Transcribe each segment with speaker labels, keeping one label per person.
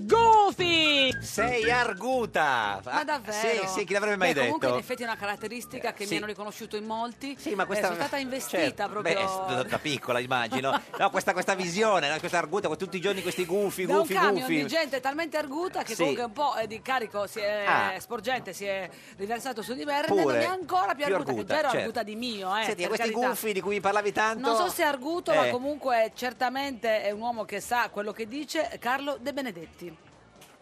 Speaker 1: Goofy!
Speaker 2: Sei arguta!
Speaker 1: Ma
Speaker 2: Ah,
Speaker 1: davvero?
Speaker 2: Sì, sì, chi l'avrebbe mai
Speaker 1: Beh,
Speaker 2: detto?
Speaker 1: Comunque in effetti è una caratteristica che
Speaker 2: sì.
Speaker 1: mi hanno riconosciuto in molti.
Speaker 2: Sì, ma questa
Speaker 1: Eh, sono stata investita
Speaker 2: Certo,
Speaker 1: proprio
Speaker 2: beh, s- da, da piccola immagino. No, questa, questa visione, no, questa arguta, con tutti i giorni questi gufi,
Speaker 1: da un
Speaker 2: gufi,
Speaker 1: camion
Speaker 2: gufi.
Speaker 1: di gente talmente arguta che
Speaker 2: Sì.
Speaker 1: comunque un po' eh, di carico si è
Speaker 2: Ah.
Speaker 1: sporgente si è riversato su di me,
Speaker 2: Pure.
Speaker 1: rendendomi ancora più
Speaker 2: Più
Speaker 1: arguta,
Speaker 2: arguta,
Speaker 1: che già ero
Speaker 2: certo.
Speaker 1: arguta di mio, eh.
Speaker 2: Senti,
Speaker 1: per
Speaker 2: questi
Speaker 1: carità.
Speaker 2: gufi di cui parlavi tanto.
Speaker 1: Non so se è arguto, ma
Speaker 2: Eh.
Speaker 1: comunque certamente è un uomo che sa quello che dice, Carlo De Benedetti.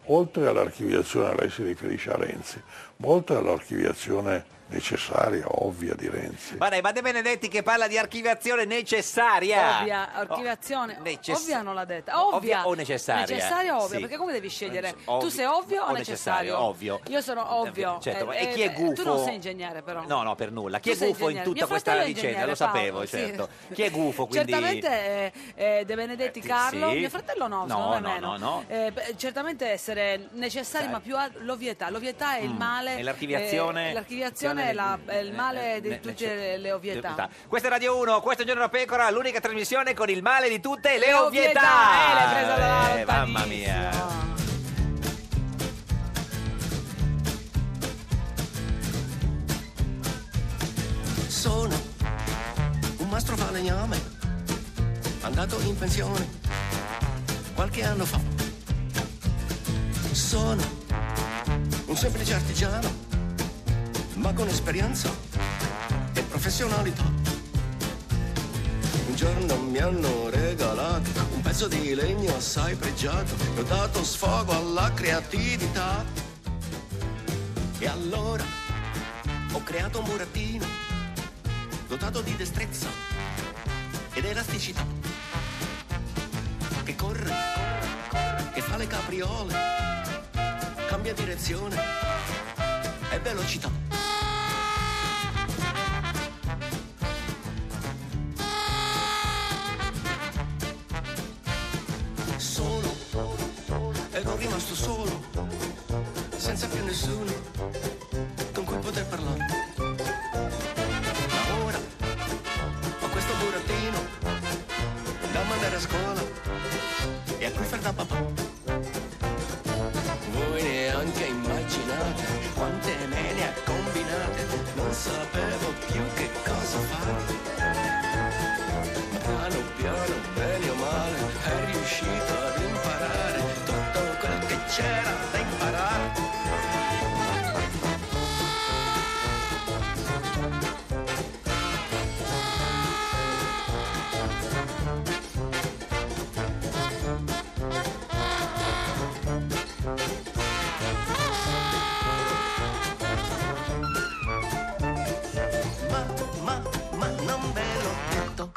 Speaker 3: Oltre all'archiviazione, lei si riferisce a Renzi, ma oltre all'archiviazione necessaria, ovvia di Renzi,
Speaker 2: Ma dai, ma De Benedetti che parla di archiviazione necessaria. Oh.
Speaker 1: Ovvia, archiviazione.
Speaker 2: necess-
Speaker 1: ovvia non l'ha detta. Ovvia.
Speaker 2: Ovvia o necessaria?
Speaker 1: Necessaria o ovvia,
Speaker 2: Sì.
Speaker 1: perché come devi scegliere? tu
Speaker 2: Ovvio-
Speaker 1: sei ovvio o,
Speaker 2: o
Speaker 1: necessario?
Speaker 2: necessario, ovvio.
Speaker 1: Io sono ovvio.
Speaker 2: Certo,
Speaker 1: Eh,
Speaker 2: ma- e
Speaker 1: eh,
Speaker 2: chi è
Speaker 1: beh, Tu
Speaker 2: gufo?
Speaker 1: non sei ingegnere però.
Speaker 2: No, no, per nulla. Chi
Speaker 1: Tu
Speaker 2: è
Speaker 1: sei
Speaker 2: gufo in
Speaker 1: ingegnere.
Speaker 2: tutta
Speaker 1: Mio
Speaker 2: questa
Speaker 1: fratello è
Speaker 2: vicenda?
Speaker 1: ingegnere,
Speaker 2: Lo sapevo,
Speaker 1: Paolo, sì.
Speaker 2: certo. Chi è gufo quindi?
Speaker 1: Certamente eh, De Benedetti Carlo,
Speaker 2: sì.
Speaker 1: mio fratello no,
Speaker 2: No,
Speaker 1: secondo me
Speaker 2: no,
Speaker 1: meno.
Speaker 2: no, no.
Speaker 1: Eh, beh, certamente essere necessari,
Speaker 2: Sai.
Speaker 1: ma più a- l'ovvietà. L'ovvietà è il
Speaker 2: Mm.
Speaker 1: male.
Speaker 2: E l'archiviazione- Eh,
Speaker 1: eh, l'archiviazione è, la- è il male di tutte le, le ovvietà.
Speaker 2: Questa è Radio 1, questo è Giorno da Pecora, l'unica trasmissione con il male di tutte le,
Speaker 1: Le ovvietà,
Speaker 2: ovvietà.
Speaker 1: eh, l'hai presa da
Speaker 2: Eh, mamma mia.
Speaker 4: Sono un mastro falegname, andato in pensione qualche anno fa. Sono un semplice artigiano, ma con esperienza e professionalità. Un giorno mi hanno regalato un pezzo di legno assai pregiato e ho dato sfogo alla creatività. E allora ho creato un burattino dotato di destrezza ed elasticità che corre, che fa le capriole, cambia direzione e velocità. Solo ed ho rimasto solo, senza più nessuno con cui poter parlare. Ma ora ho questo burattino da mandare a scuola e a cui far da papà. Voi neanche immaginate quante me ne ha combinate, non sapevo più che cosa fare. Ma piano piano, bene o male, è riuscito ad imparare tutto quel che c'era da imparare. Ma, ma, ma non ve l'ho detto.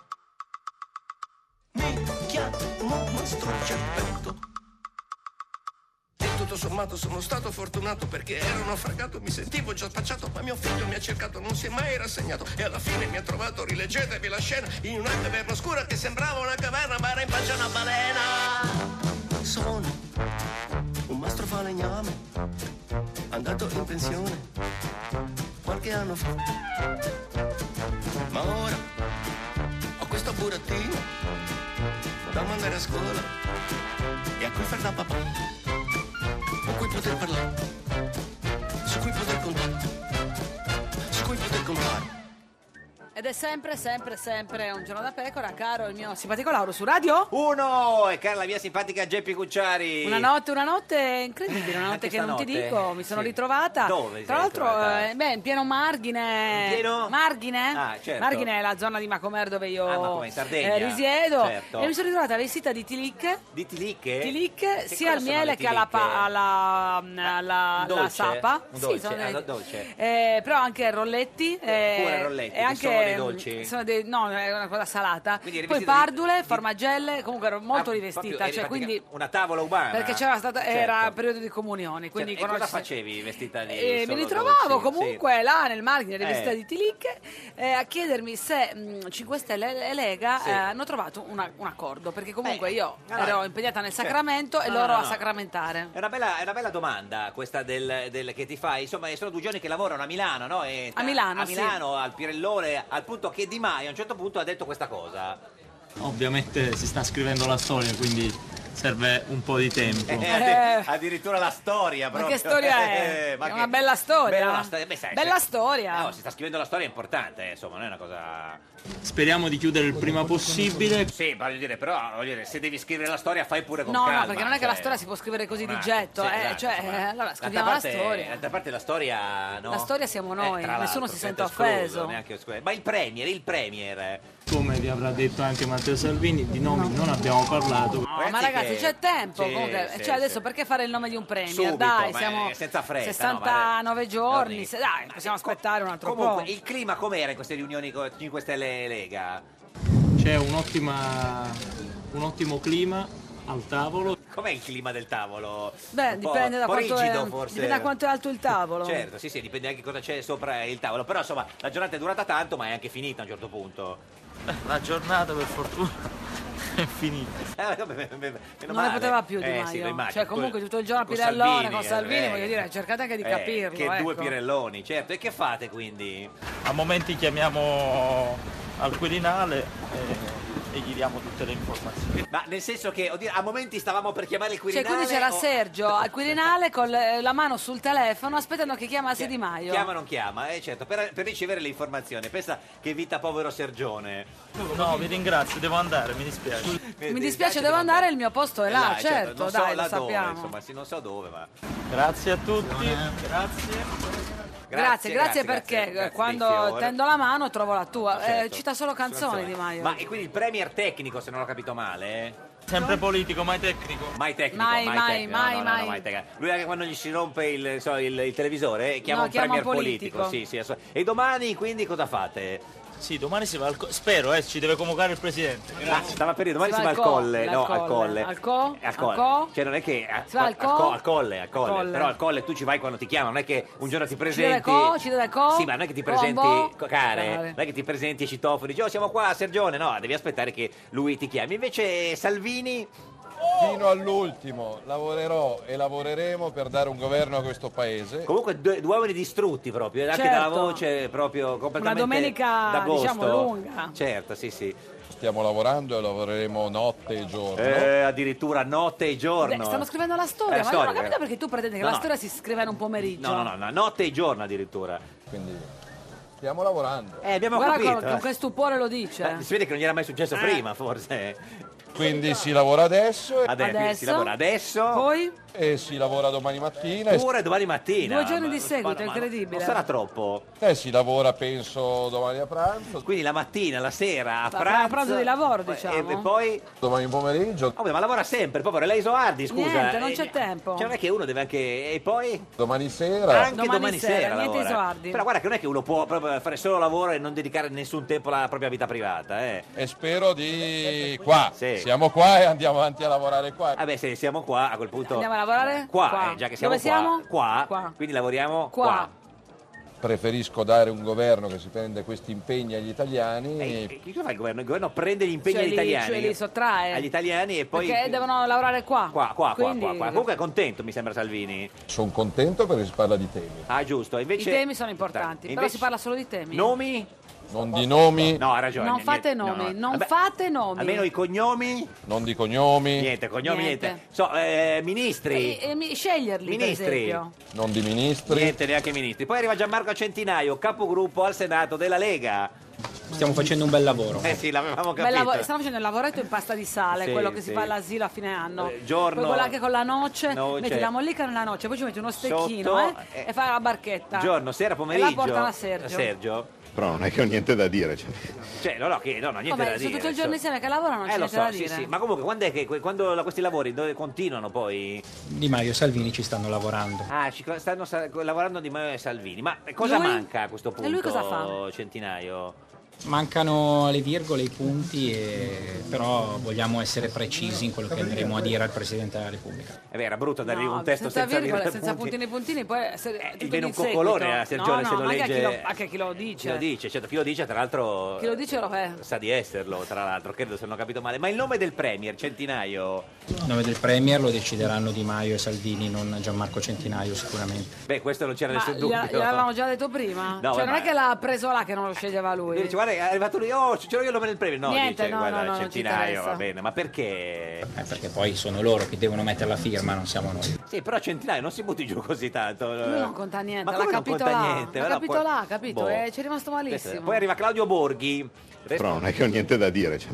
Speaker 4: Mi chiamo Mastro Geppetto. E tutto sommato sono stato fortunato perché ero naufragato, mi sentivo già spacciato, ma mio figlio mi ha cercato, non si è mai rassegnato e alla fine mi ha trovato, rileggetevi la scena, in una caverna oscura che sembrava una caverna, ma era in faccia una balena. Sono un mastro falegname, andato in pensione qualche anno fa. Ma ora ho questo burattino da mandare a scuola e a cui far da papà, con cui poter parlare, su cui poter contare, su cui poter contare.
Speaker 1: Ed è sempre, sempre, sempre un giorno da pecora, caro il mio simpatico Lauro su radio.
Speaker 2: Uno! E cara la mia simpatica Geppi Cucciari.
Speaker 1: Una notte, una notte incredibile, una notte
Speaker 2: Anche
Speaker 1: che non ti
Speaker 2: stanotte?
Speaker 1: dico, mi sono
Speaker 2: Sì.
Speaker 1: ritrovata.
Speaker 2: Dove ti
Speaker 1: Tra
Speaker 2: sei
Speaker 1: l'altro,
Speaker 2: ritrovata?
Speaker 1: eh, beh, in pieno Marghine.
Speaker 2: In pieno?
Speaker 1: Marghine?
Speaker 2: Ah, certo.
Speaker 1: Marghine è la zona di Macomer dove io
Speaker 2: Ah, ma come, in Sardegna?
Speaker 1: eh, risiedo.
Speaker 2: Certo.
Speaker 1: E mi sono ritrovata vestita di tilicche.
Speaker 2: Di Tilicche?
Speaker 1: Tilicche
Speaker 2: Che
Speaker 1: sia al
Speaker 2: cosa sono
Speaker 1: miele
Speaker 2: le
Speaker 1: che alla, pa-
Speaker 2: tilicche?
Speaker 1: alla, mm, alla-
Speaker 2: un
Speaker 1: alla
Speaker 2: dolce?
Speaker 1: sapa.
Speaker 2: Un dolce?
Speaker 1: sono-
Speaker 2: Ah, no, dolce.
Speaker 1: eh, però anche rolletti. eh,
Speaker 2: Pure rolletti,
Speaker 1: E
Speaker 2: che
Speaker 1: anche
Speaker 2: sono dei
Speaker 1: mm,
Speaker 2: dolci?
Speaker 1: sono dei- no, è una cosa salata.
Speaker 2: Quindi eri
Speaker 1: Poi
Speaker 2: vestita di-
Speaker 1: pardule, formagelle, comunque ero molto
Speaker 2: Ah, proprio
Speaker 1: rivestita.
Speaker 2: eri
Speaker 1: Cioè,
Speaker 2: pratica-
Speaker 1: quindi,
Speaker 2: una tavola umana.
Speaker 1: perché c'era stato,
Speaker 2: Certo.
Speaker 1: era periodo di comunioni. Quindi
Speaker 2: Certo, E
Speaker 1: quando
Speaker 2: cosa
Speaker 1: ci si-
Speaker 2: facevi vestita di
Speaker 1: E mi
Speaker 2: solo
Speaker 1: ritrovavo
Speaker 2: dolci? Sì.
Speaker 1: comunque là nel margine delle
Speaker 2: Eh.
Speaker 1: visite di Tilic eh, a chiedermi se mh, 5 Stelle e Lega
Speaker 2: Sì.
Speaker 1: eh, hanno trovato una- un accordo perché comunque io
Speaker 2: no,
Speaker 1: ero
Speaker 2: no.
Speaker 1: impegnata nel
Speaker 2: Certo.
Speaker 1: sacramento e
Speaker 2: No,
Speaker 1: loro
Speaker 2: no, Eh,
Speaker 1: a
Speaker 2: no.
Speaker 1: sacramentare.
Speaker 2: È una, bella, è una bella domanda questa del, del- che ti fai, insomma sono due giorni che lavorano a Milano, no? E
Speaker 1: A Milano,
Speaker 2: a
Speaker 1: sì.
Speaker 2: Milano al Pirellone, al punto che Di Maio a un certo punto ha detto questa cosa.
Speaker 5: Ovviamente si sta scrivendo la storia, quindi serve un po' di tempo.
Speaker 2: Eh, addi- addirittura la storia
Speaker 1: Ma
Speaker 2: proprio.
Speaker 1: che storia è?
Speaker 2: Eh, ma
Speaker 1: È
Speaker 2: che-
Speaker 1: una bella storia.
Speaker 2: Bella, la storia. Beh, sai,
Speaker 1: Bella
Speaker 2: se-
Speaker 1: storia.
Speaker 2: No, si sta scrivendo la storia è importante, eh, insomma, non è una cosa...
Speaker 5: Speriamo di chiudere il prima possibile.
Speaker 2: Sì, voglio dire, però voglio dire, se devi scrivere la storia fai pure con
Speaker 1: No,
Speaker 2: calma.
Speaker 1: no, perché non è che la
Speaker 2: cioè,
Speaker 1: storia si può scrivere così
Speaker 2: un
Speaker 1: di
Speaker 2: attimo,
Speaker 1: getto,
Speaker 2: sì,
Speaker 1: eh,
Speaker 2: esatto,
Speaker 1: cioè,
Speaker 2: insomma.
Speaker 1: eh, allora
Speaker 2: D'altra
Speaker 1: scriviamo la
Speaker 2: parte-
Speaker 1: storia.
Speaker 2: D'altra parte la storia no. Eh,
Speaker 1: La storia siamo noi,
Speaker 2: tra
Speaker 1: nessuno
Speaker 2: l'altro, certo,
Speaker 1: si
Speaker 2: senza
Speaker 1: sente
Speaker 2: escluso,
Speaker 1: offeso.
Speaker 2: neanche escluso. Ma il premier, il premier. eh.
Speaker 5: Come vi avrà detto anche Matteo Salvini, di nomi non abbiamo
Speaker 1: No,
Speaker 5: parlato.
Speaker 1: Oh, ma
Speaker 2: Ragazzi
Speaker 1: ragazzi,
Speaker 2: che-
Speaker 1: c'è tempo.
Speaker 2: Sì,
Speaker 1: comunque,
Speaker 2: sì,
Speaker 1: cioè, adesso
Speaker 2: sì.
Speaker 1: perché fare il nome di un premier?
Speaker 2: Subito,
Speaker 1: dai,
Speaker 2: ma,
Speaker 1: siamo
Speaker 2: eh, senza fretta, no, ma-
Speaker 1: 69 giorni.
Speaker 2: Giorni.
Speaker 1: se- dai, possiamo aspettare un altro
Speaker 2: Comunque,
Speaker 1: po'.
Speaker 2: il clima com'era in queste riunioni con 5 Stelle e Lega?
Speaker 5: C'è un'ottima, un ottimo clima al tavolo.
Speaker 2: Com'è il clima del tavolo?
Speaker 1: Beh,
Speaker 2: Un po'-
Speaker 1: dipende da,
Speaker 2: un po'
Speaker 1: quanto
Speaker 2: rigido,
Speaker 1: è,
Speaker 2: forse.
Speaker 1: dipende da quanto è alto il tavolo.
Speaker 2: Certo, sì, sì, dipende anche cosa c'è sopra il tavolo. Però insomma, la giornata è durata tanto, ma è anche finita a un certo punto.
Speaker 5: La giornata per fortuna è finita.
Speaker 2: Eh, vabbè, beh, beh, meno
Speaker 1: Non ne
Speaker 2: male.
Speaker 1: poteva più Di
Speaker 2: Eh,
Speaker 1: Maio.
Speaker 2: sì, lo immagino.
Speaker 1: cioè, comunque,
Speaker 2: Con-
Speaker 1: tutto il giorno a
Speaker 2: con
Speaker 1: Pirellone, con Salvini,
Speaker 2: eh,
Speaker 1: voglio dire, cercate anche di
Speaker 2: eh,
Speaker 1: capirlo.
Speaker 2: Che due
Speaker 1: ecco.
Speaker 2: Pirelloni, certo. E che fate quindi?
Speaker 5: A momenti chiamiamo al Quirinale
Speaker 2: eh.
Speaker 5: e gli diamo tutte le informazioni.
Speaker 2: Ma nel senso che oddio, a momenti stavamo per chiamare il
Speaker 1: Cioè,
Speaker 2: Quirinale. oh,
Speaker 1: quindi c'era
Speaker 2: o-
Speaker 1: Sergio al Quirinale con le- la mano sul telefono, aspettando che chiamasse Di Maio.
Speaker 2: Chiama o non chiama, eh, certo, per, per ricevere le informazioni. Pensa che vita povero Sergione.
Speaker 5: No, vi ringrazio, devo andare, mi dispiace.
Speaker 1: Mi dispiace, devo andare, il mio posto è là, certo,
Speaker 2: Eh, non so
Speaker 1: dai,
Speaker 2: là
Speaker 1: lo
Speaker 2: dove,
Speaker 1: sappiamo.
Speaker 2: insomma, sì, non so dove, ma...
Speaker 5: Grazie a tutti, grazie.
Speaker 1: Grazie, grazie, perché
Speaker 2: grazie,
Speaker 1: eh,
Speaker 2: grazie dei
Speaker 1: quando
Speaker 2: fiori.
Speaker 1: tendo la mano trovo la tua. Eh,
Speaker 2: Certo.
Speaker 1: cita solo canzoni Di Maio.
Speaker 2: Ma e quindi il premier tecnico, se non ho capito male, eh?
Speaker 5: Sempre politico, mai tecnico.
Speaker 2: Mai tecnico,
Speaker 1: Mai,
Speaker 2: mai,
Speaker 1: mai,
Speaker 2: tecnico.
Speaker 1: mai,
Speaker 2: no, no, no,
Speaker 1: mai.
Speaker 2: mai tecnico. Lui anche quando gli si rompe il, so, il- il televisore eh, chiama
Speaker 1: No,
Speaker 2: un
Speaker 1: chiama un
Speaker 2: premier politico.
Speaker 1: politico.
Speaker 2: Sì, sì, ass- E domani quindi cosa fate?
Speaker 5: Sì, domani si va al... co- Spero, eh, ci deve convocare il presidente.
Speaker 2: Ah, stava per dire, domani
Speaker 1: Si
Speaker 2: si
Speaker 1: va
Speaker 2: va al
Speaker 1: al co-
Speaker 2: colle, no,
Speaker 1: al
Speaker 2: al colle.
Speaker 1: colle. Al co?
Speaker 2: Eh, Al colle.
Speaker 1: Al co?
Speaker 2: Cioè non è che a-
Speaker 1: Si va al
Speaker 2: a-
Speaker 1: co?
Speaker 2: al colle, al colle.
Speaker 1: Al colle.
Speaker 2: Però al colle tu ci vai quando ti chiamano, non è che un giorno ti
Speaker 1: Ci deve
Speaker 2: presenti.
Speaker 1: co, ci deve co.
Speaker 2: Sì, ma non è che ti
Speaker 1: Rombo.
Speaker 2: presenti, co- care,
Speaker 1: Care.
Speaker 2: non è che ti presenti e citofoni, dici, "Oh, siamo qua, Sergione". No, devi aspettare che lui ti chiami. Invece Salvini
Speaker 6: Fino all'ultimo lavorerò e lavoreremo per dare un governo a questo paese.
Speaker 2: Comunque due, due uomini distrutti proprio, anche
Speaker 1: Certo.
Speaker 2: dalla voce proprio completamente
Speaker 1: Una domenica,
Speaker 2: d'agosto.
Speaker 1: diciamo, lunga.
Speaker 2: Certo, sì, sì.
Speaker 6: Stiamo lavorando e lavoreremo notte e giorno.
Speaker 2: Eh, addirittura notte e giorno.
Speaker 1: Beh, stiamo scrivendo la storia,
Speaker 2: Eh,
Speaker 1: ma io non ho capito perché tu pretendi che
Speaker 2: No,
Speaker 1: la
Speaker 2: no.
Speaker 1: storia si scriva in un pomeriggio.
Speaker 2: No, no, no, no, notte e giorno addirittura.
Speaker 6: Quindi stiamo lavorando.
Speaker 2: Eh, abbiamo
Speaker 1: Guarda
Speaker 2: capito.
Speaker 1: con, con che stupore lo dice.
Speaker 2: Eh, si vede che non gli era mai successo prima, forse.
Speaker 6: Quindi si lavora adesso e-
Speaker 2: Adesso, quindi si lavora adesso.
Speaker 1: Poi
Speaker 6: e si lavora domani mattina e,
Speaker 2: Pure domani mattina.
Speaker 1: Due giorni
Speaker 2: Ma-
Speaker 1: di seguito,
Speaker 2: ma- ma-
Speaker 1: incredibile.
Speaker 2: Non sarà troppo.
Speaker 6: e Eh, si lavora penso domani a pranzo,
Speaker 2: Quindi la mattina, la sera, a
Speaker 1: Fa- fa
Speaker 2: pranzo.
Speaker 1: un pranzo di lavoro,
Speaker 2: poi-
Speaker 1: diciamo.
Speaker 2: E poi
Speaker 6: domani pomeriggio,
Speaker 2: Oh, beh, ma lavora sempre, povero, lei Isoardi, scusa.
Speaker 1: Niente, non c'è
Speaker 2: Eh,
Speaker 1: tempo.
Speaker 2: Cioè, non è che uno deve anche... E poi?
Speaker 6: domani sera.
Speaker 2: Anche
Speaker 1: Domani
Speaker 2: domani,
Speaker 1: sera,
Speaker 2: sera,
Speaker 1: niente
Speaker 2: lavora.
Speaker 1: Isoardi.
Speaker 2: Però guarda che non è che uno può proprio fare solo lavoro e non dedicare nessun tempo alla propria vita privata, eh.
Speaker 6: E spero
Speaker 1: eh,
Speaker 6: di qua.
Speaker 2: Sì.
Speaker 6: Siamo qua e andiamo avanti a lavorare qua.
Speaker 2: Vabbè, se siamo qua, a quel punto...
Speaker 1: Andiamo a lavorare?
Speaker 2: Qua,
Speaker 1: Qua.
Speaker 2: eh, già che siamo
Speaker 1: Dove
Speaker 2: qua.
Speaker 1: siamo?
Speaker 2: Qua.
Speaker 1: Qua.
Speaker 2: Quindi lavoriamo
Speaker 1: Qua.
Speaker 2: qua.
Speaker 6: Preferisco dare un governo che si prende questi impegni agli italiani.
Speaker 2: E, e che cosa Eh, fa il governo? Il governo prende gli impegni
Speaker 1: cioè,
Speaker 2: agli
Speaker 1: li,
Speaker 2: italiani.
Speaker 1: cioè, li sottrae.
Speaker 2: Agli italiani e poi... eh,
Speaker 1: Perché devono lavorare qua.
Speaker 2: Qua, qua, qua,
Speaker 1: Quindi,
Speaker 2: qua, qua. Comunque è contento, mi sembra, Salvini.
Speaker 6: Sono contento perché si parla di temi,
Speaker 2: Ah, giusto.
Speaker 1: I
Speaker 2: Invece...
Speaker 1: temi sono importanti, però
Speaker 2: Invece-
Speaker 1: si parla solo di temi.
Speaker 2: Nomi?
Speaker 6: non di nomi,
Speaker 2: No, ha ragione.
Speaker 1: Non fate
Speaker 2: niente. No,
Speaker 1: nomi,
Speaker 2: no.
Speaker 1: non
Speaker 2: Vabbè,
Speaker 1: fate nomi.
Speaker 2: Almeno i cognomi?
Speaker 6: non di cognomi,
Speaker 2: Niente, cognomi
Speaker 1: Niente.
Speaker 2: niente. So, eh,
Speaker 1: E-
Speaker 2: ministri.
Speaker 1: e mi- sceglierli, per
Speaker 2: Ministri.
Speaker 1: esempio.
Speaker 6: non di ministri.
Speaker 2: Niente, neanche ministri. Poi arriva Gianmarco Centinaio, capogruppo al Senato della Lega.
Speaker 5: Stiamo facendo un bel lavoro.
Speaker 2: Eh sì, l'avevamo
Speaker 1: Bel
Speaker 2: capito.
Speaker 1: lavo- stanno facendo il lavoretto in pasta di sale,
Speaker 2: Sì,
Speaker 1: quello che
Speaker 2: sì.
Speaker 1: si fa all'asilo a fine anno.
Speaker 2: Eh, giorno-
Speaker 1: Poi quello anche con la noce,
Speaker 2: Noce.
Speaker 1: metti la mollica nella noce, poi ci metti uno stecchino
Speaker 2: Sotto,
Speaker 1: eh,
Speaker 2: eh,
Speaker 1: e fai la barchetta.
Speaker 2: Giorno, sera, pomeriggio.
Speaker 1: E la portano a Sergio.
Speaker 7: Però non è che ho niente da dire. cioè.
Speaker 2: Cioè, no, no, che, no, no niente
Speaker 1: Vabbè,
Speaker 2: da
Speaker 1: sono
Speaker 2: dire.
Speaker 1: tutto il giorno
Speaker 2: insomma.
Speaker 1: insieme che lavorano, non c'è
Speaker 2: Eh, lo
Speaker 1: niente
Speaker 2: so,
Speaker 1: da
Speaker 2: sì,
Speaker 1: dire.
Speaker 2: sì. Ma comunque, quando è che que- quando la- questi lavori dove continuano poi?
Speaker 5: Di Maio e Salvini ci stanno lavorando.
Speaker 2: Ah, ci co- stanno sa- lavorando Di Maio e Salvini. Ma cosa
Speaker 1: Lui?
Speaker 2: manca a questo punto?
Speaker 1: E lui cosa fa?
Speaker 2: Centinaio?
Speaker 5: Mancano le virgole, i punti, e- però vogliamo essere precisi in quello che andremo a dire al Presidente della Repubblica.
Speaker 2: Eh beh, era brutto dare
Speaker 5: No,
Speaker 2: un testo
Speaker 5: senza
Speaker 2: senza
Speaker 5: virgole,
Speaker 2: virgole,
Speaker 5: senza
Speaker 2: punti. Eh,
Speaker 1: puntini puntini poi se, tutto
Speaker 2: viene
Speaker 1: in
Speaker 2: un coccolone,
Speaker 1: seguito.
Speaker 2: eh, Sergione,
Speaker 1: no,
Speaker 2: se
Speaker 1: no,
Speaker 2: lo
Speaker 1: ma anche a chi
Speaker 2: legge-
Speaker 1: lo- anche a chi lo dice
Speaker 2: Chi lo dice, certo, chi lo dice tra l'altro
Speaker 1: Cioè Chi lo dice eh. lo è
Speaker 2: sa di esserlo, tra l'altro, credo se non ho capito male. Ma il nome del Premier, Centinaio,
Speaker 5: Il nome del Premier lo decideranno Di Maio e Salvini, non Gianmarco Centinaio sicuramente.
Speaker 2: beh, questo non c'era
Speaker 1: ma
Speaker 2: nessun
Speaker 1: gli-
Speaker 2: dubbio.
Speaker 1: gliel'avevamo già detto prima
Speaker 2: No,
Speaker 1: cioè non
Speaker 2: ma-
Speaker 1: è che l'ha preso là che non lo sceglieva lui
Speaker 2: Lui dice, guarda, è arrivato lui, oh, c'era io il nome del Premier. No,
Speaker 1: Niente,
Speaker 2: dice,
Speaker 1: no,
Speaker 2: guarda,
Speaker 1: no, no, non ci
Speaker 2: Centinaio,
Speaker 1: interessa.
Speaker 2: va bene, ma perché?
Speaker 5: Eh, perché poi sono loro che devono mettere la firma, non siamo noi.
Speaker 2: Sì, però Centinaio non si butti giù così tanto.
Speaker 1: lui non conta niente
Speaker 2: Ma
Speaker 1: l'ha
Speaker 2: come non
Speaker 1: capito
Speaker 2: conta
Speaker 1: là
Speaker 2: niente?
Speaker 1: l'ha
Speaker 2: Allora
Speaker 1: capito
Speaker 2: poi-
Speaker 1: là capito
Speaker 2: boh.
Speaker 1: Eh, ci è rimasto malissimo
Speaker 2: Poi arriva Claudio Borghi. res-
Speaker 7: Però non è che ho niente da dire. cioè.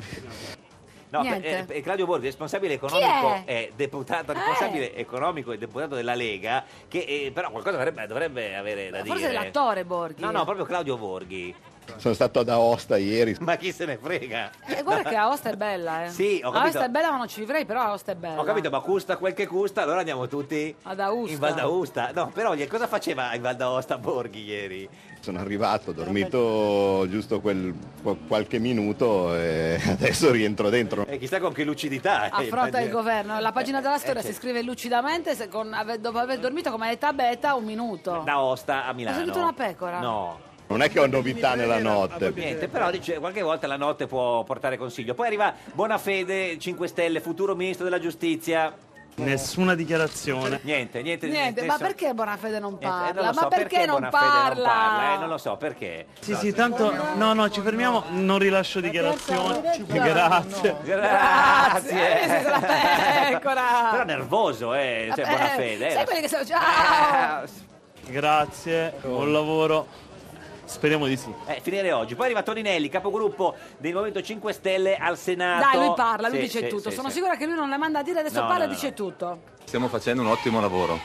Speaker 2: No,
Speaker 1: Niente.
Speaker 2: eh, eh, Claudio Borghi, responsabile
Speaker 1: Chi
Speaker 2: economico,
Speaker 1: è? Eh.
Speaker 2: eh, deputato, responsabile economico e deputato della Lega, che eh, però qualcosa dovrebbe, dovrebbe avere da
Speaker 1: forse
Speaker 2: dire.
Speaker 1: è l'attore Borghi
Speaker 2: No, no, proprio Claudio Borghi.
Speaker 7: Sono stato ad Aosta ieri.
Speaker 2: Ma chi se ne frega?
Speaker 1: Eh, guarda che Aosta è bella, eh.
Speaker 2: Sì, ho capito.
Speaker 1: Aosta è bella, ma non ci vivrei, però Aosta è bella.
Speaker 2: Ho capito, ma custa quel che custa, allora andiamo tutti
Speaker 1: Ad Aosta.
Speaker 2: in Val d'Aosta. No, però gli- cosa faceva in Val d'Aosta Borghi ieri?
Speaker 7: Sono arrivato, ho dormito giusto quel, qu- qualche minuto e adesso rientro dentro.
Speaker 2: E Eh, chissà con che lucidità. eh,
Speaker 1: Affronta il
Speaker 2: immagino.
Speaker 1: governo. La pagina della storia
Speaker 2: eh,
Speaker 1: si
Speaker 2: sì.
Speaker 1: scrive lucidamente se con- ave- dopo aver dormito come età beta un minuto.
Speaker 2: Da Osta a Milano.
Speaker 1: seduto una pecora?
Speaker 2: No.
Speaker 7: Non è che ho novità nella notte.
Speaker 2: Niente, però dice qualche volta la notte può portare consiglio. Poi arriva Bonafede, 5 Stelle, futuro ministro della giustizia.
Speaker 8: Nessuna dichiarazione.
Speaker 2: Niente, niente.
Speaker 1: Niente, ma
Speaker 2: nessun-
Speaker 1: perché Bonafede non
Speaker 2: niente, eh,
Speaker 1: parla?
Speaker 2: non lo
Speaker 1: ma
Speaker 2: so,
Speaker 1: perché, non,
Speaker 2: Bonafede
Speaker 1: parla?
Speaker 2: non parla? Eh, non lo so, perché?
Speaker 8: Sì, sì, tanto. No, no, ci fermiamo. Non rilascio dichiarazioni. Grazie.
Speaker 2: Grazie.
Speaker 1: Eh, sei stata la pecora.
Speaker 2: Però nervoso, eh, cioè,
Speaker 1: Eh,
Speaker 2: Bonafede. eh.
Speaker 1: Sai quelli che sono... Ciao!
Speaker 8: Grazie, buon lavoro. Speriamo di sì.
Speaker 2: Eh, finire oggi. Poi arriva Toninelli, capogruppo del Movimento 5 Stelle al Senato.
Speaker 1: Dai, lui parla, lui
Speaker 2: Sì,
Speaker 1: dice
Speaker 2: sì,
Speaker 1: tutto.
Speaker 2: sì,
Speaker 1: sono
Speaker 2: sì.
Speaker 1: sicura che lui non le manda a dire, adesso
Speaker 2: No,
Speaker 1: parla e
Speaker 2: no, no.
Speaker 1: dice tutto.
Speaker 9: Stiamo facendo un ottimo lavoro.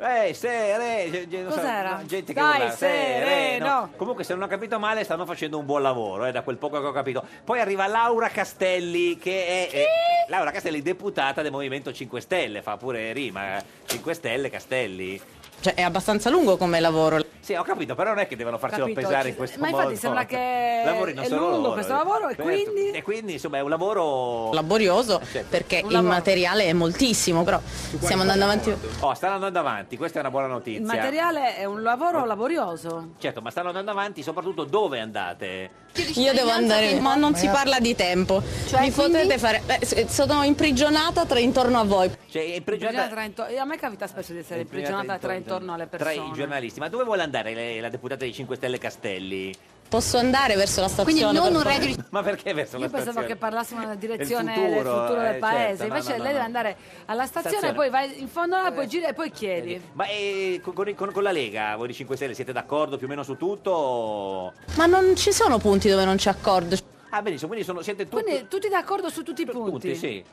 Speaker 2: Eh, sere, ge- ge- non so,
Speaker 1: Cos'era?
Speaker 2: gente che
Speaker 1: Dai,
Speaker 2: urla,
Speaker 1: sereno.
Speaker 2: sereno. Comunque, se non ho capito male, stanno facendo un buon lavoro, eh, da quel poco che ho capito. Poi arriva Laura Castelli, che è eh, Laura Castelli, deputata del Movimento 5 Stelle, fa pure rima. eh, 5 Stelle, Castelli.
Speaker 10: Cioè, è abbastanza lungo come lavoro.
Speaker 2: Sì, ho capito, però non è che devono farcelo
Speaker 1: Capito,
Speaker 2: pesare
Speaker 1: ci-
Speaker 2: in questo
Speaker 1: ma
Speaker 2: modo.
Speaker 1: infatti sembra che
Speaker 2: Lavorino
Speaker 1: è
Speaker 2: solo
Speaker 1: lungo
Speaker 2: loro,
Speaker 1: questo
Speaker 2: eh.
Speaker 1: lavoro, e quindi?
Speaker 2: E quindi, insomma, è un lavoro...
Speaker 10: Laborioso perché il materiale è moltissimo, però stiamo andando avanti.
Speaker 2: Oh, stanno andando avanti, questa è una buona notizia.
Speaker 1: Il materiale è un lavoro laborioso.
Speaker 2: Certo, ma stanno andando avanti soprattutto dove andate?
Speaker 10: Io devo andare, ma non si parla di tempo. Mi potete fare. beh, s- sono imprigionata tra intorno a voi.
Speaker 2: Cioè, è
Speaker 1: Imprigionata
Speaker 2: imprigionata
Speaker 1: tra intor- a me capita spesso di essere imprigionata tra intorno alle
Speaker 2: tra i
Speaker 1: persone.
Speaker 2: giornalisti. Ma dove vuole andare le- la deputata di 5 Stelle Castelli?
Speaker 10: Posso andare verso la stazione? per favore?
Speaker 2: Ma perché verso
Speaker 1: Io
Speaker 2: la stazione?
Speaker 1: pensavo che parlassimo nella direzione
Speaker 2: Del futuro,
Speaker 1: del futuro
Speaker 2: eh,
Speaker 1: del
Speaker 2: certo,
Speaker 1: paese,
Speaker 2: no,
Speaker 1: invece
Speaker 2: no, no,
Speaker 1: lei deve
Speaker 2: no.
Speaker 1: andare alla stazione,
Speaker 2: Stazione.
Speaker 1: poi
Speaker 2: Eh.
Speaker 1: vai in fondo là, poi gira e poi chiedi.
Speaker 2: Ma eh, con, con- con- con la Lega, voi di 5 Stelle, siete d'accordo più o meno su tutto? o-
Speaker 10: Ma non ci sono punti dove non c'è accordo.
Speaker 2: Ah, benissimo, quindi sono- siete tutti...
Speaker 1: Quindi tutti d'accordo su tutti i punti?
Speaker 2: tutti, sì.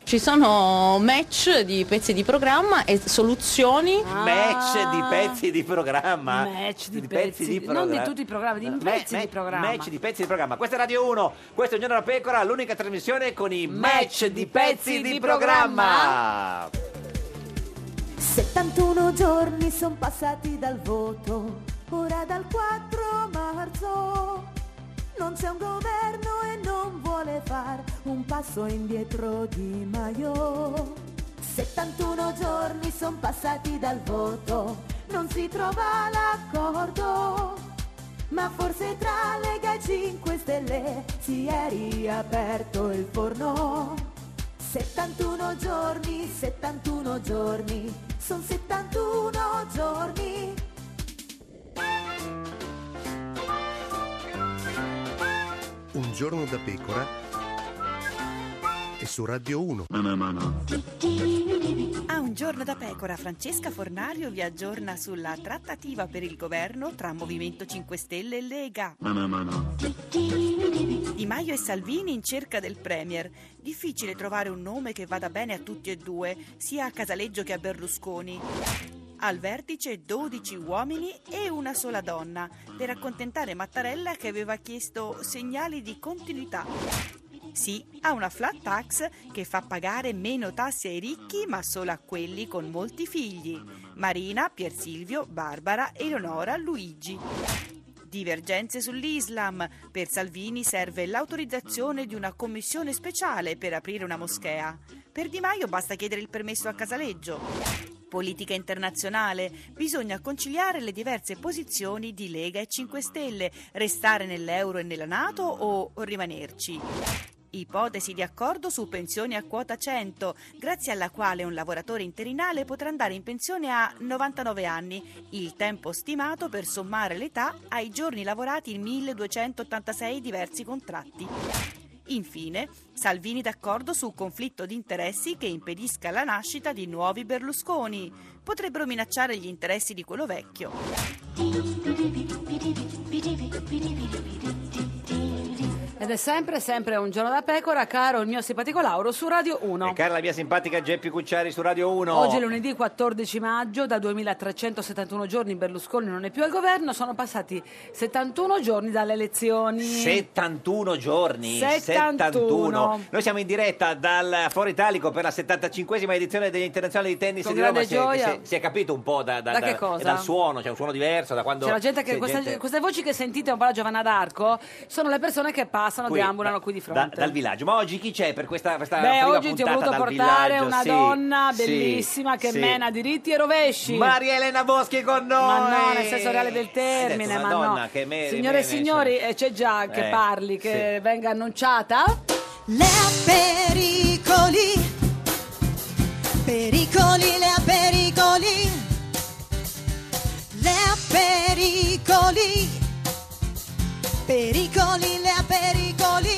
Speaker 10: Ci sono match di pezzi di programma e soluzioni.
Speaker 2: Ah. Match di pezzi di programma.
Speaker 1: Ah. Match di
Speaker 2: pezzi di
Speaker 1: non di
Speaker 2: programma.
Speaker 1: tutti i programmi, di
Speaker 2: Ma-
Speaker 1: pezzi
Speaker 2: ma-
Speaker 1: di programma.
Speaker 2: Match di pezzi di programma. Questa è Radio 1, questo è Un Giorno da Pecora, l'unica trasmissione con i match di pezzi di programma.
Speaker 11: 71 giorni sono passati dal voto, ora dal 4 marzo. Non c'è un governo e non vuole far un passo indietro di Maio. 71 giorni sono passati dal voto, non si trova l'accordo. Ma forse tra Lega e 5 Stelle si è riaperto il forno. 71 giorni, 71 giorni, sono 71 giorni.
Speaker 12: Un giorno da pecora e su Radio 1.
Speaker 13: A un giorno da pecora, Francesca Fornario vi aggiorna sulla trattativa per il governo tra Movimento 5 Stelle e Lega. Di Maio e Salvini in cerca del Premier. Difficile trovare un nome che vada bene a tutti e due, sia a Casaleggio che a Berlusconi. Al vertice 12 uomini e una sola donna, per accontentare Mattarella che aveva chiesto segnali di continuità. Sì, ha una flat tax che fa pagare meno tasse ai ricchi, ma solo a quelli con molti figli. Marina, Pier Silvio, Barbara, Eleonora, Luigi. Di Divergenze sull'Islam. Per Salvini serve l'autorizzazione di una commissione speciale per aprire una moschea. Per Di Maio basta chiedere il permesso a Casaleggio. Politica internazionale. Bisogna conciliare le diverse posizioni di Lega e 5 Stelle, restare nell'euro e nella Nato o rimanerci. Ipotesi di accordo su pensioni a quota 100, grazie alla quale un lavoratore interinale potrà andare in pensione a 99 anni, il tempo stimato per sommare l'età ai giorni lavorati in 1286 diversi contratti. Infine, Salvini d'accordo su conflitto di interessi che impedisca la nascita di nuovi Berlusconi. Potrebbero minacciare gli interessi di quello vecchio.
Speaker 1: Ed è sempre, sempre un giorno da pecora, caro il mio simpatico Lauro su Radio 1.
Speaker 2: E cara la mia simpatica Geppi Cucciari su Radio 1.
Speaker 1: Oggi è lunedì 14 maggio, da 2371 giorni Berlusconi non è più al governo, sono passati 71 giorni dalle elezioni.
Speaker 2: 71 giorni.
Speaker 1: 71.
Speaker 2: Noi siamo in diretta dal Foro Italico per la 75esima edizione dell'Internazionale di Tennis
Speaker 1: Con
Speaker 2: di Roma.
Speaker 1: grande
Speaker 2: Si è,
Speaker 1: gioia.
Speaker 2: si è- si è capito un po' da,
Speaker 1: Da che cosa?
Speaker 2: dal suono, c'è un suono diverso da quando.
Speaker 1: C'è la gente che,
Speaker 2: c'è
Speaker 1: queste,
Speaker 2: gente
Speaker 1: queste voci che sentite un po' la Giovanna d'Arco sono le persone che passano,
Speaker 2: qui,
Speaker 1: deambulano
Speaker 2: da-
Speaker 1: qui di
Speaker 2: da-
Speaker 1: fronte.
Speaker 2: dal villaggio. Ma oggi chi c'è per questa, questa
Speaker 1: Beh,
Speaker 2: prima
Speaker 1: oggi ti ho
Speaker 2: puntata
Speaker 1: voluto
Speaker 2: dal
Speaker 1: portare
Speaker 2: villaggio?
Speaker 1: una
Speaker 2: Sì,
Speaker 1: donna
Speaker 2: sì,
Speaker 1: bellissima che
Speaker 2: sì.
Speaker 1: mena diritti e rovesci.
Speaker 2: Maria Elena Boschi con noi.
Speaker 1: Ma no, nel senso reale del termine,
Speaker 2: Hai detto,
Speaker 1: ma
Speaker 2: una donna
Speaker 1: no.
Speaker 2: che me-
Speaker 1: Signore
Speaker 2: me-
Speaker 1: e signori, eh, c'è già che
Speaker 2: Eh,
Speaker 1: parli, che venga annunciata.
Speaker 11: pericoli, pericoli, Lea pericoli, Lea pericoli, pericoli, Lea pericoli,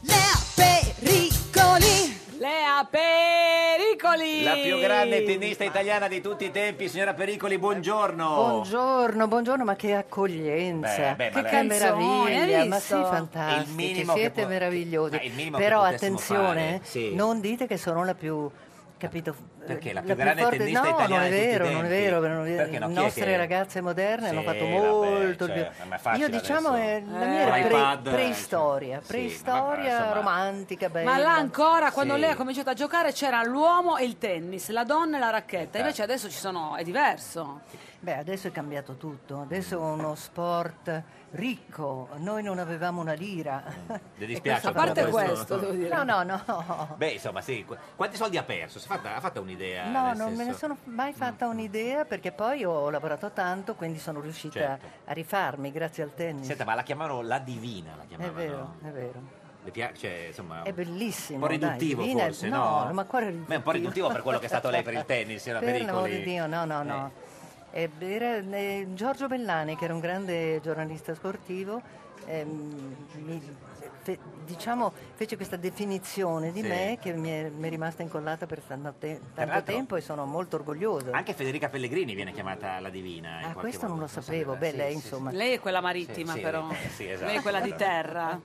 Speaker 11: Lea pericoli.
Speaker 1: Lea Pericoli.
Speaker 2: La più grande tennista italiana di tutti i tempi, signora Pericoli, buongiorno.
Speaker 14: Buongiorno, buongiorno, ma che accoglienza,
Speaker 2: Beh, beh, ma
Speaker 14: che,
Speaker 2: lei-
Speaker 1: canzoni, hai
Speaker 14: meraviglia, ma
Speaker 1: visto?
Speaker 14: sì,
Speaker 2: Il
Speaker 14: fantastici,
Speaker 2: minimo che
Speaker 14: siete
Speaker 2: può-
Speaker 14: meravigliosi,
Speaker 2: Ma il minimo che
Speaker 14: però
Speaker 2: potessimo
Speaker 14: attenzione,
Speaker 2: fare, sì.
Speaker 14: non dite che sono la più, capito,
Speaker 2: Perché la più
Speaker 14: più
Speaker 2: grande
Speaker 14: forte-
Speaker 2: tennista
Speaker 14: no, non
Speaker 2: italiana
Speaker 14: è
Speaker 2: di tutti i
Speaker 14: vero, non è
Speaker 2: tempi.
Speaker 14: vero, non è vero,
Speaker 2: Perché no,
Speaker 14: le
Speaker 2: chi è
Speaker 14: nostre
Speaker 2: che-
Speaker 14: ragazze moderne hanno
Speaker 2: Sì,
Speaker 14: fatto
Speaker 2: vabbè,
Speaker 14: molto
Speaker 2: cioè,
Speaker 14: di
Speaker 2: ma è
Speaker 14: più,
Speaker 2: facile
Speaker 14: io diciamo
Speaker 2: adesso.
Speaker 14: è la
Speaker 2: Eh.
Speaker 14: mia era pre-
Speaker 2: iPad, eh,
Speaker 14: preistoria,
Speaker 2: sì,
Speaker 14: preistoria
Speaker 2: ma- ma- insomma-
Speaker 14: romantica, bella.
Speaker 1: Ma là ancora, quando
Speaker 14: Sì.
Speaker 1: lei ha cominciato a giocare, c'era l'uomo e il tennis, la donna e la racchetta. Invece adesso ci sono, è diverso.
Speaker 14: Beh, adesso è cambiato tutto, adesso è uno sport ricco, noi non avevamo una lira.
Speaker 2: Le
Speaker 14: E
Speaker 2: dispiace.
Speaker 14: questo
Speaker 2: un po'
Speaker 14: No, no, no.
Speaker 2: Beh, insomma, sì. qu- Quanti soldi ha perso? Si è fatta, ha fatta un'idea?
Speaker 14: No,
Speaker 2: Eh, nel
Speaker 14: non me ne
Speaker 2: senso- mm,
Speaker 14: sono mai fatta un'idea perché poi ho lavorato tanto, quindi sono riuscita
Speaker 2: Certo.
Speaker 14: a rifarmi grazie al tennis.
Speaker 2: Senta, ma la chiamavano la divina, la
Speaker 14: è
Speaker 2: chiamavano.
Speaker 14: vero, è vero.
Speaker 2: Le pia- cioè, insomma,
Speaker 14: È bellissimo.
Speaker 2: Un po'
Speaker 14: dai,
Speaker 2: riduttivo
Speaker 14: divina-
Speaker 2: forse,
Speaker 14: no?
Speaker 2: no?
Speaker 14: ma quale
Speaker 2: Ma è un po' riduttivo per quello che è stato lei per il tennis, signora
Speaker 14: per l'amor
Speaker 2: Pericoli.
Speaker 14: di Dio, no, no,
Speaker 2: Eh.
Speaker 14: no. Eh, era, eh, Giorgio Bellani, che era un grande giornalista sportivo, ehm, mi- fe- diciamo fece questa definizione di
Speaker 2: Sì.
Speaker 14: me che mi è, mi è rimasta incollata per tanto, te- tanto
Speaker 2: l'altro-
Speaker 14: tempo e sono molto orgogliosa.
Speaker 2: Anche Federica Pellegrini viene chiamata la divina. in
Speaker 14: Ah,
Speaker 2: qualche
Speaker 14: questo
Speaker 2: modo.
Speaker 14: non lo sapevo,
Speaker 2: sapeva,
Speaker 14: beh,
Speaker 2: sì,
Speaker 14: lei
Speaker 2: sì,
Speaker 14: insomma...
Speaker 1: Lei è quella marittima,
Speaker 2: Sì, sì,
Speaker 1: però.
Speaker 2: eh, sì, esatto.
Speaker 1: Lei è quella di terra.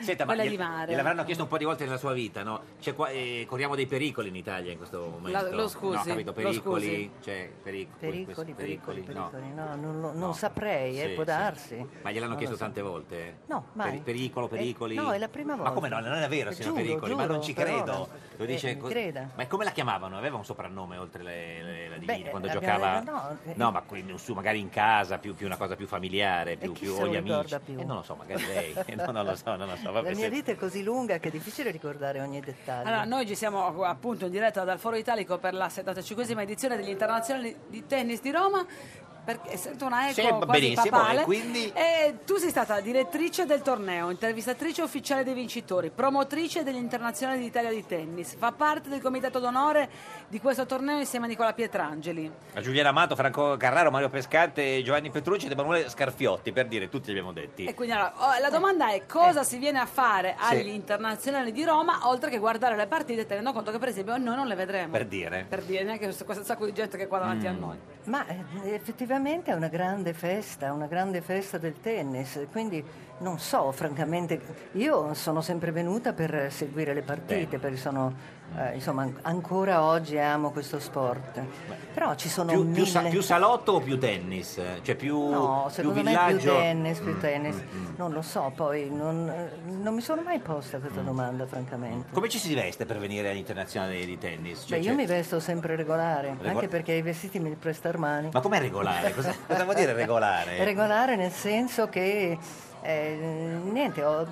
Speaker 2: Senta, ma
Speaker 1: quella
Speaker 2: gliel-
Speaker 1: di mare.
Speaker 2: Gliel'avranno chiesto un po' di volte nella sua vita, no? C'è qua- eh, corriamo dei pericoli in Italia in questo momento.
Speaker 14: lo scusi,
Speaker 2: No, capito,
Speaker 14: lo
Speaker 2: pericoli,
Speaker 14: scusi.
Speaker 2: cioè, peric- questo-
Speaker 14: Pericoli, pericoli,
Speaker 2: no.
Speaker 14: pericoli, no, non, lo- non saprei, eh,
Speaker 2: Sì,
Speaker 14: può
Speaker 2: sì.
Speaker 14: darsi.
Speaker 2: Ma gliel'hanno
Speaker 14: Non
Speaker 2: chiesto
Speaker 14: lo so.
Speaker 2: tante volte?
Speaker 14: Ah, No, mai.
Speaker 2: pericolo,
Speaker 14: Eh,
Speaker 2: pericoli?
Speaker 14: no, è la prima
Speaker 2: Ma
Speaker 14: volta.
Speaker 2: come no? Non è vero,
Speaker 14: Eh,
Speaker 2: signor
Speaker 14: giuro,
Speaker 2: Pericoli, ma
Speaker 14: giuro,
Speaker 2: non ci
Speaker 14: però
Speaker 2: credo.
Speaker 14: no.
Speaker 2: Lo
Speaker 14: Eh,
Speaker 2: dice
Speaker 14: mi
Speaker 2: co-
Speaker 14: creda.
Speaker 2: Ma come la chiamavano? Aveva un soprannome oltre le- le- la divina
Speaker 14: Beh, eh,
Speaker 2: quando
Speaker 14: abbiamo-
Speaker 2: giocava?
Speaker 14: no, eh,
Speaker 2: No, ma quindi su, magari in casa, più, più una cosa più familiare, più,
Speaker 14: chi
Speaker 2: più
Speaker 14: se
Speaker 2: o
Speaker 14: lo
Speaker 2: gli amici.
Speaker 14: ricorda più?
Speaker 2: Eh, non lo so, magari lei. no, non lo so, non lo so.
Speaker 14: La
Speaker 2: vabbè,
Speaker 14: mia
Speaker 2: se-
Speaker 14: vita è così lunga che è difficile ricordare ogni dettaglio.
Speaker 1: Allora, noi ci siamo appunto in diretta dal Foro Italico per la 75esima edizione dell'Internazionale di Tennis di Roma. Perché sento una eco
Speaker 2: Sì, va
Speaker 1: quasi
Speaker 2: benissimo,
Speaker 1: papale.
Speaker 2: e quindi?
Speaker 1: E tu sei stata direttrice del torneo, intervistatrice ufficiale dei vincitori, promotrice dell'Internazionale d'Italia di tennis. Fa parte del comitato d'onore di questo torneo insieme a Nicola Pietrangeli.
Speaker 2: A Giuliana Amato, Franco Carraro, Mario Pescante, Giovanni Petrucci ed Emanuele Scarfiotti, per dire tutti li abbiamo detti.
Speaker 14: Eh,
Speaker 1: E quindi allora, oh, la domanda è cosa si viene a fare
Speaker 2: Eh. Sì.
Speaker 1: agli internazionali di Roma oltre che guardare le partite tenendo conto che per esempio noi non le vedremo.
Speaker 2: Per dire.
Speaker 1: Per dire neanche questo, questo sacco di gente che è qua davanti
Speaker 2: Mm.
Speaker 1: a noi.
Speaker 14: Ma eh, effettivamente è una grande festa, una grande festa del tennis, quindi Non so, francamente, io sono sempre venuta per seguire le partite, perché sono,
Speaker 2: Mm.
Speaker 14: eh, insomma, an- ancora oggi amo questo sport. Però ci sono
Speaker 2: Più,
Speaker 14: mille...
Speaker 2: più sa- più salotto o più tennis? Cioè più,
Speaker 14: No,
Speaker 2: più
Speaker 14: secondo me più
Speaker 2: villaggio?
Speaker 14: tennis, più
Speaker 2: Mm,
Speaker 14: tennis.
Speaker 2: mm, mm.
Speaker 14: Non lo so, poi non, eh, non mi sono mai posta questa domanda, francamente.
Speaker 2: Come ci si veste per venire all'internazionale di tennis? Cioè,
Speaker 14: Beh,
Speaker 2: c'è-
Speaker 14: io mi vesto sempre regolare,
Speaker 2: Regol-
Speaker 14: anche perché i vestiti mi presta Armani.
Speaker 2: Ma com'è regolare? Cosa, cosa vuol dire regolare?
Speaker 14: Regolare nel senso che eh, niente, ho-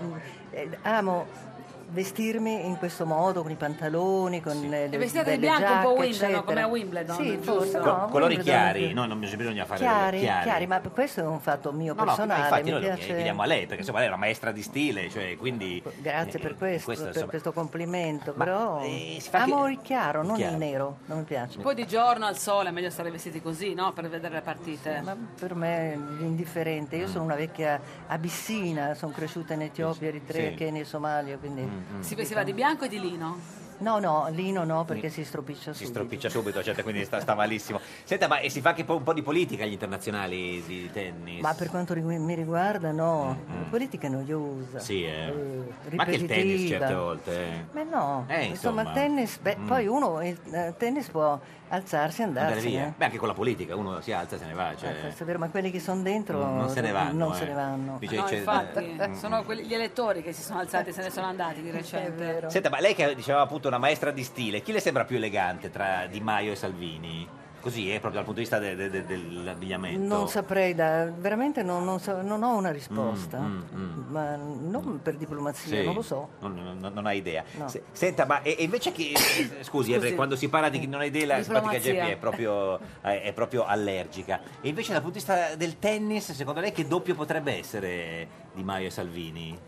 Speaker 14: eh, amo vestirmi in questo modo con i pantaloni, con le, le
Speaker 1: E vestite di
Speaker 14: belle
Speaker 1: bianco un po'
Speaker 14: giacche,
Speaker 1: Wimbledon,
Speaker 14: eccetera.
Speaker 1: come a Wimbledon,
Speaker 14: Sì,
Speaker 1: giusto?
Speaker 14: forse
Speaker 2: Co-
Speaker 14: no,
Speaker 2: colori
Speaker 14: Wimbledon
Speaker 2: chiari?
Speaker 14: più-
Speaker 2: No, non bisogna fare
Speaker 14: Chiari,
Speaker 2: chiari.
Speaker 14: chiari, ma questo è un fatto mio
Speaker 2: No, no,
Speaker 14: personale,
Speaker 2: infatti
Speaker 14: mi
Speaker 2: noi lo
Speaker 14: piace. Ecco,
Speaker 2: chiediamo a lei perché insomma lei è una maestra di stile, cioè quindi
Speaker 14: Grazie
Speaker 2: eh,
Speaker 14: per questo, per
Speaker 2: insomma,
Speaker 14: questo complimento,
Speaker 2: Ma,
Speaker 14: però
Speaker 2: eh, si fa
Speaker 14: amo
Speaker 2: che-
Speaker 14: il chiaro, non
Speaker 2: chiaro.
Speaker 14: il nero, non mi piace.
Speaker 1: Poi di giorno al sole è meglio stare vestiti così, no? Per vedere le partite.
Speaker 14: Eh, Ma per me è indifferente, io sono una vecchia abissina, sono cresciuta in Etiopia, Eritrea,
Speaker 1: Sì.
Speaker 14: Kenya e Somalia, quindi...
Speaker 2: Mm,
Speaker 1: Si, si va di bianco e di lino?
Speaker 14: No, no, lino no, perché si stropiccia
Speaker 2: si
Speaker 14: subito.
Speaker 2: stropiccia subito, certo, quindi sta, sta malissimo. Senta, ma eh, si fa anche po- un po' di politica agli internazionali di tennis?
Speaker 14: Ma per quanto rigu- mi riguarda, no, la politica è noiosa.
Speaker 2: Mm, Sì, eh.
Speaker 14: eh,
Speaker 2: Ma anche il tennis
Speaker 14: ripetitiva.
Speaker 2: certe volte. eh.
Speaker 14: Ma no,
Speaker 2: Eh,
Speaker 14: insomma,
Speaker 2: insomma.
Speaker 14: il tennis, beh,
Speaker 2: Mm.
Speaker 14: poi uno il eh, tennis può alzarsi e
Speaker 2: Andare
Speaker 14: andarsene.
Speaker 2: via. Beh, anche con la politica uno si alza e se ne va.
Speaker 14: Eh,
Speaker 2: Cioè.
Speaker 14: questo è vero, ma quelli che sono dentro
Speaker 2: Non se ne vanno,
Speaker 14: non
Speaker 2: eh.
Speaker 14: se ne vanno.
Speaker 2: Dice-
Speaker 1: no,
Speaker 2: c'è-
Speaker 1: infatti,
Speaker 2: eh, mm.
Speaker 1: sono quelli- gli elettori che si sono alzati e se ne sono andati di recente.
Speaker 2: Senta, ma lei che diceva appunto una maestra di stile, chi le sembra più elegante tra Di Maio e Salvini? Così, eh, proprio dal punto di vista de- de- de- dell'abbigliamento.
Speaker 14: Non saprei, da- veramente non, non so- non ho una risposta,
Speaker 2: Mm, mm,
Speaker 14: ma non per diplomazia,
Speaker 2: Sì.
Speaker 14: non lo so.
Speaker 2: Non, non- non ha idea.
Speaker 14: No.
Speaker 2: Se- senta, ma e, e invece che. eh, Scusi, eh, perché quando si parla di chi non ha idea, la simpatica
Speaker 14: Diplomazia.
Speaker 2: Geppi è proprio, eh, è proprio allergica. E invece dal punto di vista del tennis, secondo lei che doppio potrebbe essere Di Maio e Salvini?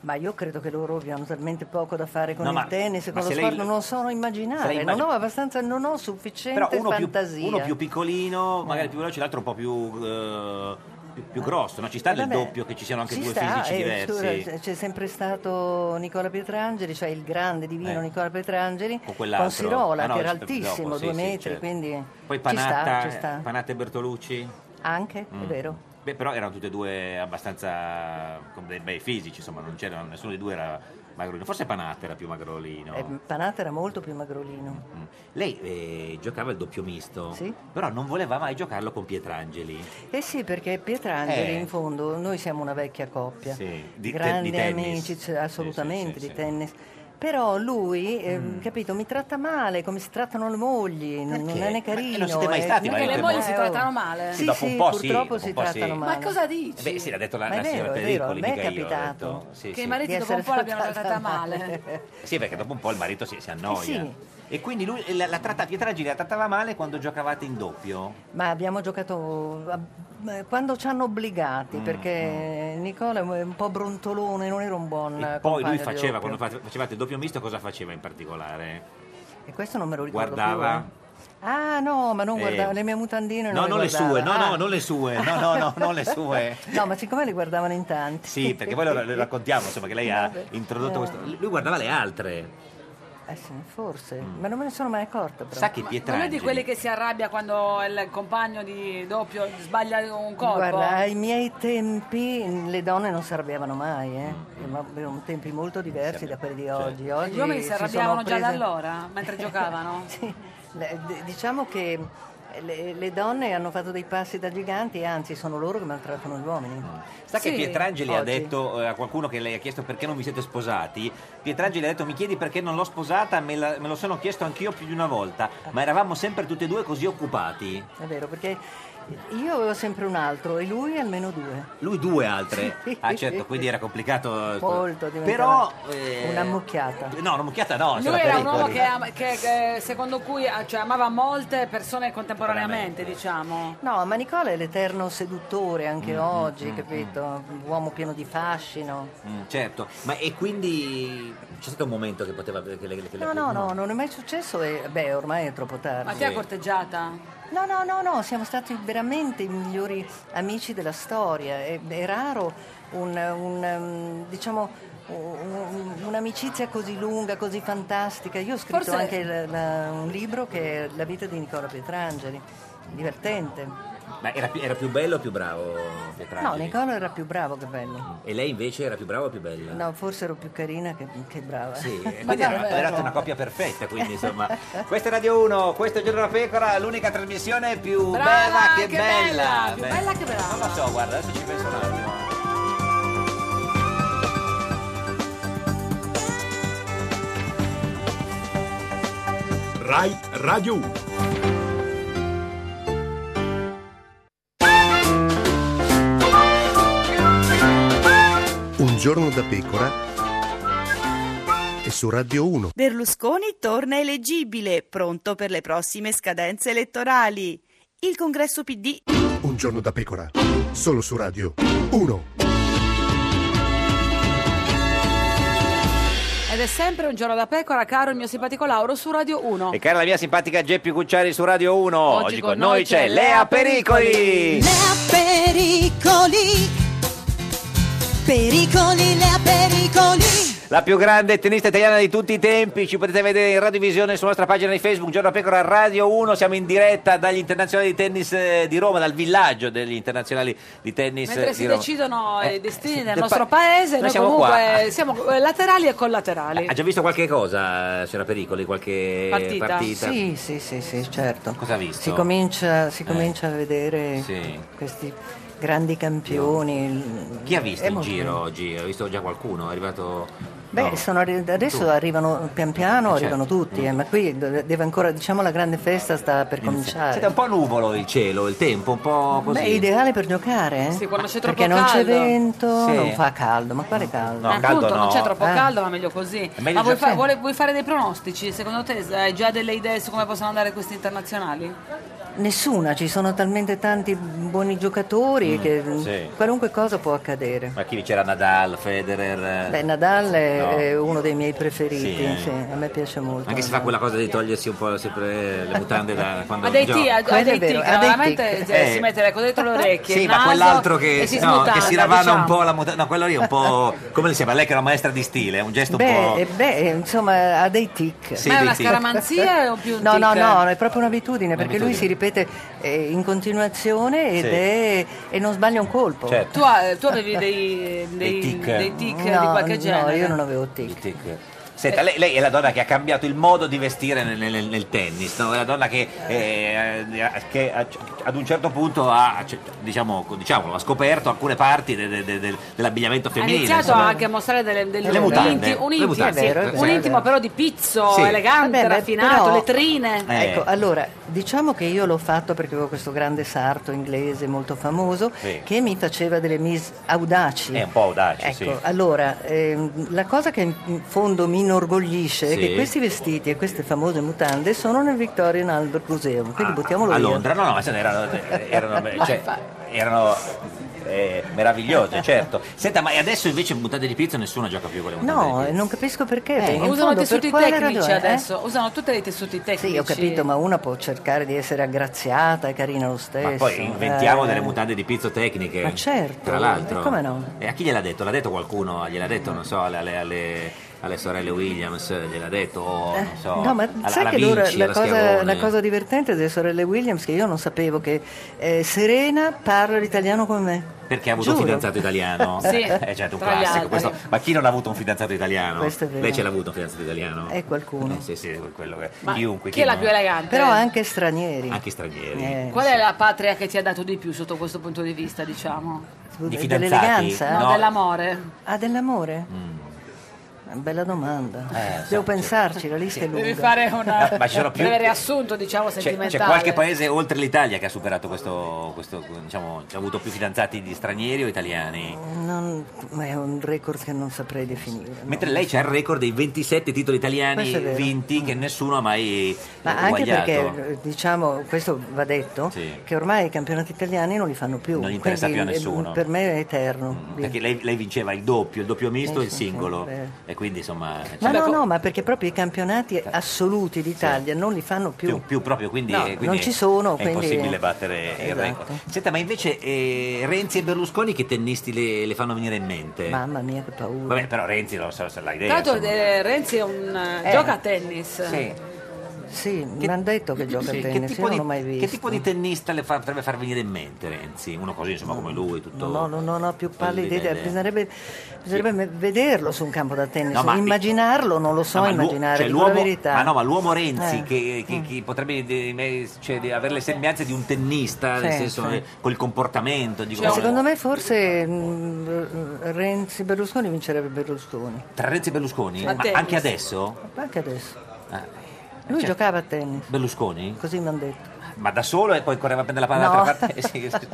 Speaker 14: Ma io credo che loro abbiano talmente poco da fare con
Speaker 2: No,
Speaker 14: il
Speaker 2: ma-
Speaker 14: tennis,
Speaker 2: ma
Speaker 14: con lo
Speaker 2: se lei-
Speaker 14: sport, non lo sono
Speaker 2: se
Speaker 14: immaginare,
Speaker 2: lei
Speaker 14: non ho
Speaker 2: immagina-
Speaker 14: abbastanza, non ho
Speaker 2: Però
Speaker 14: sufficiente
Speaker 2: uno più,
Speaker 14: fantasia.
Speaker 2: uno più piccolino, magari più veloce, l'altro un po' più. eh, più- più grosso, no? ci sta
Speaker 14: Eh,
Speaker 2: del
Speaker 14: vabbè,
Speaker 2: doppio che ci siano anche
Speaker 14: Ci
Speaker 2: due
Speaker 14: sta,
Speaker 2: fisici
Speaker 14: eh,
Speaker 2: diversi.
Speaker 14: c'è- c'è sempre stato Nicola Pietrangeli, cioè il grande divino
Speaker 2: Eh.
Speaker 14: Nicola Pietrangeli,
Speaker 2: Con
Speaker 14: con,
Speaker 2: quell'altro.
Speaker 14: Sirola
Speaker 2: Ah, no,
Speaker 14: che era
Speaker 2: c'è- dopo,
Speaker 14: altissimo,
Speaker 2: sì,
Speaker 14: due
Speaker 2: sì,
Speaker 14: metri,
Speaker 2: certo.
Speaker 14: quindi
Speaker 2: Poi
Speaker 14: ci sta,
Speaker 2: Panatta,
Speaker 14: ci sta.
Speaker 2: Panatta e Bertolucci?
Speaker 14: Anche,
Speaker 2: Mm.
Speaker 14: è vero.
Speaker 2: Beh, però erano tutte e due abbastanza con dei bei fisici, insomma, non c'era nessuno dei due era magrolino. Forse Panatta era più magrolino.
Speaker 14: Eh, Panatta era molto più magrolino.
Speaker 2: Lei eh, giocava il doppio misto,
Speaker 14: Sì.
Speaker 2: però non voleva mai giocarlo con Pietrangeli.
Speaker 14: Eh sì, perché Pietrangeli
Speaker 2: Eh.
Speaker 14: in fondo, noi siamo una vecchia coppia,
Speaker 2: Sì, di te-
Speaker 14: grandi
Speaker 2: di tennis.
Speaker 14: amici, cioè, assolutamente
Speaker 2: sì, sì,
Speaker 14: di
Speaker 2: sì.
Speaker 14: tennis. Però lui, eh, capito, mi tratta male come si trattano le mogli, non, non
Speaker 2: Perché?
Speaker 14: è né
Speaker 2: Ma- e non
Speaker 14: carino.
Speaker 2: siete mai
Speaker 14: eh,
Speaker 2: stati,
Speaker 14: non
Speaker 2: ma
Speaker 14: è
Speaker 2: io
Speaker 14: che
Speaker 2: temo-
Speaker 1: si trattano male?
Speaker 14: Sì,
Speaker 2: dopo
Speaker 14: sì,
Speaker 2: un po'
Speaker 14: purtroppo
Speaker 2: dopo
Speaker 14: si
Speaker 2: un po'
Speaker 14: trattano
Speaker 1: Ma
Speaker 14: male.
Speaker 1: cosa dici?
Speaker 2: Beh, sì, l'ha detto la,
Speaker 14: Ma
Speaker 2: la
Speaker 14: è vero,
Speaker 2: signora
Speaker 14: è vero,
Speaker 2: Pericoli,
Speaker 14: a me è
Speaker 2: mica io,
Speaker 14: capitato
Speaker 2: ho detto. Sì,
Speaker 1: che
Speaker 2: sì.
Speaker 1: i mariti
Speaker 14: Di
Speaker 1: dopo un
Speaker 14: essere
Speaker 1: po' l'abbiano
Speaker 14: trattata
Speaker 1: trattata
Speaker 14: male.
Speaker 1: male.
Speaker 2: Sì, perché dopo un po' il marito si, si annoia.
Speaker 14: Eh sì.
Speaker 2: E quindi lui la, la tratta Pietrangeli la trattava male quando giocavate in doppio?
Speaker 14: Ma abbiamo giocato a- eh, quando ci hanno obbligati,
Speaker 2: Mm,
Speaker 14: perché Nicola è un po' brontolone, non era un buon eh,
Speaker 2: Poi lui
Speaker 14: compagno di
Speaker 2: faceva,
Speaker 14: doppio.
Speaker 2: quando fa- facevate il doppio misto, cosa faceva in particolare?
Speaker 14: E questo non me lo ricordo
Speaker 2: Guardava.
Speaker 14: più. eh. Ah no, ma non
Speaker 2: Eh.
Speaker 14: guardavo, le mie mutandine
Speaker 2: No,
Speaker 14: non
Speaker 2: non le
Speaker 14: guardava.
Speaker 2: sue, no,
Speaker 14: Ah.
Speaker 2: no, non le sue, no, no, no, non le sue.
Speaker 14: No, ma siccome le guardavano in tanti.
Speaker 2: Sì, perché poi lo, lo raccontiamo, insomma, che lei ha
Speaker 14: Vabbè.
Speaker 2: introdotto
Speaker 14: Eh.
Speaker 2: questo. Lui guardava le altre.
Speaker 14: Eh sì, forse, ma non me ne sono mai accorta però.
Speaker 2: Sa che
Speaker 1: Ma non è di
Speaker 2: Pietrangeli.
Speaker 1: quelli che si arrabbia quando il compagno di doppio sbaglia un colpo?
Speaker 14: Guarda, eh, ai miei tempi le donne non si arrabbiavano mai, eh. Ma erano tempi molto diversi da quelli di oggi. oggi
Speaker 1: Gli uomini si
Speaker 14: sono
Speaker 1: arrabbiavano già da
Speaker 14: prese-
Speaker 1: allora, mentre giocavano?
Speaker 14: Sì, le- d- diciamo che le, le donne hanno fatto dei passi da giganti e anzi sono loro che maltrattano gli uomini.
Speaker 2: Sa che
Speaker 14: Sì,
Speaker 2: Pietrangeli ha
Speaker 14: oggi.
Speaker 2: detto eh, a qualcuno che le ha chiesto perché non vi siete sposati. Pietrangeli ha detto: Mi chiedi perché non l'ho sposata, me, la- me lo sono chiesto anch'io più di una volta, ma eravamo sempre tutti e due così occupati.
Speaker 14: È vero, perché io avevo sempre un altro e lui almeno due.
Speaker 2: Lui due altre. Ah, certo, quindi era complicato. eh,
Speaker 14: Molto diventava
Speaker 2: Però. eh,
Speaker 14: una mucchiata.
Speaker 2: No, una mucchiata no.
Speaker 1: Lui
Speaker 2: c'era
Speaker 1: era un
Speaker 2: Pericoli.
Speaker 1: uomo che, ama- che, che, secondo cui ah, cioè, amava molte persone contemporaneamente, diciamo.
Speaker 14: No, ma Nicola è l'eterno seduttore anche oggi, capito? Uomo pieno di fascino.
Speaker 2: Mm, certo, ma e quindi c'è stato un momento che poteva. Che le, che le-
Speaker 14: No, no, no, non è mai successo e beh, ormai è troppo tardi.
Speaker 1: Ma ti ha corteggiata?
Speaker 14: No, no, no, no, siamo stati veramente i migliori amici della storia. È, è raro un, un, um, diciamo, un- un'amicizia così lunga, così fantastica. Io ho scritto
Speaker 1: Forse-
Speaker 14: anche la- la- un libro che è La vita di Nicola Pietrangeli, divertente.
Speaker 2: Ma era, pi- era più bello o più bravo Pietrangeli?
Speaker 14: No, Nicola era più bravo che bello.
Speaker 2: E lei invece era più brava o più bella?
Speaker 14: No, forse ero più carina che, che brava.
Speaker 2: Sì, eh,
Speaker 14: Ma
Speaker 2: quindi era-
Speaker 14: davvero?
Speaker 2: erate una coppia perfetta, quindi insomma.
Speaker 3: Questa è Radio 1, questo è Giorno della Pecora, l'unica trasmissione più bella che, bella. Beh,
Speaker 1: che brava.
Speaker 3: Non lo so, guarda, adesso ci penso un attimo.
Speaker 15: Rai Radio 1.
Speaker 7: Un giorno da pecora e su Radio 1.
Speaker 13: Berlusconi torna eleggibile, pronto per le prossime scadenze elettorali. Il congresso PD
Speaker 7: Un giorno da pecora, solo su Radio 1.
Speaker 1: Ed è sempre un giorno da pecora, caro il mio simpatico Lauro su Radio 1.
Speaker 3: E cara la mia simpatica Geppi Cucciari su Radio 1, oggi, con, noi c'è Lea Pericoli.
Speaker 16: Lea Pericoli, pericoli, Lea Pericoli,
Speaker 3: La più grande tennista italiana di tutti i tempi, ci potete vedere in radiovisione sulla nostra pagina di Facebook, Giorno da Pecora Radio 1, siamo in diretta dagli internazionali di tennis eh, di Roma, dal villaggio degli internazionali di tennis eh,
Speaker 1: Mentre si
Speaker 3: di Roma.
Speaker 1: decidono
Speaker 3: Eh,
Speaker 1: i destini del
Speaker 3: del
Speaker 1: nostro
Speaker 3: pa-
Speaker 1: paese,
Speaker 3: noi
Speaker 1: noi,
Speaker 3: siamo
Speaker 1: comunque
Speaker 3: qua.
Speaker 1: siamo eh, laterali e collaterali.
Speaker 2: Ha già visto qualche cosa, eh, c'era Pericoli, qualche
Speaker 1: Partita.
Speaker 2: partita?
Speaker 14: Sì, sì, sì, sì, certo.
Speaker 2: Cosa ha visto?
Speaker 14: Si comincia, si
Speaker 2: Eh.
Speaker 14: comincia a vedere
Speaker 2: Sì.
Speaker 14: questi grandi campioni. il-
Speaker 2: Chi ha visto
Speaker 14: è
Speaker 2: in
Speaker 14: molto-
Speaker 2: giro oggi? Ho visto già qualcuno, è arrivato...
Speaker 14: Beh,
Speaker 2: no.
Speaker 14: sono arri- adesso
Speaker 2: Tu.
Speaker 14: arrivano pian piano,
Speaker 2: Eh,
Speaker 14: arrivano
Speaker 2: certo.
Speaker 14: tutti, eh, ma qui dove- deve ancora, diciamo, la grande festa sta per cominciare.
Speaker 2: Siete un po' nuvolo il cielo, il tempo, un po' così.
Speaker 14: Beh, è ideale per giocare, eh?
Speaker 1: Sì, quando c'è troppo
Speaker 14: perché non c'è
Speaker 1: caldo.
Speaker 14: vento,
Speaker 2: Sì.
Speaker 14: non fa caldo, ma quale caldo? Eh.
Speaker 1: Ma appunto, non c'è troppo
Speaker 2: eh.
Speaker 1: caldo, ma meglio così.
Speaker 14: meglio
Speaker 1: Ma vuoi,
Speaker 14: giocare.
Speaker 1: fa- vuole- vuoi fare dei pronostici? Secondo te hai già delle idee su come possono andare questi internazionali?
Speaker 14: Nessuna, ci sono talmente tanti buoni giocatori
Speaker 2: Mm,
Speaker 14: che
Speaker 2: sì.
Speaker 14: qualunque cosa può accadere.
Speaker 2: Ma chi c'era Nadal, Federer? eh?
Speaker 14: Beh, Nadal è,
Speaker 2: No.
Speaker 14: è uno dei miei preferiti,
Speaker 2: Sì.
Speaker 14: sì, a me piace molto.
Speaker 2: Anche se fa quella cosa di togliersi un po' sempre le mutande da quando
Speaker 1: Ha dei
Speaker 2: gioca.
Speaker 1: tic, ha- ha
Speaker 14: Quello è
Speaker 1: dei
Speaker 14: vero,
Speaker 1: tic,
Speaker 14: ha dei
Speaker 1: veramente
Speaker 14: tic.
Speaker 1: cioè,
Speaker 2: Eh.
Speaker 1: si mette le cose dentro le orecchie.
Speaker 2: Sì,
Speaker 1: il
Speaker 2: ma
Speaker 1: naso,
Speaker 2: quell'altro che,
Speaker 1: e si
Speaker 2: no, che
Speaker 1: smutanda,
Speaker 2: si ravana un
Speaker 1: diciamo.
Speaker 2: po' la mutanda. No, quello lì è un po'. Come le diceva, lei che era una maestra di stile, è un gesto un po'.
Speaker 14: Beh, eh, beh, insomma, ha dei tic.
Speaker 2: Sì, Ma è dei una tic.
Speaker 1: scaramanzia o più un
Speaker 14: No, no,
Speaker 1: tic?
Speaker 14: no, è proprio un'abitudine, perché lui
Speaker 2: Un'abitudine.
Speaker 14: si ripete eh, in continuazione ed
Speaker 2: Sì.
Speaker 14: è, e non sbaglia un colpo.
Speaker 2: Certo.
Speaker 1: Tu, ha- Ah, tu avevi dei, dei,
Speaker 2: Dei tic. eh,
Speaker 1: dei tic di
Speaker 14: No,
Speaker 1: qualche
Speaker 14: no,
Speaker 1: genere?
Speaker 14: io non avevo tic.
Speaker 2: Senta, lei, lei è la donna che ha cambiato il modo di vestire nel, nel- nel tennis, no? è la donna che, eh, eh, che a- ad un certo punto ha, cioè, diciamo, diciamolo, ha scoperto alcune parti de- de- de- del- dell'abbigliamento
Speaker 1: Ha
Speaker 2: femminile.
Speaker 1: iniziato
Speaker 2: insomma.
Speaker 1: anche a mostrare delle, delle-
Speaker 2: Le mutande,
Speaker 1: un inti- un,
Speaker 2: le
Speaker 1: inti-
Speaker 2: mutande,
Speaker 1: sì,
Speaker 2: è vero, è
Speaker 1: un
Speaker 2: vero.
Speaker 1: intimo però di pizzo,
Speaker 2: Sì. Eh.
Speaker 1: elegante,
Speaker 14: Vabbè, beh,
Speaker 1: raffinato,
Speaker 14: però-
Speaker 1: lettrine.
Speaker 14: Ecco, allora, diciamo che io l'ho fatto perché avevo questo grande sarto inglese molto famoso
Speaker 2: Sì.
Speaker 14: che mi faceva delle miss audaci.
Speaker 2: È Eh, un po' audace,
Speaker 14: Ecco,
Speaker 2: sì.
Speaker 14: allora, ehm, la cosa che in- in fondo mi inorgoglisce
Speaker 2: Sì.
Speaker 14: è che questi vestiti e queste famose mutande sono nel Victorian Albert Museum, quindi buttiamolo
Speaker 2: Ah, a
Speaker 14: via.
Speaker 2: Londra, no, no, ma se ne erano, erano, cioè, erano, eh, meravigliose, certo. Senta, ma adesso invece mutate di pizzo nessuno gioca più con le mutande di
Speaker 14: No, eh, non capisco perché. perché in
Speaker 1: Eh, usano
Speaker 14: fondo per
Speaker 1: tessuti
Speaker 14: quale
Speaker 1: tecnici
Speaker 14: ragione, eh?
Speaker 1: adesso, usano tutti dei tessuti tecnici.
Speaker 14: Sì, ho capito, ma una può cercare di essere aggraziata e carina lo stesso.
Speaker 2: pizzo. Ma poi inventiamo
Speaker 14: eh.
Speaker 2: delle mutande di pizzo tecniche.
Speaker 14: Ma certo,
Speaker 2: Tra l'altro.
Speaker 14: e come no?
Speaker 2: E a chi gliel'ha detto? L'ha detto qualcuno? Gliel'ha detto, non so, alle, alle- alle- alle sorelle Williams? Gliel'ha detto? o, non so,
Speaker 14: Eh, No, ma
Speaker 2: alla-
Speaker 14: sai
Speaker 2: alla
Speaker 14: che loro-
Speaker 2: Vinci,
Speaker 14: la,
Speaker 2: alla
Speaker 14: cosa,
Speaker 2: Schiavone?
Speaker 14: la cosa divertente delle sorelle Williams, che io non sapevo che eh, Serena parla l'italiano come me.
Speaker 2: Perché ha avuto un
Speaker 14: Giuro.
Speaker 2: fidanzato italiano?
Speaker 14: Sì,
Speaker 2: Eh, certo, un
Speaker 14: tra gli
Speaker 2: classico.
Speaker 14: altri.
Speaker 2: questo. Ma chi non ha avuto un fidanzato italiano?
Speaker 14: Questo è vero.
Speaker 2: Lei ce l'ha avuto un fidanzato italiano?
Speaker 14: È qualcuno.
Speaker 2: Eh, sì, sì, quello che...
Speaker 1: Ma
Speaker 2: chiunque.
Speaker 1: chi è la
Speaker 2: no?
Speaker 1: più elegante? eh?
Speaker 14: Però anche stranieri.
Speaker 2: Anche stranieri.
Speaker 14: Eh,
Speaker 1: Qual è la patria che ti ha dato di più sotto questo punto di vista, diciamo?
Speaker 2: Di fidanzati? Mm.
Speaker 14: dell'eleganza?
Speaker 1: No, dell'amore.
Speaker 14: Ah, dell'amore? Una Bella domanda.
Speaker 2: Eh,
Speaker 14: Devo pensarci, la lista è lunga.
Speaker 1: Devi fare una-
Speaker 2: certo. Ma ci sono
Speaker 1: un
Speaker 2: più-
Speaker 1: breve riassunto, diciamo,
Speaker 2: C'è,
Speaker 1: sentimentale.
Speaker 2: c'è Cioè, qualche paese oltre l'Italia che ha superato questo, questo diciamo, che ha avuto più fidanzati di stranieri o italiani?
Speaker 14: Eh, Non- ma è un record che non saprei definire. no.
Speaker 2: Eh, Mentre lei c'ha il record dei 27 titoli italiani
Speaker 14: Questo è vero.
Speaker 2: vinti che nessuno ha mai
Speaker 14: Ma
Speaker 2: eh,
Speaker 14: anche
Speaker 2: uguagliato.
Speaker 14: perché, eh, diciamo, questo va detto, che ormai i campionati italiani non li fanno più.
Speaker 2: Non gli interessa
Speaker 14: quindi,
Speaker 2: più a
Speaker 14: eh,
Speaker 2: nessuno.
Speaker 14: Per me è eterno. Via.
Speaker 2: Perché lei, lei vinceva il doppio, il doppio misto e il
Speaker 14: Eh, Sì, sì,
Speaker 2: singolo.
Speaker 14: sì, beh.
Speaker 2: e quindi insomma...
Speaker 14: Ma
Speaker 2: cioè,
Speaker 14: no, no, ma perché proprio i campionati assoluti d'Italia non li fanno più.
Speaker 2: più, più proprio, quindi,
Speaker 14: No,
Speaker 2: eh, quindi
Speaker 14: non ci sono,
Speaker 2: è
Speaker 14: quindi-
Speaker 2: impossibile battere il
Speaker 14: Esatto.
Speaker 2: record. Senta, ma invece eh, Renzi e Berlusconi che tennisti le, le fanno venire in mente?
Speaker 14: Mamma mia, che paura.
Speaker 2: Vabbè, però Renzi non so se l'ha idea.
Speaker 1: Tra l'altro
Speaker 2: insomma.
Speaker 1: eh, Renzi è un, eh,
Speaker 14: Eh.
Speaker 1: gioca a tennis.
Speaker 2: Sì.
Speaker 14: Sì, mi hanno detto che gioca
Speaker 2: Sì,
Speaker 14: a
Speaker 2: che
Speaker 14: tennis,
Speaker 2: tipo
Speaker 14: io
Speaker 2: di-
Speaker 14: non l'ho mai visto.
Speaker 2: Che tipo di tennista le fa- potrebbe far venire in mente Renzi? Uno così, insomma, come lui, tutto...
Speaker 14: No, no, non ho più pallida idea.
Speaker 2: idea.
Speaker 14: Bisognerebbe, bisognerebbe me- vederlo su un campo da tennis.
Speaker 2: No, ma-
Speaker 14: Immaginarlo, non lo so
Speaker 2: No, ma l'uo-
Speaker 14: immaginare,
Speaker 2: cioè,
Speaker 14: dico la
Speaker 2: l'uomo,
Speaker 14: verità.
Speaker 2: ma no, ma l'uomo Renzi
Speaker 14: Eh.
Speaker 2: che, che- che potrebbe di- me- cioè, di avere le sembianze di un tennista, nel
Speaker 14: Sì,
Speaker 2: senso
Speaker 14: sì.
Speaker 2: eh, col comportamento, dico,
Speaker 14: Cioè, secondo me forse mh, Renzi Berlusconi vincerebbe Berlusconi,
Speaker 2: tra Renzi e Berlusconi,
Speaker 14: Sì.
Speaker 2: ma
Speaker 14: A tennis.
Speaker 2: anche adesso?
Speaker 14: anche adesso.
Speaker 2: Ah,
Speaker 14: Lui
Speaker 2: Cioè-
Speaker 14: giocava a tennis,
Speaker 2: Berlusconi?
Speaker 14: così mi hanno detto.
Speaker 2: Ma da solo e poi correva a prendere la palla
Speaker 14: No.
Speaker 2: dall'altra parte? eh, Sì, sì.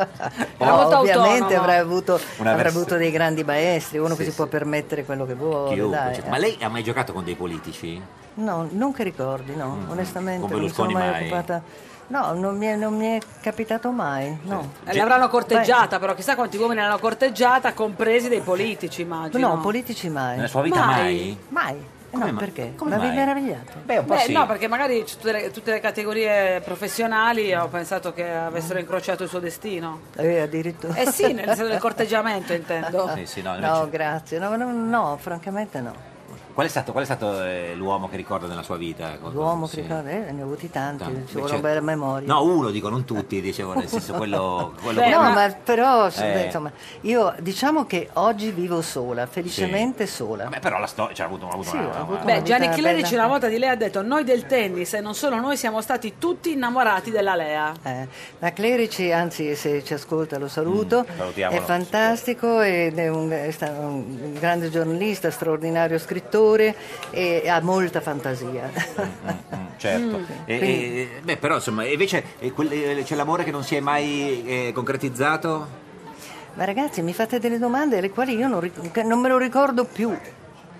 Speaker 14: No, ovviamente avrà avuto,
Speaker 2: Una
Speaker 14: avrà
Speaker 2: vers-
Speaker 14: avuto dei grandi maestri, uno
Speaker 2: Sì,
Speaker 14: che si
Speaker 2: sì.
Speaker 14: può permettere quello che vuole.
Speaker 2: Chiunque,
Speaker 14: dai,
Speaker 2: certo.
Speaker 14: eh.
Speaker 2: Ma lei ha mai giocato con dei politici?
Speaker 14: No, non che ricordi, no,
Speaker 2: Mm.
Speaker 14: onestamente
Speaker 2: Con
Speaker 14: non mi sono
Speaker 2: Berlusconi
Speaker 14: mai
Speaker 2: mai?
Speaker 14: occupata. No, non mi, è, non mi è capitato mai, no.
Speaker 2: Cioè,
Speaker 1: Eh, L'avranno corteggiata, però chissà quanti uomini l'hanno corteggiata, compresi dei politici,
Speaker 14: Beh,
Speaker 1: immagino.
Speaker 14: no, politici mai.
Speaker 2: Nella sua vita mai?
Speaker 14: Mai. Eh,
Speaker 2: Come
Speaker 14: no,
Speaker 2: ma-
Speaker 14: perché? Eh,
Speaker 2: come
Speaker 14: Ma vi
Speaker 2: mai?
Speaker 14: meravigliate?
Speaker 2: Beh, un po'
Speaker 1: Beh,
Speaker 2: sì.
Speaker 1: no, perché magari c- tutte le, tutte le categorie professionali ho pensato che avessero incrociato il suo destino.
Speaker 14: Eh, addirittura.
Speaker 1: Eh sì, nel senso del corteggiamento intendo.
Speaker 2: Eh, Sì, sì, no,
Speaker 14: No,
Speaker 2: invece-
Speaker 14: grazie. No, no, no, francamente no.
Speaker 2: Qual è stato, qual è stato, eh, l'uomo che ricorda nella sua vita? Qualcosa-
Speaker 14: L'uomo
Speaker 2: sì.
Speaker 14: che ricorda, eh, ne ho avuti tanti,
Speaker 2: Tanti,
Speaker 14: ci vuole
Speaker 2: certo.
Speaker 14: una bella memoria.
Speaker 2: No, uno dico, non tutti, dicevo, nel senso quello... quello
Speaker 14: no, ma però s-
Speaker 2: Eh.
Speaker 14: insomma, io diciamo che oggi vivo sola, felicemente sola.
Speaker 2: Beh, però la storia, cioè, ha avuto, ha avuto
Speaker 14: Sì,
Speaker 2: una...
Speaker 14: ha
Speaker 2: una-
Speaker 14: avuto
Speaker 1: Beh, Gianni
Speaker 14: vita
Speaker 1: Clerici
Speaker 14: bella.
Speaker 1: una volta di lei ha detto noi del tennis e non solo noi siamo stati tutti innamorati della Lea.
Speaker 14: Eh, la Clerici, anzi se ci ascolta lo saluto,
Speaker 2: Mm, salutiamolo.
Speaker 14: è fantastico, ed è un, è sta- un grande giornalista, straordinario scrittore e ha molta fantasia.
Speaker 2: Certo,
Speaker 14: Mm.
Speaker 2: E- e-
Speaker 14: Quindi-
Speaker 2: e- beh, però insomma, e invece eh, quel- eh, c'è l'amore che non si è mai eh, concretizzato?
Speaker 14: Ma ragazzi mi fate delle domande alle quali io non, ric- che non me lo ricordo più.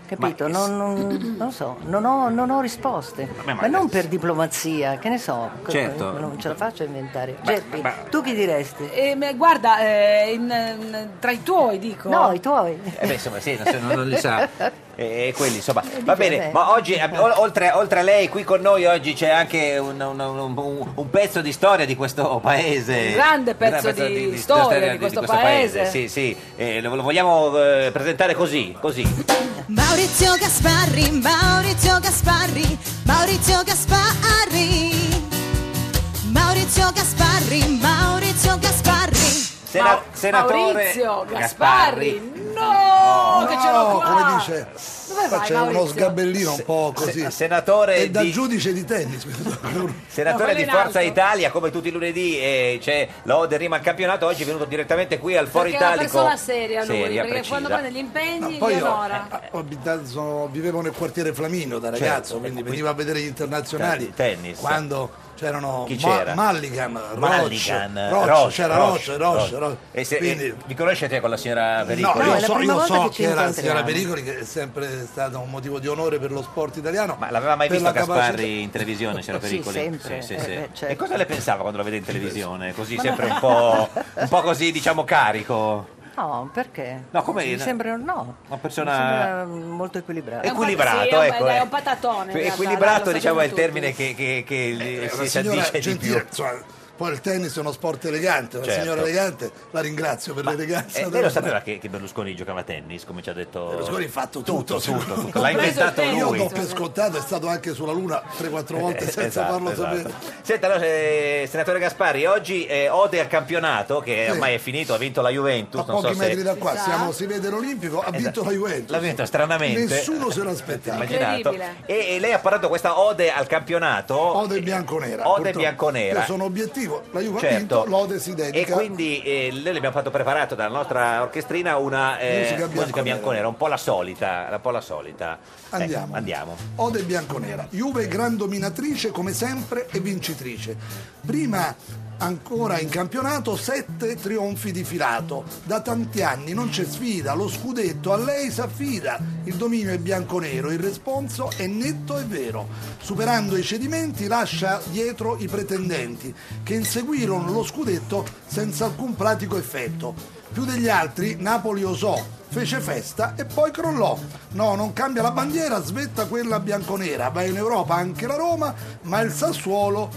Speaker 14: Capito?
Speaker 2: Ma-
Speaker 14: Non, non- non so, non ho, non ho risposte.
Speaker 2: ma-
Speaker 14: Ma, non per diplomazia, che ne so, co-
Speaker 2: Certo.
Speaker 14: non ce la faccio a inventare.
Speaker 2: Ma-
Speaker 14: Geppi,
Speaker 2: ma-
Speaker 14: tu chi diresti?
Speaker 1: E me- guarda, eh, in- in- tra i tuoi dico.
Speaker 14: No, i tuoi.
Speaker 2: Eh beh, insomma, sì, non, so, non- non li sa. E, e quelli, insomma. Va
Speaker 14: Dice
Speaker 2: bene,
Speaker 14: lei.
Speaker 2: ma oggi, ab- o- oltre, oltre a lei, qui con noi oggi c'è anche un, un- un- un- un pezzo di storia di questo paese.
Speaker 1: Un grande pezzo di storia di questo paese.
Speaker 2: Sì, sì, Eh, lo, lo vogliamo eh, presentare così, così.
Speaker 16: Maurizio Gasparri, Maurizio Gasparri, Maurizio Gasparri. Maurizio Gasparri, Maurizio Gasparri.
Speaker 2: Sena- senatore
Speaker 16: Maurizio
Speaker 2: Gasparri.
Speaker 1: No, che ce l'ho qua.
Speaker 6: come dice,
Speaker 1: Dove vai,
Speaker 6: c'è uno
Speaker 1: Maurizio?
Speaker 6: sgabellino un po'
Speaker 2: Se-
Speaker 6: così.
Speaker 2: senatore
Speaker 6: E da
Speaker 2: di-
Speaker 6: giudice di tennis.
Speaker 2: Senatore
Speaker 6: No,
Speaker 2: di
Speaker 6: quello in
Speaker 2: Forza
Speaker 6: alto.
Speaker 2: Italia, come tutti i lunedì eh, c'è l'Ode Rima al campionato, oggi è venuto direttamente qui al Foro
Speaker 1: Perché è una
Speaker 2: Italico.
Speaker 1: persona seria lui,
Speaker 2: Seria,
Speaker 1: perché
Speaker 2: precisa.
Speaker 1: quando prende gli impegni
Speaker 6: Ma
Speaker 1: li
Speaker 6: poi io
Speaker 1: onora.
Speaker 6: eh, abita- sono- vivevo nel quartiere Flaminio da ragazzo,
Speaker 2: Certo,
Speaker 6: quindi
Speaker 2: ecco,
Speaker 6: venivo a vedere gli internazionali.
Speaker 2: Ten- tennis.
Speaker 6: Quando c'erano
Speaker 2: Chi
Speaker 6: Ma-
Speaker 2: c'era?
Speaker 6: Mulligan, Roche,
Speaker 2: Mulligan,
Speaker 6: Roche,
Speaker 2: Roche,
Speaker 6: c'era Roche, Roche,
Speaker 2: Roche, Roche.
Speaker 6: Roche.
Speaker 2: E se-
Speaker 6: Quindi-
Speaker 2: e vi conoscete con la signora
Speaker 6: No,
Speaker 2: Pericoli?
Speaker 6: io so, io so che, eh. era la signora Pericoli, che è sempre stata un motivo di onore per lo sport italiano.
Speaker 2: Ma l'aveva mai
Speaker 6: per
Speaker 2: visto
Speaker 6: la capacità-
Speaker 2: Gasparri in televisione, c'era
Speaker 6: Sì,
Speaker 2: Pericoli?
Speaker 6: sempre.
Speaker 2: Sì, sì,
Speaker 6: Eh,
Speaker 2: sì.
Speaker 6: beh,
Speaker 2: E cosa le pensava quando lo vede in televisione? Così
Speaker 14: Ma no.
Speaker 2: sempre un po', un po' così, diciamo, carico.
Speaker 14: No, perché?
Speaker 2: No, come-
Speaker 14: Mi sembra no.
Speaker 2: Una
Speaker 14: Mi
Speaker 2: persona...
Speaker 14: sembra molto equilibrato.
Speaker 2: È un Equilibrato, pat- sì, è un- ecco, dai, è eh. un
Speaker 1: patatone.
Speaker 2: Equilibrato, diciamo, è il termine che, che- che
Speaker 6: È una
Speaker 2: si
Speaker 6: Eh, signora
Speaker 2: addice di
Speaker 6: gentile,
Speaker 2: più.
Speaker 6: insomma, poi il tennis è uno sport elegante, la
Speaker 2: Certo.
Speaker 6: signora elegante, la ringrazio per l'eleganza.
Speaker 2: Eh, lei
Speaker 6: della-
Speaker 2: lo sapeva che, che Berlusconi giocava a tennis, come ci ha detto.
Speaker 6: Berlusconi ha fatto tutto,
Speaker 2: tutto,
Speaker 6: secondo
Speaker 2: tutto.
Speaker 6: me.
Speaker 2: L'ha inventato
Speaker 6: Io
Speaker 2: lui.
Speaker 6: do per scontato, è stato anche sulla Luna 3-4 volte senza
Speaker 2: Esatto,
Speaker 6: farlo
Speaker 2: esatto.
Speaker 6: sapere.
Speaker 2: Senta, allora, eh, senatore Gasparri, oggi eh, ode al campionato che
Speaker 6: Sì.
Speaker 2: ormai è finito, ha vinto la Juventus.
Speaker 6: A
Speaker 2: non so
Speaker 6: pochi metri
Speaker 2: se... Esatto.
Speaker 6: da qua siamo- si vede l'Olimpico, ha vinto la Juventus.
Speaker 2: L'ha vinto stranamente.
Speaker 6: Nessuno se l'aspettava.
Speaker 2: Immaginato. E, e lei ha parlato questa ode al campionato.
Speaker 6: Ode bianconera.
Speaker 2: Ode
Speaker 6: purtroppo.
Speaker 2: bianconera.
Speaker 6: Io sono obiettivo, la Juve ha
Speaker 2: Certo.
Speaker 6: vinto, l'Ode si
Speaker 2: E
Speaker 6: dedica.
Speaker 2: quindi eh, noi le abbiamo fatto preparato dalla nostra orchestrina una eh,
Speaker 6: Musica
Speaker 2: musica
Speaker 6: bianconera.
Speaker 2: bianconera, un po' la solita, un po' la solita. Ecco,
Speaker 6: Andiamo.
Speaker 2: andiamo.
Speaker 6: Ode bianconera. Juve gran dominatrice come sempre e vincitrice. Prima ancora in campionato sette trionfi di filato. Da tanti anni non c'è sfida, lo scudetto a lei s'affida. Il dominio è bianconero, il responso è netto e vero. Superando i cedimenti lascia dietro i pretendenti che inseguirono lo scudetto senza alcun pratico effetto. Più degli altri Napoli osò fece festa e poi crollò. No, non cambia la bandiera, svetta quella bianconera, va in Europa anche la Roma, ma il Sassuolo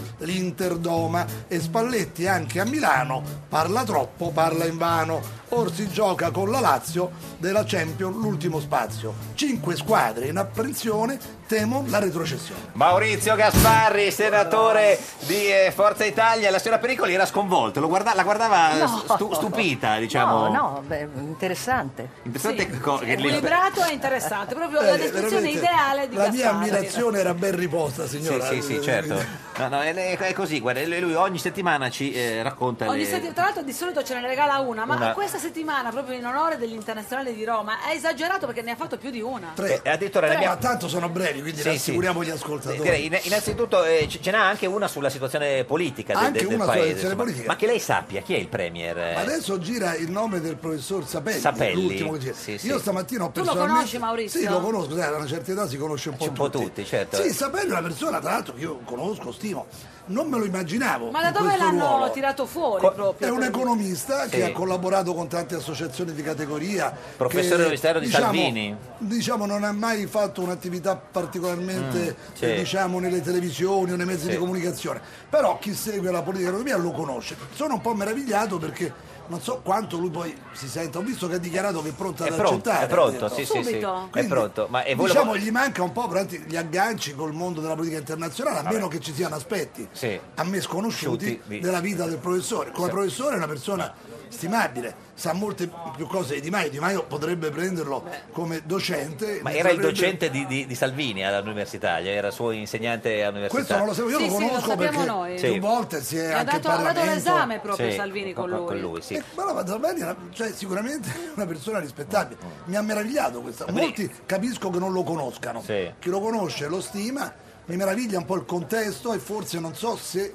Speaker 6: l'Interdoma e Spalletti anche a Milano, parla troppo, parla invano. Or si gioca con la Lazio della Champions l'ultimo spazio. Cinque squadre in apprensione temo la retrocessione.
Speaker 2: Maurizio Gasparri, senatore di eh, Forza Italia, la signora Pericoli era sconvolta, lo guarda- la guardava
Speaker 14: No.
Speaker 2: stu- stupita, diciamo.
Speaker 14: No, no, beh, interessante.
Speaker 2: Interessante co- che lei-
Speaker 1: Equilibrato e interessante, proprio la
Speaker 6: Eh,
Speaker 1: descrizione
Speaker 6: veramente,
Speaker 1: ideale di
Speaker 6: La mia
Speaker 1: Gasparri.
Speaker 6: ammirazione era ben riposta,
Speaker 2: Sì,
Speaker 6: signora.
Speaker 2: sì, sì, certo. No, no, è, è così, guarda, lui lui ogni settimana ci eh, racconta
Speaker 1: Ogni
Speaker 2: le-
Speaker 1: settimana, tra l'altro di solito ce ne regala una, ma
Speaker 2: Una.
Speaker 1: questa settimana, proprio in onore dell'internazionale di Roma, è esagerato perché ne ha fatto più di una.
Speaker 2: Eh, addirittura ne abbiamo-
Speaker 6: Ma tanto sono brevi, quindi
Speaker 2: Sì,
Speaker 6: rassicuriamo
Speaker 2: sì.
Speaker 6: gli ascoltatori.
Speaker 2: Direi, in- innanzitutto eh, c- ce n'ha anche una sulla situazione politica del,
Speaker 6: Anche
Speaker 2: del- del
Speaker 6: una sulla
Speaker 2: paese.
Speaker 6: situazione
Speaker 2: insomma.
Speaker 6: politica.
Speaker 2: Ma che lei sappia chi è il premier? eh?
Speaker 6: Ma Adesso gira il nome del professor Sapelli,
Speaker 2: Sapelli.
Speaker 6: l'ultimo che gira.
Speaker 2: Sì, sì.
Speaker 6: Io stamattina ho
Speaker 1: Tu lo
Speaker 6: personalmente...
Speaker 1: conosci, Maurizio?
Speaker 6: Sì, lo conosco, sai, a una certa età si conosce un po'
Speaker 2: Un po' tutti, certo.
Speaker 6: Sì, Sapelli è una persona, tra l'altro, che io conosco, stimo. Non me lo immaginavo.
Speaker 1: Ma da
Speaker 6: in
Speaker 1: dove
Speaker 6: questo
Speaker 1: l'hanno
Speaker 6: ruolo.
Speaker 1: tirato fuori proprio?
Speaker 6: È un economista
Speaker 2: Sì.
Speaker 6: che ha collaborato con tante associazioni di categoria.
Speaker 2: Professore
Speaker 6: che,
Speaker 2: universitario di
Speaker 6: diciamo,
Speaker 2: Salvini.
Speaker 6: Diciamo, non ha mai fatto un'attività particolarmente,
Speaker 2: Mm, sì.
Speaker 6: eh, diciamo, nelle televisioni o nei mezzi
Speaker 2: Sì.
Speaker 6: di comunicazione. Però chi segue la politica e l'economia lo conosce. Sono un po' meravigliato perché. Non so quanto lui poi si senta, ho visto che ha dichiarato che è pronto ad
Speaker 2: È pronto,
Speaker 6: accettare.
Speaker 2: è pronto,
Speaker 6: ha detto.
Speaker 2: sì, sì, sì.
Speaker 6: Subito.
Speaker 2: È pronto. Ma e voi lo-
Speaker 6: Diciamo, gli manca un po' però, gli agganci col mondo della politica internazionale, a
Speaker 2: Vabbè.
Speaker 6: meno che ci siano aspetti
Speaker 2: Sì.
Speaker 6: a me sconosciuti
Speaker 2: Sciuti, di-
Speaker 6: della vita del professore. Come
Speaker 2: Sì.
Speaker 6: professore è una persona stimabile, sa molte più cose di Di Maio. Di Maio potrebbe prenderlo come docente.
Speaker 2: Ma
Speaker 6: ne
Speaker 2: era il
Speaker 6: trarrebbe-
Speaker 2: docente di, di- di Salvini all'università, gli era suo insegnante
Speaker 6: Questo
Speaker 2: all'università.
Speaker 6: non lo sapevo, io
Speaker 1: Sì,
Speaker 6: lo
Speaker 1: sì, lo
Speaker 6: conosco
Speaker 1: sappiamo
Speaker 6: perché
Speaker 1: noi.
Speaker 6: più
Speaker 2: Sì.
Speaker 6: volte si è
Speaker 1: E ha
Speaker 6: anche
Speaker 1: dato, ha dato
Speaker 6: in Parlamento.
Speaker 1: l'esame proprio
Speaker 2: Sì,
Speaker 1: Salvini con lui.
Speaker 2: sì.
Speaker 6: Eh, ma la Salvini era- cioè, sicuramente è una persona rispettabile. Mi ha meravigliato questa. Molti capisco che non lo conoscano.
Speaker 2: Sì.
Speaker 6: Chi lo conosce lo stima, mi meraviglia un po' il contesto e forse non so se.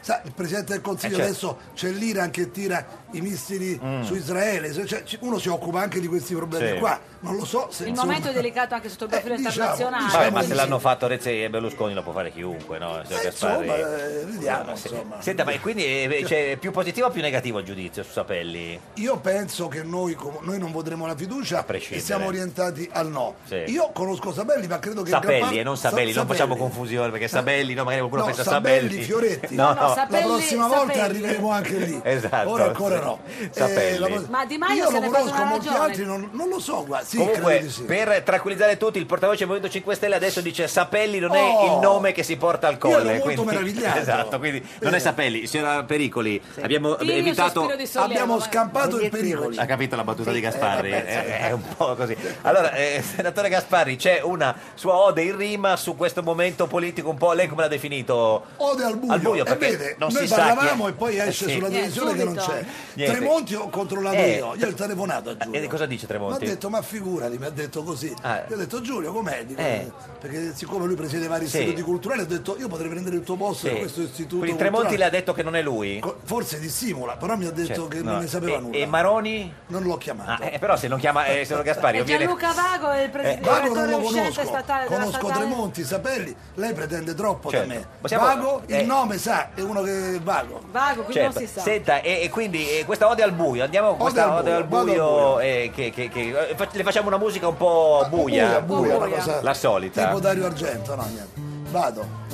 Speaker 6: sa, il Presidente del Consiglio
Speaker 2: Eh, certo.
Speaker 6: adesso c'è l'Iran che tira i missili
Speaker 2: Mm.
Speaker 6: su Israele, se- cioè, ci- uno si occupa anche di questi problemi
Speaker 2: Sì.
Speaker 6: qua. Non lo so se
Speaker 1: Il
Speaker 6: insomma-
Speaker 1: momento è delicato anche sotto il profilo internazionale.
Speaker 2: Vabbè, ma
Speaker 6: Diciamo
Speaker 2: se
Speaker 6: di
Speaker 2: l'hanno fatto Renzi e Berlusconi lo può fare chiunque, no? Signor Gasparri?
Speaker 6: insomma, eh, vediamo,
Speaker 2: Ah, sì.
Speaker 6: insomma.
Speaker 2: Senta, ma quindi eh, c'è più positivo o più negativo il giudizio su Sapelli?
Speaker 6: Io penso che noi, com- noi non voteremo la fiducia e
Speaker 2: prescindere.
Speaker 6: siamo orientati al no.
Speaker 2: Sì.
Speaker 6: Io conosco Sabelli, ma credo che. gran
Speaker 2: Sapelli
Speaker 6: parte-
Speaker 2: e non
Speaker 6: Sa-
Speaker 2: Sabelli, non facciamo
Speaker 6: Sabelli.
Speaker 2: confusione perché Sabelli, no, magari qualcuno
Speaker 6: No,
Speaker 2: pensa a
Speaker 6: Sabelli,
Speaker 2: Sabelli.
Speaker 6: Fioretti.
Speaker 2: No, no,
Speaker 6: La prossima
Speaker 1: Sapelli-
Speaker 6: volta
Speaker 1: Sapelli.
Speaker 6: arriveremo anche lì.
Speaker 2: Esatto.
Speaker 6: Ora ancora no. Eh,
Speaker 2: Sapelli.
Speaker 6: la pro-
Speaker 1: Ma Di Maio
Speaker 6: Io
Speaker 1: se
Speaker 6: lo
Speaker 1: ne è fatto
Speaker 6: conosco,
Speaker 1: una
Speaker 6: molti
Speaker 1: ragione.
Speaker 6: altri non, non lo so. guarda, Sì,
Speaker 2: Comunque,
Speaker 6: credo di sì.
Speaker 2: per tranquillizzare tutti, il portavoce del Movimento 5 Stelle adesso dice Sapelli non è
Speaker 6: Oh!
Speaker 2: il nome che si porta al
Speaker 6: ero
Speaker 2: colle.
Speaker 6: molto
Speaker 2: quindi-
Speaker 6: meravigliato.
Speaker 2: Esatto, quindi non è Sapelli, signora Pericoli. Abbiamo
Speaker 6: Tieni un
Speaker 2: evitato...
Speaker 6: sospiro di sollievo, Abbiamo vai. scampato il pericolo.
Speaker 2: Ha capito la battuta di Gasparri? Eh, è un po' così. Allora, eh, senatore Gasparri, c'è una sua ode in rima su questo momento politico un po'... Lei come l'ha definito?
Speaker 6: Ode al buio,
Speaker 2: Al buio,
Speaker 6: e
Speaker 2: perché
Speaker 6: vede,
Speaker 2: non
Speaker 6: noi
Speaker 2: si sa
Speaker 6: parlavamo
Speaker 2: chi è.
Speaker 6: e poi esce
Speaker 2: Eh, sì.
Speaker 6: sulla
Speaker 2: Niente,
Speaker 6: televisione che non
Speaker 2: subito.
Speaker 6: c'è.
Speaker 2: Niente.
Speaker 6: Tremonti ho controllato
Speaker 2: Eh,
Speaker 6: io, io il telefonato a Giulio.
Speaker 2: Eh, cosa dice
Speaker 6: Mi ha
Speaker 2: Tremonti?
Speaker 6: detto, ma figurati, mi ha detto così.
Speaker 2: Ah.
Speaker 6: Io ho detto, Giulio, com'è? Dico,
Speaker 2: Eh.
Speaker 6: Perché siccome lui presiede vari
Speaker 2: Sì.
Speaker 6: istituti culturali, ho detto, io potrei prendere il tuo posto
Speaker 2: Sì.
Speaker 6: in questo istituto
Speaker 2: Quindi Tremonti le
Speaker 6: culturale.
Speaker 2: ha detto che non è lui?
Speaker 6: Co- Forse dissimula, però mi ha detto
Speaker 2: Certo,
Speaker 6: che
Speaker 2: no.
Speaker 6: non ne sapeva
Speaker 2: E-
Speaker 6: nulla.
Speaker 2: e Maroni?
Speaker 6: Non l'ho chiamato.
Speaker 2: Ah, eh, però se non chiama eh, signor Gasparri,
Speaker 1: E Gianluca Vago è il
Speaker 2: Eh,
Speaker 1: presidente
Speaker 6: Vago non
Speaker 1: direttore
Speaker 6: lo
Speaker 1: uscente
Speaker 6: conosco,
Speaker 1: statale della
Speaker 6: conosco
Speaker 1: statale.
Speaker 6: Tremonti, Sapelli, lei pretende troppo
Speaker 2: Certo.
Speaker 6: da me.
Speaker 2: Ma siamo-
Speaker 6: Vago,
Speaker 2: eh.
Speaker 6: il nome sa, è uno che è vago.
Speaker 1: Vago, quindi
Speaker 2: Certo.
Speaker 1: non si sa.
Speaker 2: Senta, e, e quindi eh, questa ode al buio, andiamo con
Speaker 6: Ode
Speaker 2: questa
Speaker 6: al
Speaker 2: ode al
Speaker 6: buio,
Speaker 2: buio,
Speaker 6: vado al
Speaker 2: eh, che, che- che- eh, fac- le facciamo una musica un po'
Speaker 6: Buia,
Speaker 2: buia,
Speaker 6: buia, una cosa
Speaker 2: la solita.
Speaker 6: Tipo Dario Argento, no, niente. Vado.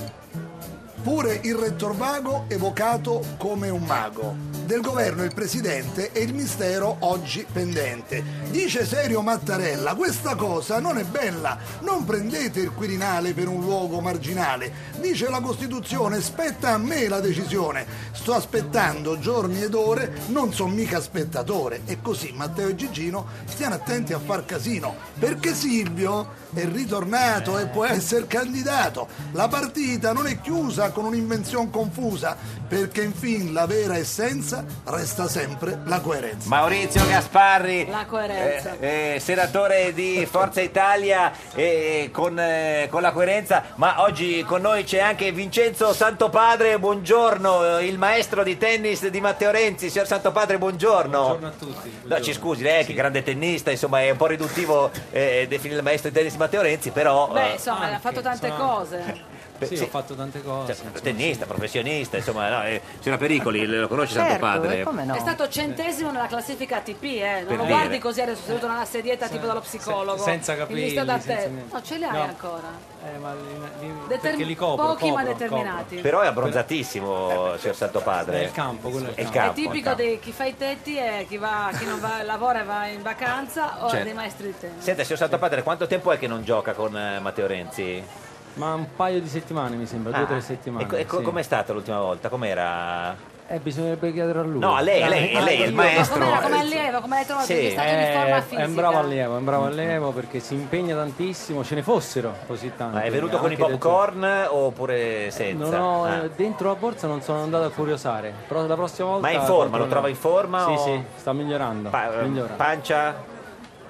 Speaker 6: Pure il rettor vago evocato come un mago. Del governo il presidente e il mistero oggi pendente. Dice Serio Mattarella, questa cosa non è bella, non prendete il Quirinale per un luogo marginale. Dice la Costituzione, spetta a me la decisione. Sto aspettando giorni ed ore, non sono mica spettatore. E così Matteo e Gigino stiano attenti a far casino, perché Silvio è ritornato e può essere candidato. La partita non è chiusa con un'invenzione confusa, perché infine la vera essenza resta sempre la coerenza.
Speaker 2: Maurizio Gasparri,
Speaker 1: La coerenza.
Speaker 2: eh, eh, senatore di Forza Italia eh, con, eh, con la coerenza, ma oggi con noi c'è anche Vincenzo Santopadre, buongiorno, eh, il maestro di tennis di Matteo Renzi, signor Santopadre, buongiorno.
Speaker 17: Buongiorno a tutti.
Speaker 2: No, ci scusi, lei è che grande tennista, insomma è un po' riduttivo eh, definire il maestro di tennis Matteo Renzi, però...
Speaker 1: Beh,
Speaker 2: eh,
Speaker 6: eh,
Speaker 1: insomma, ha fatto tante cose.
Speaker 2: Sì, ho
Speaker 5: fatto tante
Speaker 2: cose. tennista, professionista, insomma, no, eh, signora Pericoli, lo conosce
Speaker 1: Certo,
Speaker 2: Santo Padre?
Speaker 1: È stato centesimo nella classifica ATP, eh. non
Speaker 2: Per
Speaker 1: lo
Speaker 2: dire.
Speaker 1: guardi così adesso seduto nella sedietta tipo dallo psicologo.
Speaker 5: se- senza capelli,
Speaker 1: In vista da
Speaker 5: senza
Speaker 1: te.
Speaker 5: niente.
Speaker 1: No, ce li hai
Speaker 5: No.
Speaker 1: ancora.
Speaker 5: Eh, ma li- li-
Speaker 1: Determ-
Speaker 5: perché li copro,
Speaker 1: pochi ma
Speaker 5: copro,
Speaker 1: determinati.
Speaker 2: Però è abbronzatissimo, signor Santo Padre.
Speaker 5: È il campo, quello
Speaker 2: è il
Speaker 1: È
Speaker 2: campo. il
Speaker 1: tipico
Speaker 2: campo.
Speaker 1: di chi fa i tetti e chi, va, chi non va, lavora e va in vacanza o
Speaker 2: Certo.
Speaker 1: dei maestri di tennis.
Speaker 2: Senta, signor Santo Padre, quanto tempo è che non gioca con eh, Matteo Renzi?
Speaker 5: copro. Ma un paio di settimane mi sembra, due o
Speaker 2: Ah,
Speaker 5: tre settimane.
Speaker 2: E, co- e co-
Speaker 5: sì.
Speaker 2: com'è stata l'ultima volta? Com'era?
Speaker 5: Eh, bisognerebbe chiedere a lui.
Speaker 2: No, a lei, a lei, a lei, il
Speaker 5: io-
Speaker 2: maestro.
Speaker 1: Com'era, come allievo, come hai trovato? Perché è stato
Speaker 5: Eh,
Speaker 1: di forma
Speaker 5: è
Speaker 1: fisica.
Speaker 5: un bravo allievo, è un bravo allievo perché si impegna tantissimo, ce ne fossero così tanti. Eh,
Speaker 2: Ma è venuto con i
Speaker 5: anche da-
Speaker 2: popcorn oppure senza?
Speaker 5: Non ho- eh,
Speaker 2: Ah.
Speaker 5: Dentro la borsa non sono andato a curiosare, però la prossima volta...
Speaker 2: Ma è in forma, lo
Speaker 5: controllerò.
Speaker 2: trova in forma?
Speaker 5: Sì,
Speaker 2: o-
Speaker 5: sì, sta migliorando.
Speaker 2: Pa- eh,
Speaker 5: migliora.
Speaker 2: Pancia?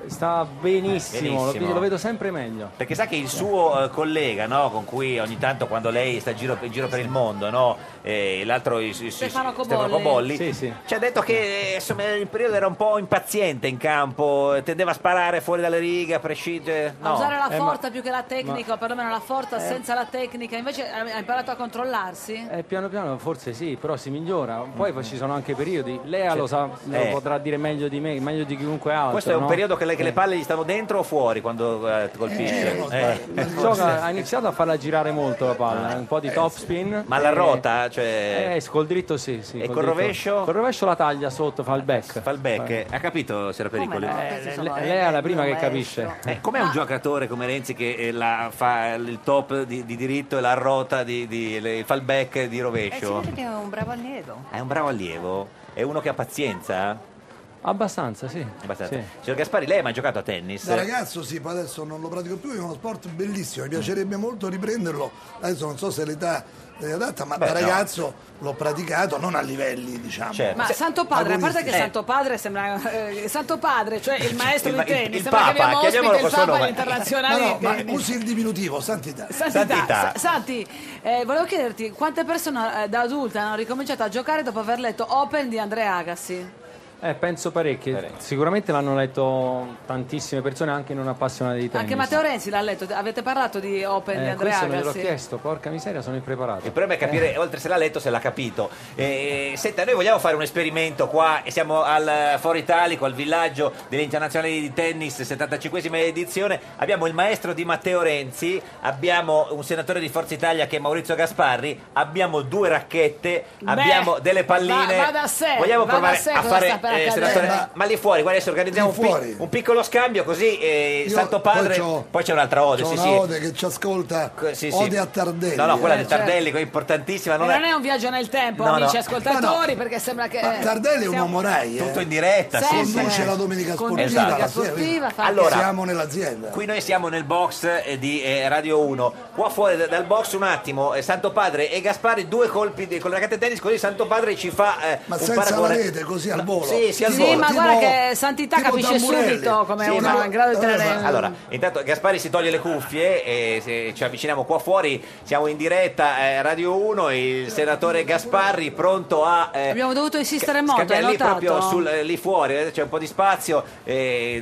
Speaker 5: Sta benissimo, lo-
Speaker 2: Benissimo.
Speaker 5: lo vedo sempre meglio.
Speaker 2: Perché sa che il suo eh, collega, no, con cui ogni tanto quando lei sta in giro, in giro per il mondo, no, eh, l'altro il- il- il-
Speaker 1: Stefano
Speaker 2: Stefano
Speaker 1: Cobolli.
Speaker 2: Cobolli,
Speaker 1: Sì,
Speaker 2: ci ha detto che eh, insomma, il periodo era un po' impaziente in campo, eh, tendeva a sparare fuori dalle righe, a prescindere.
Speaker 1: A
Speaker 2: No.
Speaker 1: usare
Speaker 6: Eh,
Speaker 1: la forza più che la tecnica,
Speaker 5: ma-
Speaker 1: o perlomeno la forza senza la tecnica. Invece hai hai imparato a controllarsi?
Speaker 5: Eh, piano piano forse sì, però si migliora. Poi ci sono anche periodi. Lea
Speaker 2: Mm. Sì.
Speaker 5: lo sa, lo
Speaker 2: Eh.
Speaker 5: potrà dire meglio di me, meglio di chiunque altro.
Speaker 2: Questo è un
Speaker 5: no?
Speaker 2: periodo che le, che le
Speaker 5: Eh.
Speaker 2: palle gli stanno dentro o fuori quando eh, colpisce? Eh.
Speaker 5: Gioca- ha iniziato a farla girare molto la palla, eh, un po' di topspin.
Speaker 2: Ah. Ma la
Speaker 5: E-
Speaker 2: rota, cioè...
Speaker 5: Eh, s- col dritto sì, sì.
Speaker 2: E
Speaker 5: col
Speaker 2: col
Speaker 5: dritto.
Speaker 2: rovescio?
Speaker 5: Col rovescio la taglia sotto, fa il back.
Speaker 2: Fa il back, eh. ha capito se era pericolo?
Speaker 5: no? Questi Eh, sono- le- lei è la prima che capisce.
Speaker 2: Eh, com'è un giocatore come Renzi che eh, la fa il top di, di diritto e la rota di, di- le- fa il back di
Speaker 14: Eh, si
Speaker 2: rovescio?
Speaker 14: vede che è un bravo allievo.
Speaker 2: È un bravo allievo, è uno che ha pazienza?
Speaker 5: Abbastanza, sì.
Speaker 2: Abbastanza.
Speaker 5: Sì.
Speaker 2: Signor Gaspari, lei ha mai giocato a tennis?
Speaker 6: Da ragazzo sì, poi adesso non lo pratico più, è uno sport bellissimo, mi piacerebbe molto riprenderlo, adesso non so se l'età è adatta, ma
Speaker 2: Beh,
Speaker 6: da
Speaker 2: no.
Speaker 6: ragazzo l'ho praticato, non a livelli diciamo.
Speaker 1: Ma Santo Padre, a parte che
Speaker 6: agonistici.
Speaker 1: Santo Padre sembra eh, Santo Padre, cioè il maestro
Speaker 6: Eh.
Speaker 1: di
Speaker 6: Il ma- il-
Speaker 1: tennis,
Speaker 6: il
Speaker 1: sembra che
Speaker 6: Papa,
Speaker 1: abbiamo ospite
Speaker 6: chiamiamolo
Speaker 1: il
Speaker 6: col suo
Speaker 1: Papa
Speaker 6: nome.
Speaker 1: internazionale
Speaker 6: Ma no,
Speaker 1: di
Speaker 6: ma
Speaker 1: tennis.
Speaker 6: usi il diminutivo, santità.
Speaker 1: Santità, Sa- Santi, eh, volevo chiederti quante persone eh, da adulta hanno ricominciato a giocare dopo aver letto Open di Andrea Agassi?
Speaker 5: Eh, penso parecchie. Sicuramente l'hanno letto tantissime persone, anche non appassionate di tennis.
Speaker 1: Anche Matteo Renzi l'ha letto, avete parlato di Open di
Speaker 5: eh,
Speaker 1: Andrea
Speaker 5: questo non gliel'ho
Speaker 1: Agassi?
Speaker 5: chiesto, porca miseria, sono impreparato.
Speaker 2: Il problema è
Speaker 1: Eh.
Speaker 2: capire, oltre se l'ha letto, se l'ha capito. Eh, senta, noi vogliamo fare un esperimento qua, e siamo al eh, Foro Italico, al villaggio dell'Internazionale di Tennis, 75esima edizione. Abbiamo il maestro di Matteo Renzi, abbiamo un senatore di Forza Italia che è Maurizio Gasparri, abbiamo due racchette,
Speaker 1: Beh,
Speaker 2: abbiamo delle palline.
Speaker 1: va- va da sé,
Speaker 2: vogliamo
Speaker 1: va
Speaker 2: provare
Speaker 1: da sé
Speaker 2: a
Speaker 1: cosa
Speaker 2: fare,
Speaker 1: sta per
Speaker 2: eh,
Speaker 1: accadere.
Speaker 2: senatore,
Speaker 1: Eh, ma-
Speaker 2: ma... lì fuori, guarda, adesso organizziamo
Speaker 6: Lì
Speaker 2: un, pic-
Speaker 6: fuori.
Speaker 2: un piccolo scambio così eh,
Speaker 6: Io-
Speaker 2: Santo Padre...
Speaker 6: poi
Speaker 2: Poi,
Speaker 6: c'ho-
Speaker 2: c'è un'altra ode,
Speaker 6: C'è
Speaker 2: sì
Speaker 6: una
Speaker 2: sì.
Speaker 6: ode che ci ascolta,
Speaker 2: Sì, sì.
Speaker 6: ode a Tardelli.
Speaker 2: No, no, quella
Speaker 6: eh.
Speaker 2: di Tardelli, che è importantissima.
Speaker 1: certo. E
Speaker 2: Non
Speaker 1: non è
Speaker 2: è...
Speaker 1: un viaggio nel tempo,
Speaker 2: No,
Speaker 1: amici
Speaker 2: no.
Speaker 1: ascoltatori, perché sembra che...
Speaker 6: Ma Tardelli è un
Speaker 1: siamo-
Speaker 6: uomo Rai, eh.
Speaker 2: Tutto in diretta, sì,
Speaker 6: Sempre.
Speaker 2: sì.
Speaker 6: Conduce la domenica sportiva,
Speaker 2: Esatto.
Speaker 6: la
Speaker 2: Domenica
Speaker 6: sera, quindi
Speaker 1: sportiva, fa-
Speaker 2: Allora,
Speaker 6: siamo nell'azienda.
Speaker 2: Qui noi siamo nel box eh, di eh, Radio 1. Qua fuori da- dal box un attimo, eh, Santo Padre e Gaspari, due colpi di, con la racchetta tennis, così Santo Padre ci fa eh,
Speaker 6: Ma
Speaker 2: un
Speaker 6: senza
Speaker 2: paragone.
Speaker 6: la rete, così al volo.
Speaker 2: Sì, sì, al
Speaker 1: Sì,
Speaker 2: volo.
Speaker 1: ma
Speaker 6: Tipo-
Speaker 1: guarda che Santità
Speaker 6: tipo
Speaker 1: capisce
Speaker 6: Tamburelli.
Speaker 1: subito come
Speaker 2: Sì,
Speaker 1: un uomo
Speaker 2: ma-
Speaker 1: in grado di tenere...
Speaker 2: Eh, Allora, intanto Gaspari si toglie le cuffie e se ci avviciniamo qua fuori, siamo in diretta eh, Radio 1, il senatore Gasparri pronto a eh,
Speaker 1: Abbiamo dovuto insistere molto, hai
Speaker 2: Scambiare lì
Speaker 1: notato?
Speaker 2: proprio sul- eh, lì fuori, eh, c'è un po' di spazio. eh,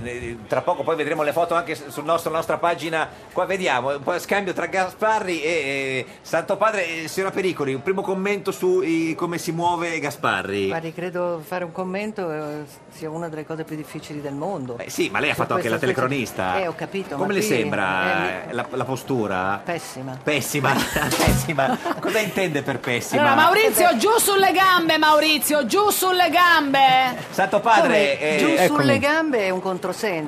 Speaker 2: eh, tra poco poi vedremo le foto anche sul nostro- sulla nostra pagina. Qua vediamo, un po' scambio tra Gasparri e eh, Santo Padre. Eh, signora Pericoli, un primo commento su i- come si muove Gasparri.
Speaker 14: Guardi, credo fare un commento eh, sia una delle cose più difficili del mondo.
Speaker 2: Eh, sì, ma lei ha
Speaker 14: Su
Speaker 2: fatto anche
Speaker 14: questa
Speaker 2: la
Speaker 14: specie-
Speaker 2: telecronista.
Speaker 14: Eh, ho capito.
Speaker 2: Come
Speaker 14: ma
Speaker 2: le
Speaker 14: qui- eh,
Speaker 2: sembra
Speaker 14: mi-
Speaker 2: eh, la, la postura?
Speaker 14: Pessima.
Speaker 2: Pessima, pessima. Cosa intende per pessima?
Speaker 1: Allora, Maurizio, giù sulle gambe, Maurizio, giù sulle gambe!
Speaker 2: Santo Padre,
Speaker 14: Come?
Speaker 2: eh,
Speaker 14: giù
Speaker 2: eccomi.
Speaker 14: sulle gambe è un controsenso.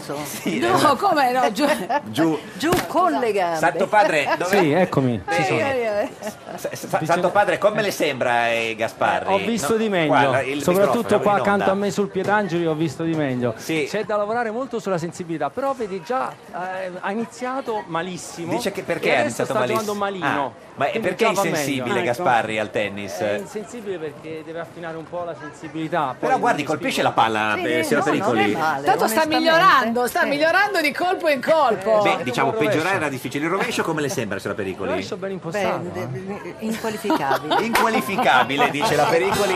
Speaker 1: No, come no? Giù...
Speaker 2: eh. Giù.
Speaker 14: Giù con le gambe.
Speaker 2: Santo Padre, dove-
Speaker 5: Sì, eccomi. ci
Speaker 2: Eh,
Speaker 5: sono.
Speaker 2: Sa- sa- Santo Padre, come le sembra eh, Gasparri?
Speaker 5: Ho visto
Speaker 2: No,
Speaker 5: di meglio,
Speaker 2: guarda, il
Speaker 5: soprattutto
Speaker 2: microfono,
Speaker 5: qua
Speaker 2: in onda.
Speaker 5: accanto a me sul Pietangeli ho visto di meglio. C'è da lavorare molto sulla sensibilità, però vedi già eh, ha iniziato malissimo.
Speaker 2: Dice che
Speaker 5: e
Speaker 2: perché è
Speaker 5: adesso
Speaker 2: stato
Speaker 5: sta
Speaker 2: malissimo?
Speaker 5: giocando malino.
Speaker 2: Ah, ma è
Speaker 5: Quindi
Speaker 2: perché è
Speaker 5: già va meglio.
Speaker 2: insensibile
Speaker 5: Ecco.
Speaker 2: Gasparri al tennis?
Speaker 5: È insensibile perché deve affinare un po' la sensibilità. poi
Speaker 2: Però guardi,
Speaker 5: non
Speaker 2: colpisce la palla,
Speaker 5: Sì,
Speaker 2: eh,
Speaker 5: no,
Speaker 2: signor
Speaker 5: non è
Speaker 2: Pericoli.
Speaker 5: male.
Speaker 1: Tanto sta
Speaker 5: onestamente,
Speaker 1: migliorando, sta migliorando di colpo in colpo.
Speaker 2: Beh, diciamo, peggiorare era difficile. Il rovescio come le sembra, signor Pericoli?
Speaker 5: ben eh.
Speaker 14: impostato. inqualificabile.
Speaker 2: Inqualificabile, dice la Pericoli.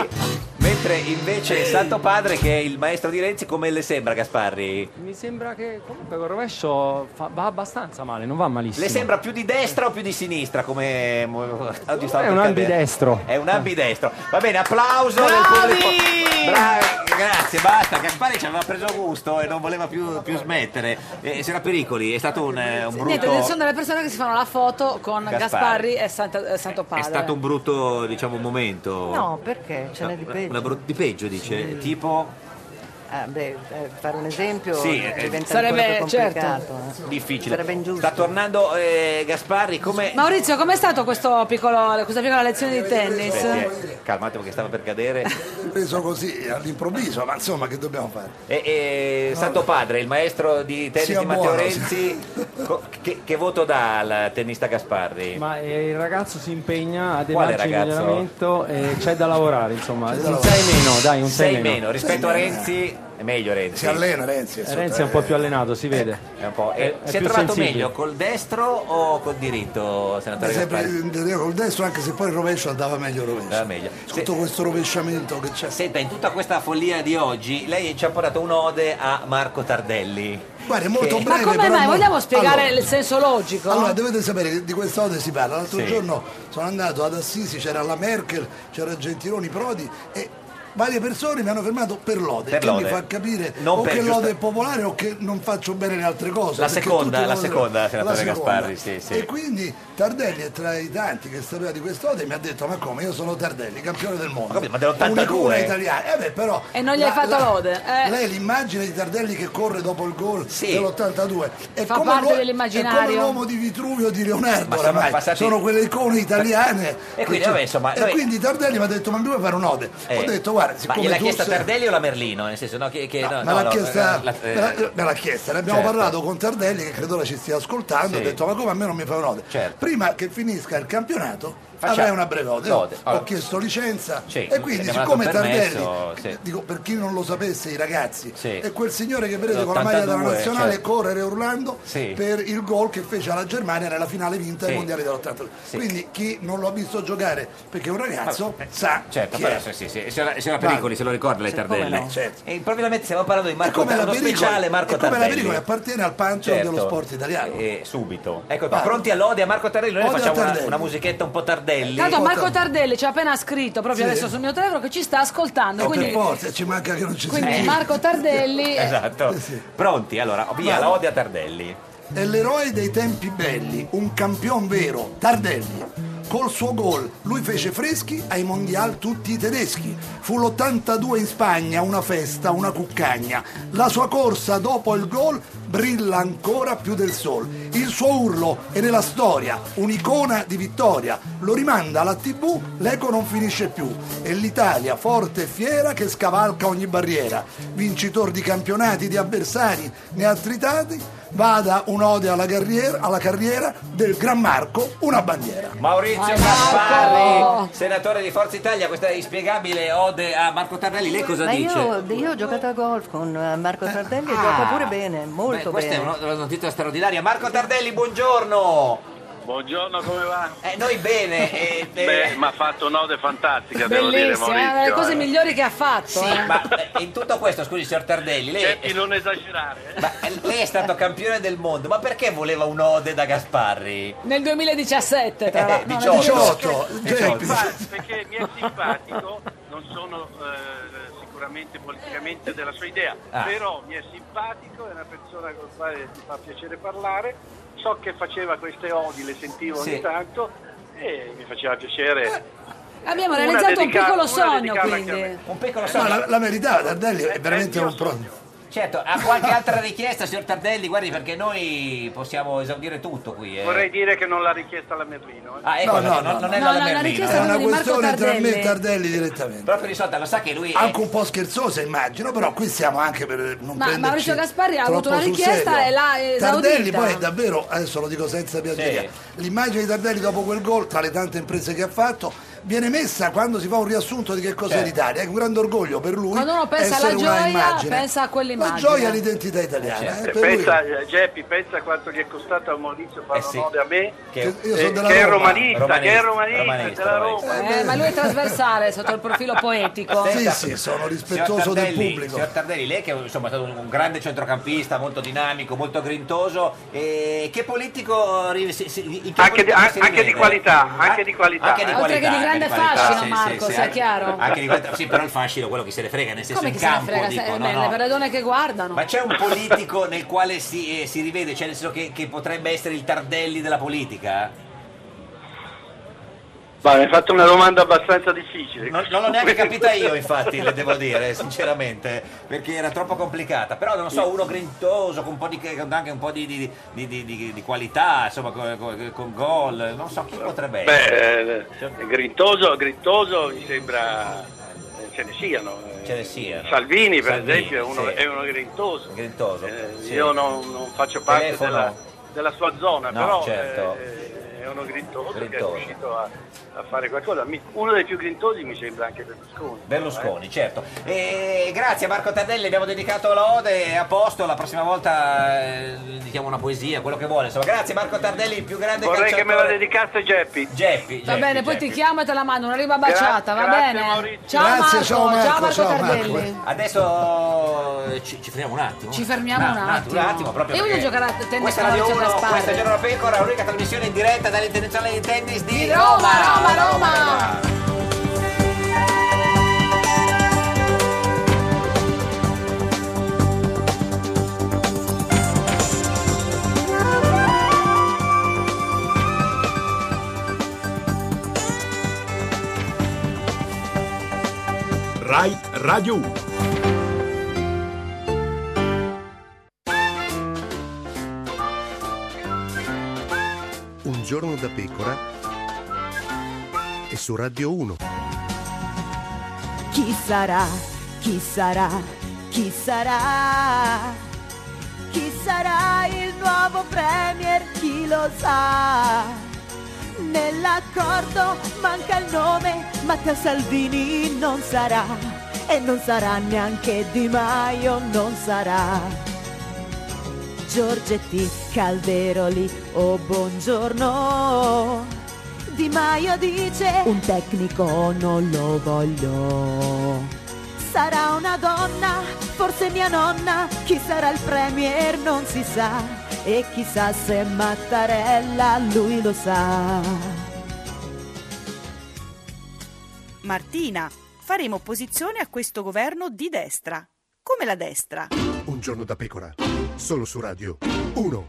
Speaker 2: Mentre Mentre invece il Santo Padre, che è il maestro di Renzi, come le sembra Gasparri?
Speaker 5: Mi sembra che comunque col rovescio fa- va abbastanza male, non va malissimo.
Speaker 2: Le sembra più di destra o più di sinistra? Come... Oggi stavo
Speaker 5: È
Speaker 2: per
Speaker 5: un
Speaker 2: cadere.
Speaker 5: ambidestro.
Speaker 2: È un ambidestro. Va bene, applauso del pubblico. Bravi, grazie, basta. Gasparri ci aveva preso gusto e non voleva più, più smettere. Eh, c'era pericoli, è stato un, eh, un brutto.
Speaker 1: Niente, sono delle persone che si fanno la foto con
Speaker 2: Gasparri.
Speaker 1: Gasparri, e Santa- eh, Santo Padre.
Speaker 18: È stato un brutto, diciamo, momento.
Speaker 14: No, perché? Ce n'è di
Speaker 18: Una-
Speaker 14: peggio.
Speaker 18: una brut- di peggio, dice. Tipo
Speaker 14: Ah, beh, eh, fare un esempio
Speaker 18: Sì,
Speaker 14: eh,
Speaker 18: eh,
Speaker 14: diventa
Speaker 1: sarebbe-
Speaker 14: ancora più complicato. eh.
Speaker 2: difficile. Sta tornando eh, Gasparri come.
Speaker 1: Maurizio, com'è stato questo piccolo, questa piccola lezione di tennis?
Speaker 2: Aspetti, eh, calmate perché stava per cadere.
Speaker 6: Preso così all'improvviso, ma insomma che dobbiamo fare?
Speaker 2: E, e Santo Padre, il maestro di tennis
Speaker 6: Sia
Speaker 2: di Matteo
Speaker 6: buono,
Speaker 2: Renzi, co- che, che voto dà al tennista Gasparri?
Speaker 5: Ma eh, il ragazzo si impegna a dei
Speaker 2: Quale
Speaker 5: margini di
Speaker 2: ragazzo?
Speaker 5: allenamento e eh, c'è da lavorare, insomma.
Speaker 2: da
Speaker 5: Un
Speaker 2: lavorare.
Speaker 5: 6 meno, dai, un 6
Speaker 2: Sei
Speaker 5: meno.
Speaker 2: meno, rispetto a Renzi è meglio Renzi.
Speaker 6: Si allena Renzi.
Speaker 5: Eh, Renzi è un po' più allenato, si vede.
Speaker 2: Ecco, È un po'.
Speaker 5: È-
Speaker 2: E
Speaker 5: è
Speaker 2: si è
Speaker 5: più
Speaker 2: trovato
Speaker 5: sensibile.
Speaker 2: meglio col destro o col diritto,
Speaker 6: Mi
Speaker 2: senatore
Speaker 6: sembra
Speaker 2: Gasparri?
Speaker 6: di dire col destro, anche se poi il rovescio andava meglio il rovescio.
Speaker 2: Andava meglio. Se-
Speaker 6: Tutto questo rovesciamento che c'è.
Speaker 2: Senta, in tutta questa follia di oggi, lei ci ha portato un'ode a Marco Tardelli.
Speaker 6: Guarda, è molto
Speaker 2: Che-
Speaker 6: breve.
Speaker 1: Ma come
Speaker 6: però
Speaker 1: mai?
Speaker 6: mo-
Speaker 1: Vogliamo spiegare
Speaker 6: Allora,
Speaker 1: il senso logico?
Speaker 6: Allora, dovete sapere che di questa ode si parla. L'altro
Speaker 2: Sì.
Speaker 6: giorno sono andato ad Assisi, c'era la Merkel, c'era Gentiloni, Prodi e varie persone mi hanno fermato per lode.
Speaker 2: Per
Speaker 6: che
Speaker 2: lode.
Speaker 6: mi fa capire
Speaker 2: Non
Speaker 6: o
Speaker 2: per-
Speaker 6: che
Speaker 2: giusto-
Speaker 6: lode è popolare o che non faccio bene le altre cose.
Speaker 2: La
Speaker 6: perché
Speaker 2: seconda,
Speaker 6: tutte
Speaker 2: la
Speaker 6: lode-
Speaker 2: seconda, senatore
Speaker 6: la seconda.
Speaker 2: Gasparri, sì, sì.
Speaker 6: E quindi Tardelli è tra i tanti che sapeva di quest'ode e mi ha detto, ma come, io sono Tardelli, campione del mondo.
Speaker 2: capito, ma dell'82.
Speaker 6: Un'icona italiana. Eh beh, però...
Speaker 1: E non gli hai fatto lode, eh.
Speaker 6: Lei l'immagine di Tardelli che corre dopo il gol dell'82. È
Speaker 1: Fa
Speaker 6: come
Speaker 1: parte
Speaker 6: l'uo-
Speaker 1: dell'immaginario.
Speaker 6: È come l'uomo di Vitruvio di Leonardo.
Speaker 2: Ma siamo
Speaker 6: oramai.
Speaker 2: passati-
Speaker 6: Sono quelle icone italiane.
Speaker 2: E quindi,
Speaker 6: che c'è-
Speaker 2: vabbè, insomma,
Speaker 6: e
Speaker 2: noi-
Speaker 6: quindi Tardelli mi ha detto: Ma mi vuoi fare un'ode?
Speaker 2: Eh.
Speaker 6: Ho detto, guarda,
Speaker 2: Ma
Speaker 6: siccome
Speaker 2: gliel'ha
Speaker 6: tu
Speaker 2: chiesta
Speaker 6: sei-
Speaker 2: Tardelli o la Merlino? Nel senso, no, che, che- no,
Speaker 6: me
Speaker 2: no,
Speaker 6: l'ha
Speaker 2: no,
Speaker 6: chiesta, eh,
Speaker 2: la- eh,
Speaker 6: me l'ha- me l'ha chiesta, ne abbiamo
Speaker 2: certo.
Speaker 6: parlato con Tardelli che credo la ci stia ascoltando,
Speaker 2: Sì.
Speaker 6: ho detto ma come a me non mi fai un'ode?
Speaker 2: Certo.
Speaker 6: Prima che finisca il campionato
Speaker 2: Facciamo-
Speaker 6: avrei una breve ode.
Speaker 2: Lode. Allora.
Speaker 6: Ho chiesto licenza
Speaker 2: Sì,
Speaker 6: e quindi
Speaker 2: abbiamo dato
Speaker 6: siccome Tardelli,
Speaker 2: permesso, sì.
Speaker 6: dico per chi non lo sapesse i ragazzi,
Speaker 2: Sì.
Speaker 6: è quel signore che vedete con la maglia della
Speaker 2: 82,
Speaker 6: nazionale
Speaker 2: certo.
Speaker 6: correre urlando
Speaker 2: Sì.
Speaker 6: per il gol che fece alla Germania nella finale vinta ai
Speaker 2: Sì.
Speaker 6: mondiali dell'82.
Speaker 2: Sì.
Speaker 6: Quindi chi non lo ha visto giocare perché è un ragazzo
Speaker 2: Vabbè, eh,
Speaker 6: sa
Speaker 2: Certo,
Speaker 6: chi
Speaker 2: però
Speaker 6: è.
Speaker 2: sì, sì, sì, c'era, c'era pericoli, se lo ricorda lei
Speaker 6: Sì, come
Speaker 2: Tardelli.
Speaker 6: no. Certo.
Speaker 2: E improvvisamente stiamo parlando di Marco
Speaker 6: come la
Speaker 2: Tardelli, uno
Speaker 6: pericola-
Speaker 2: speciale Marco
Speaker 6: è come la
Speaker 2: Tardelli.
Speaker 6: pericola, appartiene al pantheon
Speaker 2: Certo.
Speaker 6: dello sport italiano.
Speaker 2: Eh, subito. Ecco qua,
Speaker 6: Vai.
Speaker 2: pronti all'ode a Marco Tardelli, noi
Speaker 6: Ode a
Speaker 2: facciamo una,
Speaker 6: Tardelli. Ecco,
Speaker 2: una musichetta un po' Tardelli.
Speaker 1: Tanto Marco Tardelli ci ha appena scritto proprio
Speaker 6: Sì.
Speaker 1: adesso sul mio telefono che ci sta ascoltando.
Speaker 6: No,
Speaker 1: quindi
Speaker 6: per forza, ci manca che non ci
Speaker 1: quindi
Speaker 6: sentiamo.
Speaker 1: Marco Tardelli eh,
Speaker 2: Esatto. Pronti, allora, via,
Speaker 6: Vai.
Speaker 2: la ode a Tardelli.
Speaker 6: È l'eroe dei tempi belli, un campion vero, Tardelli. Col suo gol lui fece freschi ai mondial tutti i tedeschi. Fu l'82 in Spagna, una festa, una cuccagna. La sua corsa dopo il gol brilla ancora più del sol. Il suo urlo è nella storia, un'icona di vittoria. Lo rimanda alla TV, l'eco non finisce più. È l'Italia, forte e fiera, che scavalca ogni barriera. Vincitor di campionati, di avversari, ne ha tritati vada un'ode alla carriera, alla carriera del Gran Marco, una bandiera.
Speaker 2: Maurizio Gasparri, senatore di Forza Italia, questa inspiegabile ode a Marco Tardelli, lei cosa
Speaker 14: Ma
Speaker 2: dice? Ah.
Speaker 14: io, io ho giocato a golf con eh, Marco Tardelli e gioca pure bene,
Speaker 2: Beh,
Speaker 14: molto
Speaker 2: questa
Speaker 14: bene.
Speaker 2: è una, una notizia straordinaria. Marco Tardelli, buongiorno.
Speaker 13: Buongiorno, come va?
Speaker 2: Eh, noi bene. eh,
Speaker 13: Beh, mi ha fatto un'ode fantastica, devo dire,
Speaker 1: bellissima, è eh, una delle
Speaker 13: Maurizio.
Speaker 19: eh.
Speaker 1: cose migliori che ha fatto.
Speaker 2: Sì,
Speaker 1: eh.
Speaker 2: ma eh, in tutto questo, scusi, signor Tardelli, lei,
Speaker 13: Cerchi di non esagerare. eh.
Speaker 2: ma, eh, lei è stato campione del mondo, ma perché voleva un'ode da Gasparri?
Speaker 1: Nel 2017, tra
Speaker 2: Eh,
Speaker 1: l'altro. No, nel
Speaker 2: 18.
Speaker 13: Perché, perché mi è simpatico, non sono eh, sicuramente politicamente della sua idea,
Speaker 20: Ah.
Speaker 13: però mi è simpatico, è una persona con la quale ti fa piacere parlare, so che faceva queste odi, le sentivo
Speaker 20: Sì.
Speaker 13: ogni tanto e mi faceva piacere.
Speaker 1: Abbiamo
Speaker 13: Una
Speaker 1: realizzato un
Speaker 13: dedica-
Speaker 1: piccolo
Speaker 13: una
Speaker 1: sogno,
Speaker 13: dedicata anche
Speaker 1: quindi.
Speaker 2: Un piccolo
Speaker 6: Eh, No,
Speaker 2: sogno.
Speaker 6: la, la verità, Tardelli è veramente un pro.
Speaker 2: Certo, ha qualche altra richiesta, signor Tardelli? Guardi, perché noi possiamo esaudire tutto qui. eh.
Speaker 13: Vorrei dire che non l'ha richiesta la Merlino. eh.
Speaker 2: Ah, ecco,
Speaker 6: No, no,
Speaker 2: no, no,
Speaker 6: no,
Speaker 2: non è
Speaker 6: no.
Speaker 2: la
Speaker 6: No, no,
Speaker 2: Merlino.
Speaker 6: la richiesta È una di Marco questione tra me e Tardelli. Tardelli direttamente.
Speaker 2: Proprio risolta, lo sa che
Speaker 1: Eh.
Speaker 2: lui è...
Speaker 6: Anche un po' scherzosa immagino, però qui siamo anche per non
Speaker 1: Ma
Speaker 6: prenderci
Speaker 1: Maurizio Gasparri ha
Speaker 6: troppo
Speaker 1: avuto una
Speaker 6: sul
Speaker 1: richiesta
Speaker 6: serio.
Speaker 1: e l'ha esaudita.
Speaker 6: Tardelli poi è davvero, adesso lo dico senza piaceria, l'immagine di Tardelli dopo quel gol, tra le tante imprese che ha fatto, viene messa quando si fa un riassunto di che cos'è
Speaker 1: Certo.
Speaker 6: l'Italia. È un grande orgoglio per lui.
Speaker 1: Quando uno pensa alla
Speaker 6: essere una
Speaker 1: gioia,
Speaker 6: immagine.
Speaker 1: pensa a
Speaker 6: La
Speaker 1: quell'immagine.
Speaker 6: gioia è l'identità
Speaker 8: Cioè,
Speaker 6: italiana. eh,
Speaker 8: certo.
Speaker 6: per lui.
Speaker 19: Cioè, pensa, eh, Geppi, pensa quanto gli è costato a Maurizio
Speaker 8: Eh
Speaker 19: Paronode a me,
Speaker 6: Che-
Speaker 19: eh,
Speaker 6: io sono della
Speaker 19: che è
Speaker 6: Roma.
Speaker 19: romanista, che è romanista,
Speaker 6: Romanista,
Speaker 19: della
Speaker 6: romanista.
Speaker 19: Roma.
Speaker 1: Eh, ma lui è trasversale sotto il profilo poetico.
Speaker 6: Sì, sì, sono rispettoso
Speaker 2: Signor
Speaker 6: del
Speaker 2: Tardelli,
Speaker 6: pubblico.
Speaker 2: Signor Tardelli, lei che insomma, è stato un un grande centrocampista, molto dinamico, molto grintoso, eh, che politico... ri- si- si- in che
Speaker 19: Anche di-
Speaker 2: politico si
Speaker 19: anche di
Speaker 2: rivede?
Speaker 19: qualità,
Speaker 2: Ah,
Speaker 19: anche di qualità.
Speaker 2: anche di
Speaker 19: Oltre
Speaker 2: qualità,
Speaker 19: che di
Speaker 2: anche
Speaker 19: grande
Speaker 2: qualità,
Speaker 1: fascino,
Speaker 2: sì, sì,
Speaker 1: Marco,
Speaker 2: sì,
Speaker 1: sia
Speaker 2: anche-
Speaker 1: chiaro.
Speaker 2: Anche di qualità, sì, però il fascino, quello che se ne frega, nel senso
Speaker 1: Come
Speaker 2: in
Speaker 1: che se ne
Speaker 2: campo,
Speaker 1: frega?
Speaker 2: dico,
Speaker 1: Se-
Speaker 2: no,
Speaker 1: beh,
Speaker 2: no.
Speaker 1: Le persone che guardano.
Speaker 2: Ma c'è un politico nel quale si, eh, si rivede, cioè nel senso che, che potrebbe essere il Tardelli della politica?
Speaker 19: Ma mi hai fatto una domanda abbastanza difficile.
Speaker 2: Non, non l'ho neanche capita io, infatti, le devo dire, eh, sinceramente, perché era troppo complicata. Però non so, uno grintoso, con, un po di, con anche un po' di, di- di- di- di- di qualità, insomma, con, con- con gol, non so chi potrebbe essere.
Speaker 19: Beh, eh, grintoso, grintoso mi sembra eh, ce ne siano. eh.
Speaker 2: Ce ne siano.
Speaker 19: Salvini, per
Speaker 2: Salvini,
Speaker 19: esempio, è uno,
Speaker 2: sì.
Speaker 19: è uno grintoso.
Speaker 2: Grintoso,
Speaker 19: Eh,
Speaker 2: sì.
Speaker 19: Io non, non faccio parte
Speaker 2: Telefono.
Speaker 19: della, della sua zona,
Speaker 2: No,
Speaker 19: però
Speaker 2: certo.
Speaker 19: eh, è uno grintoso, che è
Speaker 2: Grintoso.
Speaker 19: riuscito a, a fare qualcosa. Mi- uno dei più grintosi mi sembra anche Berlusconi. Eh?
Speaker 2: Berlusconi, certo. E grazie a Marco Tardelli, abbiamo dedicato l'ode a posto, la prossima volta eh, gli diamo una poesia, quello che vuole. Insomma, grazie Marco Tardelli, il più grande
Speaker 19: Vorrei che me la
Speaker 2: calciatore.
Speaker 19: dedicasse Geppi.
Speaker 2: Geppi,
Speaker 1: Va bene, poi ti chiamo e te la mando, una riba baciata, va
Speaker 19: grazie,
Speaker 1: bene?
Speaker 19: Maurizio.
Speaker 1: Ciao,
Speaker 19: Grazie,
Speaker 1: Marco,
Speaker 19: ciao, Marco,
Speaker 1: ciao Marco
Speaker 19: ciao, Marco.
Speaker 1: Tardelli.
Speaker 2: Adesso eh, ci, ci fermiamo un attimo.
Speaker 1: Ci fermiamo
Speaker 2: Na-
Speaker 1: un attimo.
Speaker 2: Un attimo, proprio
Speaker 1: Io voglio
Speaker 2: perché-
Speaker 1: giocare a tennis
Speaker 2: Questa è
Speaker 1: con
Speaker 2: Radio
Speaker 1: Maurizio
Speaker 2: 1,
Speaker 1: Gasparri.
Speaker 2: questa è Giorno da Pecora, l'unica trasmissione in diretta dall'internazionale di tennis di,
Speaker 1: Di Roma, Roma, Roma.
Speaker 15: Rai Radio 1.
Speaker 7: Un giorno da pecora e su Radio 1.
Speaker 11: Chi sarà? Chi sarà? Chi sarà? Chi sarà il nuovo premier? Chi lo sa? Nell'accordo manca il nome, Matteo Salvini non sarà e non sarà neanche Di Maio, non sarà. Giorgetti, Calderoli, oh buongiorno. Di Maio dice un tecnico non lo voglio. Sarà una donna, forse mia nonna, chi sarà il premier non si sa. E chissà se Mattarella lui lo sa.
Speaker 13: Martina, faremo opposizione a questo governo di destra. Come la destra?
Speaker 7: Un giorno da pecora, solo su Radio 1.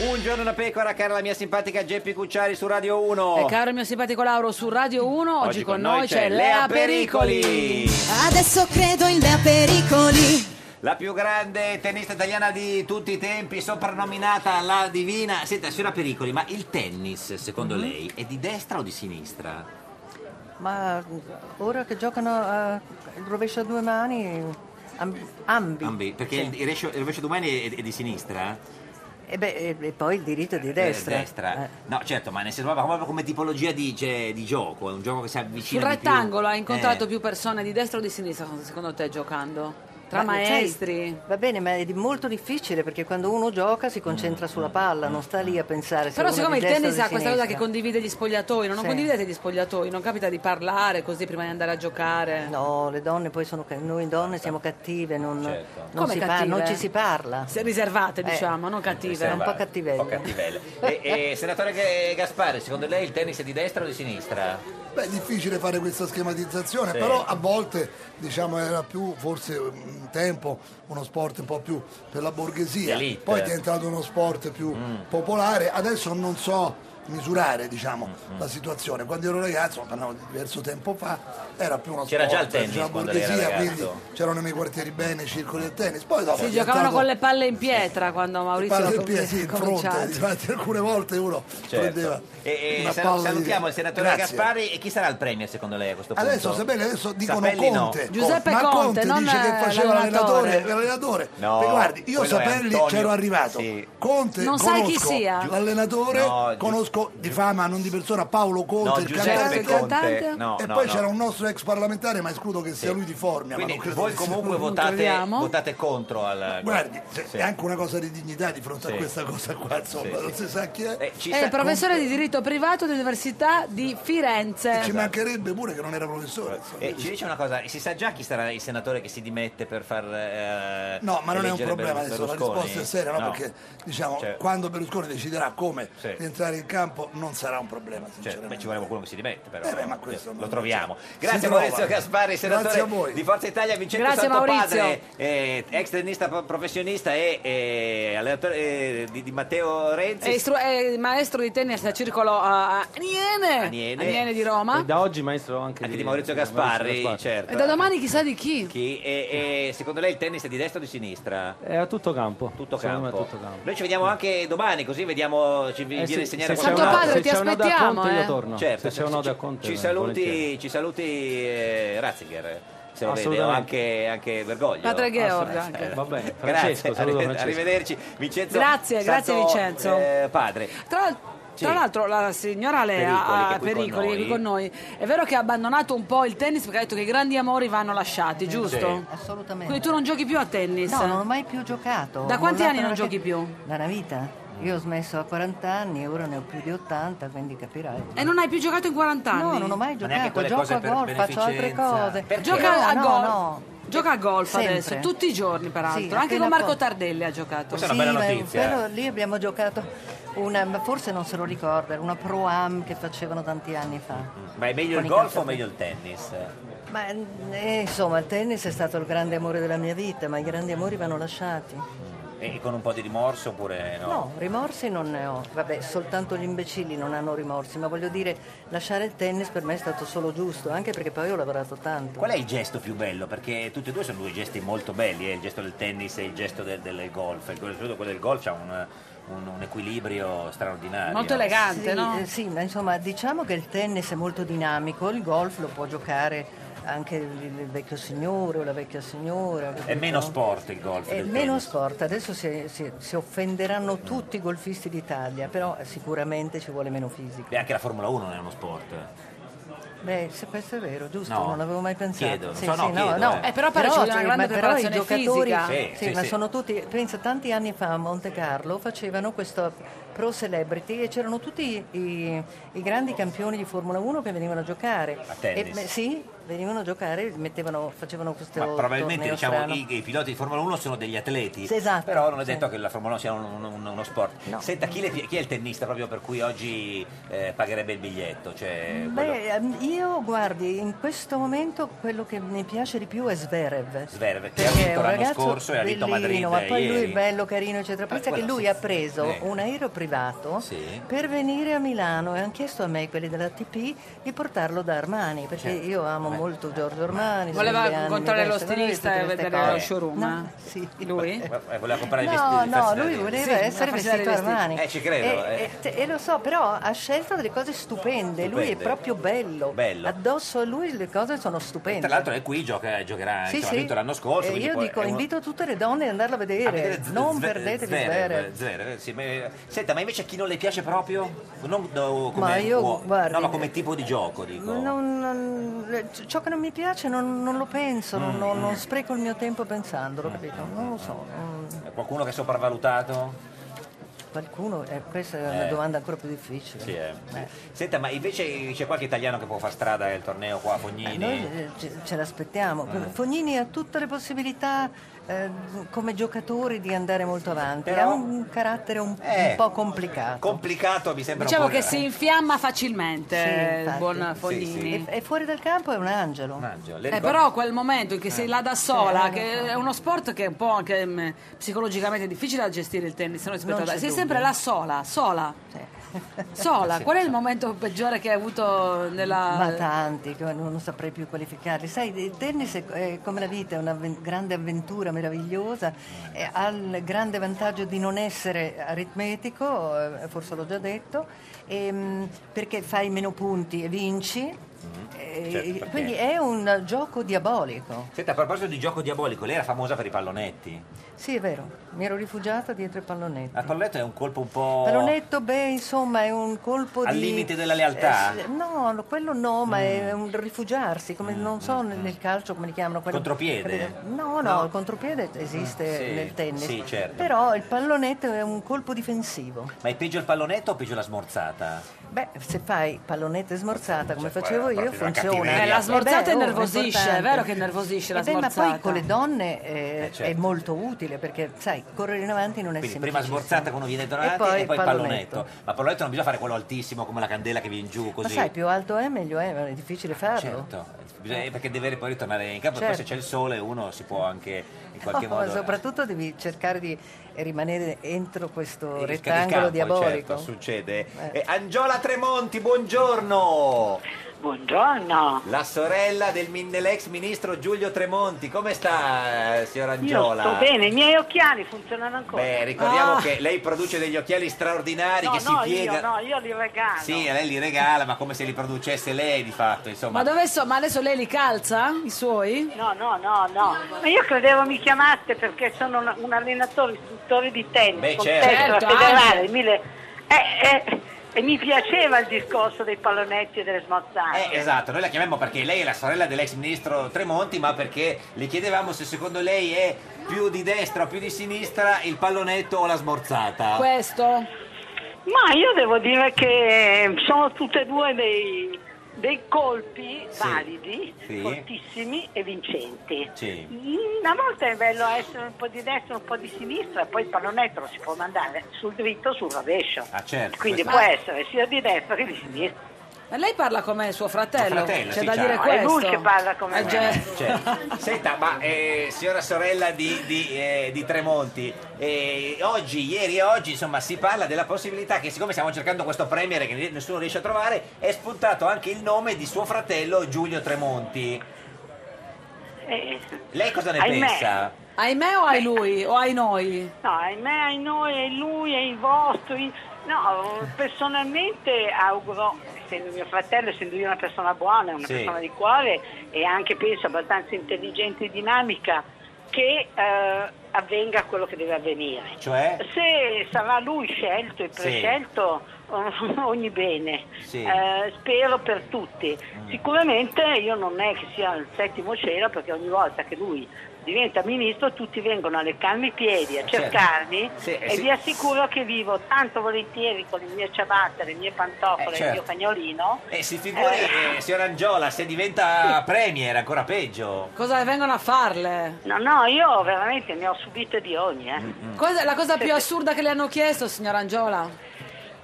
Speaker 2: Un giorno da pecora, cara la mia simpatica Geppi Cucciari su Radio
Speaker 1: E
Speaker 2: 1.
Speaker 1: Eh, caro il mio simpatico Lauro su Radio 1, oggi, con, noi c'è Lea Pericoli.
Speaker 16: Adesso credo in Lea Pericoli.
Speaker 2: La più grande tennista italiana di tutti i tempi, soprannominata la divina. Senta, signora Pericoli, ma il tennis, secondo lei, è di destra o di sinistra?
Speaker 14: Ma ora che giocano a il rovescio a due mani, am- ambi.
Speaker 2: Ambi, perché
Speaker 14: Sì.
Speaker 2: il- il rovescio- il rovescio domani è, è di sinistra?
Speaker 14: E, beh, e- e poi il diritto di
Speaker 2: Eh,
Speaker 14: destra.
Speaker 2: destra. No, certo, ma nel senso proprio proprio come tipologia di, cioè, di gioco, è un gioco che si avvicina
Speaker 1: Sul
Speaker 2: di più.
Speaker 1: rettangolo hai incontrato
Speaker 2: Eh.
Speaker 1: più persone di destra o di sinistra secondo te giocando? Tra
Speaker 14: Ma, sai,
Speaker 1: maestri?
Speaker 14: va bene, ma è di- molto difficile perché quando uno gioca si
Speaker 2: Mm,
Speaker 14: concentra sulla palla, non sta lì a pensare. se
Speaker 1: Però
Speaker 14: uno
Speaker 1: siccome
Speaker 14: di
Speaker 1: il
Speaker 14: destra o
Speaker 1: tennis
Speaker 14: di
Speaker 1: ha questa cosa che
Speaker 14: sinistra.
Speaker 1: condivide gli spogliatoi, no? non
Speaker 14: Sì.
Speaker 1: condividete gli spogliatoi, non capita di parlare così prima di andare a giocare.
Speaker 14: No, le donne poi sono ca- noi donne
Speaker 2: Certo.
Speaker 14: siamo cattive, non, non
Speaker 1: Come
Speaker 14: si
Speaker 1: cattive?
Speaker 14: parla, non ci si parla. Eh.
Speaker 1: Se riservate, diciamo, non cattive.
Speaker 14: Un
Speaker 2: Riservate.
Speaker 14: po' cattivelle.
Speaker 2: Un po' cattivelle. E- e, senatore Ga- Gasparri, secondo lei il tennis è di destra o di sinistra?
Speaker 6: Beh, è difficile fare questa schematizzazione,
Speaker 2: Sì.
Speaker 6: però a volte diciamo era più forse un tempo uno sport un po' più per la borghesia,
Speaker 2: Di elite. Mm.
Speaker 6: poi è diventato uno sport più popolare, adesso non so misurare diciamo,
Speaker 2: Mm,
Speaker 6: la situazione. Quando ero ragazzo, parlavo di diverso tempo fa, era più uno
Speaker 2: C'era
Speaker 6: sport,
Speaker 2: già il tennis
Speaker 6: c'era la
Speaker 2: quando lei era
Speaker 6: borghesia,
Speaker 2: ragazzo.
Speaker 6: quindi c'erano nei quartieri bene i circoli del tennis. Poi dopo è
Speaker 1: si
Speaker 6: diventato-
Speaker 1: giocavano con le palle in pietra quando Maurizio
Speaker 6: Parla
Speaker 1: ha
Speaker 6: del piede, sì, in fronte,
Speaker 1: cominciato.
Speaker 6: infatti alcune volte uno prendeva
Speaker 2: Certo. E,
Speaker 6: una
Speaker 2: e sal-
Speaker 6: palla di-
Speaker 2: salutiamo il senatore
Speaker 6: Grazie.
Speaker 2: Gasparri e chi sarà il premier secondo lei a questo punto?
Speaker 6: Adesso, Sapelli, adesso dicono
Speaker 2: Sapelli no.
Speaker 6: Conte.
Speaker 1: Giuseppe
Speaker 6: ma
Speaker 1: Conte,
Speaker 6: Conte,
Speaker 1: non,
Speaker 6: dice che
Speaker 1: eh,
Speaker 6: faceva
Speaker 1: l'allenatore.
Speaker 6: l'allenatore. l'allenatore.
Speaker 2: No,
Speaker 6: Perché guardi, io
Speaker 2: quello è
Speaker 6: Sapelli cioè,
Speaker 2: Antonio-
Speaker 6: c'ero arrivato.
Speaker 2: Sì.
Speaker 6: Conte,
Speaker 1: Non sai
Speaker 6: conosco
Speaker 1: chi sia?
Speaker 6: l'allenatore,
Speaker 2: No, Giu-
Speaker 6: conosco di fama, non di persona, Paolo Conte,
Speaker 2: No,
Speaker 6: il
Speaker 2: Giuseppe
Speaker 6: cantante.
Speaker 2: Conte, no,
Speaker 6: e
Speaker 2: no,
Speaker 6: poi
Speaker 2: no.
Speaker 6: c'era un nostro ex parlamentare, ma escludo che sia lui di Formia. ma
Speaker 2: Quindi
Speaker 6: non credo
Speaker 2: voi
Speaker 6: che sia
Speaker 2: comunque
Speaker 6: lui.
Speaker 2: votate, votate contro al...
Speaker 6: Guardi, se-
Speaker 2: Sì.
Speaker 6: è anche una cosa di dignità di fronte
Speaker 2: Sì.
Speaker 6: a questa cosa qua, insomma,
Speaker 2: Sì, Eh, sì.
Speaker 6: non si sa chi è.
Speaker 1: È Eh, il professore di diritto privato dell'Università di Firenze.
Speaker 6: Ci mancherebbe pure che non era professore. insomma.
Speaker 2: Eh, ci dice una cosa, si sa già chi sarà il senatore che si dimette per far... eh,
Speaker 6: No, ma non è un
Speaker 2: eleggere
Speaker 6: problema
Speaker 2: Berlus-
Speaker 6: adesso, la
Speaker 2: Berlusconi?
Speaker 6: risposta è seria, no? Perché diciamo,
Speaker 2: Cioè-
Speaker 6: quando Berlusconi deciderà come
Speaker 2: Sì.
Speaker 6: entrare in campo non sarà un problema,
Speaker 2: Cioè,
Speaker 6: sinceramente.
Speaker 2: beh, ci vuole qualcuno che si dimette però.
Speaker 6: Eh beh, ma questo
Speaker 2: lo
Speaker 6: non-
Speaker 2: troviamo.
Speaker 6: si
Speaker 2: Grazie
Speaker 6: trova.
Speaker 2: Maurizio Gasparri,
Speaker 6: Grazie a voi.
Speaker 2: senatore di Forza Italia, Vincenzo
Speaker 1: Grazie,
Speaker 2: Santopadre,
Speaker 1: Maurizio.
Speaker 2: eh, ex tennista pro- professionista e eh, allenatore eh, di, di Matteo Renzi.
Speaker 1: È, istru- è maestro di tennis al circolo a, a Aniene,
Speaker 2: Aniene.
Speaker 1: Aniene di Roma.
Speaker 17: E da oggi maestro anche,
Speaker 2: Anche di Maurizio Gasparri, certo.
Speaker 1: E da domani chissà di chi.
Speaker 2: Chi- e- e secondo lei il tennis è di destra o di sinistra?
Speaker 17: È a tutto campo.
Speaker 2: Tutto
Speaker 17: Secondo me
Speaker 2: campo.
Speaker 17: è tutto campo.
Speaker 2: Noi ci vediamo anche domani, così vediamo, ci vi-
Speaker 17: Eh,
Speaker 2: viene
Speaker 17: sì,
Speaker 2: a
Speaker 17: se
Speaker 2: insegnare
Speaker 17: c'è
Speaker 2: qualcosa.
Speaker 17: una- Santo Padre, se
Speaker 1: ti
Speaker 17: c'è una da
Speaker 1: aspettiamo,
Speaker 17: Conte, io
Speaker 1: eh.
Speaker 17: torno.
Speaker 2: Certo,
Speaker 17: se c'è una da Conte,
Speaker 2: Ci
Speaker 17: eh,
Speaker 2: saluti,
Speaker 17: volentieri.
Speaker 2: ci saluti eh, Ratzinger, se lo vede, o
Speaker 17: Assolutamente.
Speaker 2: anche, anche Bergoglio.
Speaker 1: Padre Georg
Speaker 2: Ah,
Speaker 1: anche.
Speaker 17: Va bene,
Speaker 2: grazie,
Speaker 17: Francesco, saluto
Speaker 2: arrive-
Speaker 17: Francesco.
Speaker 2: arrivederci. Vincenzo
Speaker 1: Grazie, grazie,
Speaker 2: Santo,
Speaker 1: Vincenzo.
Speaker 2: eh, padre.
Speaker 1: Tra,
Speaker 2: Sì.
Speaker 1: tra l'altro la signora Lea
Speaker 2: Pericoli, che è
Speaker 1: ha
Speaker 2: qui con
Speaker 1: pericoli che è qui
Speaker 2: noi.
Speaker 1: con noi. È vero che ha abbandonato un po' il tennis perché ha detto che i grandi amori vanno
Speaker 14: Eh,
Speaker 1: lasciati, giusto?
Speaker 14: Assolutamente.
Speaker 1: Quindi tu non giochi più a tennis?
Speaker 14: No, non ho mai più giocato.
Speaker 1: Da
Speaker 14: Ho
Speaker 1: quanti
Speaker 14: mollato
Speaker 1: anni non
Speaker 14: la
Speaker 1: giochi
Speaker 14: racket-
Speaker 1: più? Mm.
Speaker 14: Da una vita. Io ho smesso a 40 anni, ora ne ho più di 80, quindi capirai.
Speaker 1: E non hai più giocato in 40 anni?
Speaker 14: No, non ho mai
Speaker 1: Ma
Speaker 2: neanche
Speaker 14: giocato,
Speaker 2: quelle
Speaker 14: gioco
Speaker 2: cose
Speaker 14: a
Speaker 2: per
Speaker 14: golf, faccio altre
Speaker 2: beneficenza.
Speaker 14: cose.
Speaker 2: Perché?
Speaker 1: Gioca
Speaker 14: No,
Speaker 1: a
Speaker 14: no,
Speaker 1: golf.
Speaker 14: no.
Speaker 1: Gioca a golf
Speaker 14: Sempre.
Speaker 1: adesso, tutti i giorni peraltro.
Speaker 14: Sì,
Speaker 1: Anche
Speaker 14: appena
Speaker 1: con Marco
Speaker 14: può.
Speaker 1: Tardelli ha giocato.
Speaker 2: Questa è una bella
Speaker 14: ma
Speaker 2: notizia. eh.
Speaker 14: quello lì abbiamo giocato una, ma forse non se lo ricorda, era una pro am che facevano tanti anni fa.
Speaker 2: Ma è meglio
Speaker 14: Con
Speaker 2: il
Speaker 14: i
Speaker 2: golf o
Speaker 14: calciatori.
Speaker 2: meglio il tennis?
Speaker 14: Ma eh, insomma, il tennis è stato il grande amore della mia vita, ma i grandi amori vanno lasciati.
Speaker 2: E con un po' di rimorso oppure no?
Speaker 14: No, rimorsi non ne ho. Vabbè, soltanto gli imbecilli non hanno rimorsi, ma voglio dire, lasciare il tennis per me è stato solo giusto, anche perché poi ho lavorato tanto.
Speaker 2: Qual è il gesto più bello? Perché tutti e due sono due gesti molto belli, eh, il gesto del tennis e il gesto del, del golf. Il- Soprattutto quello del golf ha un, un- un equilibrio straordinario.
Speaker 1: Molto elegante,
Speaker 14: sì,
Speaker 1: no?
Speaker 14: eh, sì, ma insomma, diciamo che il tennis è molto dinamico, il golf lo può giocare anche il il vecchio signore o la vecchia signora.
Speaker 2: È
Speaker 14: capito?
Speaker 2: meno sport il golf.
Speaker 14: È
Speaker 2: del
Speaker 14: meno
Speaker 2: tennis.
Speaker 14: sport, adesso si, si- si offenderanno tutti i golfisti d'Italia, però sicuramente ci vuole meno fisico.
Speaker 2: Beh, anche la Formula 1 non è uno sport.
Speaker 14: Beh, se questo è vero, giusto,
Speaker 2: No.
Speaker 14: non avevo mai pensato.
Speaker 2: Chiedo, non so, no, chiedo, eh.
Speaker 1: Eh, però pare ci voglia una
Speaker 14: sì,
Speaker 1: grande
Speaker 14: ma però i
Speaker 1: preparazione
Speaker 14: giocatori-
Speaker 1: fisica.
Speaker 2: Sì,
Speaker 14: sì,
Speaker 2: sì,
Speaker 14: ma
Speaker 2: sì.
Speaker 14: sono tutti, pensa, tanti anni fa a Monte Carlo facevano questo pro celebrity e c'erano tutti i, i grandi campioni di Formula 1 che venivano a giocare.
Speaker 2: A tennis.
Speaker 14: E, beh, sì, venivano a giocare, mettevano- facevano questo
Speaker 2: Ma probabilmente
Speaker 14: torneo
Speaker 2: diciamo,
Speaker 14: strano.
Speaker 2: i, i piloti di Formula 1 sono degli atleti,
Speaker 14: Sì, esatto,
Speaker 2: però non è
Speaker 14: sì.
Speaker 2: detto che la Formula 1 sia un- un- un- uno sport.
Speaker 14: No.
Speaker 2: Senta, chi, le pi- chi è il tennista proprio per cui oggi eh, pagherebbe il biglietto? Cioè, quello-
Speaker 14: Beh, ehm, io guardi, in questo momento quello che mi piace di più è Zverev.
Speaker 2: Zverev, che ha
Speaker 14: Perché è
Speaker 2: vinto
Speaker 14: un
Speaker 2: l'anno
Speaker 14: ragazzo
Speaker 2: scorso e ha vinto a Madrid eh,
Speaker 14: bellino, ma poi lui
Speaker 2: ieri. Ah,
Speaker 14: è bello, carino, eccetera. Pensa che
Speaker 2: quello
Speaker 14: lui
Speaker 2: sì.
Speaker 14: ha preso
Speaker 2: Eh.
Speaker 14: un aereo privato
Speaker 2: Sì.
Speaker 14: per venire a Milano e hanno chiesto a me, quelli dell'ATP, di portarlo da Armani, perché
Speaker 2: Certo.
Speaker 14: io amo molto Giorgio Armani.
Speaker 1: Voleva
Speaker 14: Silviani,
Speaker 1: incontrare lo
Speaker 14: Michele,
Speaker 1: stilista
Speaker 14: tutte
Speaker 1: e
Speaker 14: queste
Speaker 1: vedere lo
Speaker 14: cose.
Speaker 1: showroom.
Speaker 14: No,
Speaker 1: eh?
Speaker 14: sì.
Speaker 1: Lui?
Speaker 2: Eh, voleva comprare i
Speaker 14: No,
Speaker 2: vestiti.
Speaker 14: no,
Speaker 2: farsi
Speaker 14: lui
Speaker 2: vedere.
Speaker 14: voleva
Speaker 1: Sì,
Speaker 14: essere
Speaker 1: ma faceva
Speaker 14: vestito
Speaker 1: dei vestiti.
Speaker 14: Armani.
Speaker 2: Eh, ci credo,
Speaker 14: E,
Speaker 2: eh.
Speaker 14: e- e lo so, però ha scelto delle cose stupende. Lui è
Speaker 2: Stupende.
Speaker 14: proprio bello.
Speaker 2: Bello.
Speaker 14: Addosso a lui le cose sono
Speaker 2: E Tra
Speaker 14: stupende.
Speaker 2: l'altro è qui, gioca- giocherà,
Speaker 14: eh. Sì,
Speaker 2: insomma,
Speaker 14: sì.
Speaker 2: ha vinto cioè, l'anno scorso.
Speaker 14: E
Speaker 2: quindi
Speaker 14: io
Speaker 2: può-
Speaker 14: dico,
Speaker 2: è uno-
Speaker 14: invito tutte le donne ad andarlo a vedere.
Speaker 2: a vedere Z-
Speaker 14: non
Speaker 2: Zve-
Speaker 14: perdetevi
Speaker 2: Zverev,
Speaker 14: Zverev.
Speaker 2: Zverev, sì, ma, eh, Senta, ma invece chi non le piace proprio? Non, no, come,
Speaker 14: Ma io,
Speaker 2: uo-
Speaker 14: guardi-
Speaker 2: no, ma come tipo di gioco, dico.
Speaker 14: Non- non- le- ciò che non mi piace non, non lo penso, non, non-
Speaker 2: Mm.
Speaker 14: non spreco il mio tempo pensandolo, capito? Non lo so. non-
Speaker 2: Qualcuno che è sopravvalutato?
Speaker 14: Qualcuno, eh, questa è una
Speaker 2: Eh.
Speaker 14: domanda ancora più difficile.
Speaker 2: Sì, eh.
Speaker 14: Eh.
Speaker 2: Senta, ma invece c'è qualche italiano che può far strada
Speaker 14: Eh,
Speaker 2: al torneo qua a Fognini? Eh.
Speaker 14: Noi eh, ce, ce l'aspettiamo. Fognini ha tutte le possibilità, eh, come giocatori di andare molto avanti.
Speaker 3: Però-
Speaker 14: ha un carattere un,
Speaker 3: Eh.
Speaker 14: un po' complicato.
Speaker 3: Complicato mi sembra
Speaker 1: Diciamo
Speaker 3: un po'.
Speaker 2: eh.
Speaker 1: che si infiamma facilmente,
Speaker 14: Sì,
Speaker 1: il
Speaker 14: infatti.
Speaker 1: buon
Speaker 14: Sì,
Speaker 1: Fognini.
Speaker 14: E, e fuori dal campo è un angelo.
Speaker 3: Le
Speaker 1: Eh,
Speaker 3: ricordi-
Speaker 1: però quel momento in cui sei là da sola,
Speaker 14: eh,
Speaker 1: che è uno sport che è un po' anche mh, psicologicamente difficile da gestire il tennis, no, rispetto
Speaker 14: Non
Speaker 1: ad-
Speaker 14: c'è
Speaker 1: sei
Speaker 14: dubbio.
Speaker 1: sempre là sola, sola. Sola, qual è il momento peggiore che hai avuto nella...
Speaker 14: Ma tanti, che non non saprei più qualificarli. Sai, il tennis è, è come la vita, è una avven- grande avventura meravigliosa, e ha il grande vantaggio di non essere aritmetico, eh, forse l'ho già detto, ehm, perché fai meno punti e vinci. e-
Speaker 2: certo, perché-
Speaker 14: quindi è un gioco diabolico.
Speaker 2: Senta, a proposito di gioco diabolico, lei era famosa per i pallonetti.
Speaker 14: Sì, è vero, mi ero rifugiata dietro i pallonetti.
Speaker 2: Il pallonetto è un colpo un po'.
Speaker 14: Pallonetto, beh, insomma, è un colpo
Speaker 2: Al
Speaker 14: di...
Speaker 2: limite della lealtà? Mm.
Speaker 14: Eh, sì, no, no, quello no, ma è un rifugiarsi, come non so nel- nel calcio come li chiamano. quelli-
Speaker 2: Contropiede?
Speaker 14: No, no,
Speaker 2: No. Mm,
Speaker 14: il contropiede esiste
Speaker 2: Sì,
Speaker 14: nel tennis.
Speaker 2: sì, certo.
Speaker 14: Però il pallonetto è un colpo difensivo.
Speaker 2: Ma è peggio il pallonetto o peggio la smorzata?
Speaker 14: Beh, se fai pallonetto e smorzata come
Speaker 2: Cioè,
Speaker 14: facevo
Speaker 2: poi è
Speaker 14: io,
Speaker 2: proprio una
Speaker 14: funziona.
Speaker 2: cattiveria. Eh, la
Speaker 1: smorzata
Speaker 14: oh,
Speaker 1: innervosisce,
Speaker 14: importante.
Speaker 1: è vero che innervosisce la
Speaker 14: Eh beh, Ma
Speaker 1: smorzata.
Speaker 14: poi con le donne eh,
Speaker 2: Eh, certo.
Speaker 14: è molto utile perché, sai, correre in avanti non è
Speaker 2: Quindi
Speaker 14: semplice.
Speaker 2: prima smorzata quando viene davanti
Speaker 14: E poi
Speaker 2: e poi il
Speaker 14: pallonetto.
Speaker 2: pallonetto. Ma il pallonetto non bisogna fare quello altissimo come la candela che viene giù così.
Speaker 14: Ma sai, più alto è, meglio è, ma è difficile farlo.
Speaker 2: Certo, bisogna- eh, perché deve poi ritornare in campo, e
Speaker 14: Certo.
Speaker 2: poi se c'è il sole uno si può anche in qualche
Speaker 14: No, ma
Speaker 2: modo...
Speaker 14: soprattutto devi cercare di rimanere entro questo
Speaker 2: Il- il
Speaker 14: rettangolo
Speaker 2: campo,
Speaker 14: diabolico.
Speaker 2: certo, succede. Eh, Angiola Tremonti, buongiorno!
Speaker 10: Buongiorno!
Speaker 2: La sorella del min- dell'ex ministro Giulio Tremonti, come sta eh, signora
Speaker 10: Io
Speaker 2: Angiola?
Speaker 10: sto bene, i miei occhiali funzionano ancora.
Speaker 2: Beh, ricordiamo
Speaker 10: Ah.
Speaker 2: che lei produce degli occhiali straordinari
Speaker 10: No,
Speaker 2: che si
Speaker 10: no,
Speaker 2: piega.
Speaker 10: io no, io li regalo.
Speaker 2: Sì, lei li regala, ma come se li producesse lei di fatto, insomma.
Speaker 1: Ma, dove so- ma adesso lei li calza, i suoi?
Speaker 10: No, no, no, no. Ma io credevo mi chiamaste perché sono un, un allenatore, istruttore di tennis,
Speaker 2: Beh,
Speaker 10: con
Speaker 2: certo.
Speaker 10: testa
Speaker 2: Certo,
Speaker 10: federale.
Speaker 2: anche.
Speaker 10: mille- eh, eh, e mi piaceva il discorso dei pallonetti e delle smozzate.
Speaker 2: Esatto, noi la chiamiamo perché lei è la sorella dell'ex ministro Tremonti, ma perché le chiedevamo se secondo lei è più di destra o più di sinistra il pallonetto o la smorzata.
Speaker 1: Questo?
Speaker 10: Ma io devo dire che eh, sono tutte e due dei, dei colpi
Speaker 2: Sì.
Speaker 10: validi,
Speaker 2: Sì.
Speaker 10: fortissimi e vincenti.
Speaker 2: Sì.
Speaker 10: Una volta è bello essere un po' di destra, un po' di sinistra, poi il pallonetto lo si può mandare sul dritto o sul rovescio.
Speaker 2: Ah, certo.
Speaker 10: Quindi
Speaker 2: questo-
Speaker 10: può essere sia eh, di destra che di sinistra.
Speaker 1: Ma lei parla come suo fratello,
Speaker 2: Suo fratello,
Speaker 1: c'è
Speaker 2: sì,
Speaker 1: da
Speaker 2: ciao.
Speaker 1: dire
Speaker 2: Ah,
Speaker 1: questo.
Speaker 2: è lui che
Speaker 10: parla come
Speaker 1: Eh,
Speaker 2: me.
Speaker 1: già-
Speaker 2: Certo. Senta, ma eh, signora sorella di, di, eh, di Tremonti, eh, oggi, ieri e oggi, insomma, si parla della possibilità che, siccome stiamo cercando questo premier che nessuno riesce a trovare, è spuntato anche il nome di suo fratello Giulio Tremonti.
Speaker 10: Eh,
Speaker 2: Lei cosa ne
Speaker 10: Ahimè.
Speaker 2: pensa?
Speaker 1: Hai me o hai lui? O hai noi?
Speaker 10: No, ai me, ai noi, ai lui, ai vostri. No, personalmente auguro, essendo mio fratello, essendo io una persona buona, una
Speaker 8: Sì.
Speaker 10: persona di cuore e anche penso abbastanza intelligente e dinamica, che eh, avvenga quello che deve avvenire.
Speaker 2: Cioè?
Speaker 10: Se sarà lui scelto e
Speaker 2: Sì.
Speaker 10: prescelto, ogni bene.
Speaker 2: Sì. Mm.
Speaker 10: Eh, spero per tutti. Sicuramente io non è che sia il settimo cielo perché ogni volta che lui diventa ministro tutti vengono a leccarmi i piedi, a
Speaker 2: Certo.
Speaker 10: cercarmi
Speaker 2: Sì,
Speaker 10: e
Speaker 2: sì.
Speaker 10: vi assicuro che vivo tanto volentieri con le mie ciabatte, le mie pantofole,
Speaker 2: Eh, certo.
Speaker 10: il mio cagnolino.
Speaker 2: Eh, si figuri, eh, signora Angiola, se diventa premier, ancora peggio.
Speaker 1: Cosa vengono a farle?
Speaker 10: No, no, io veramente ne ho subite di ogni.
Speaker 2: Mm,
Speaker 10: eh.
Speaker 1: Cosa- la cosa più assurda che le hanno chiesto, signora Angiola?
Speaker 2: Eh,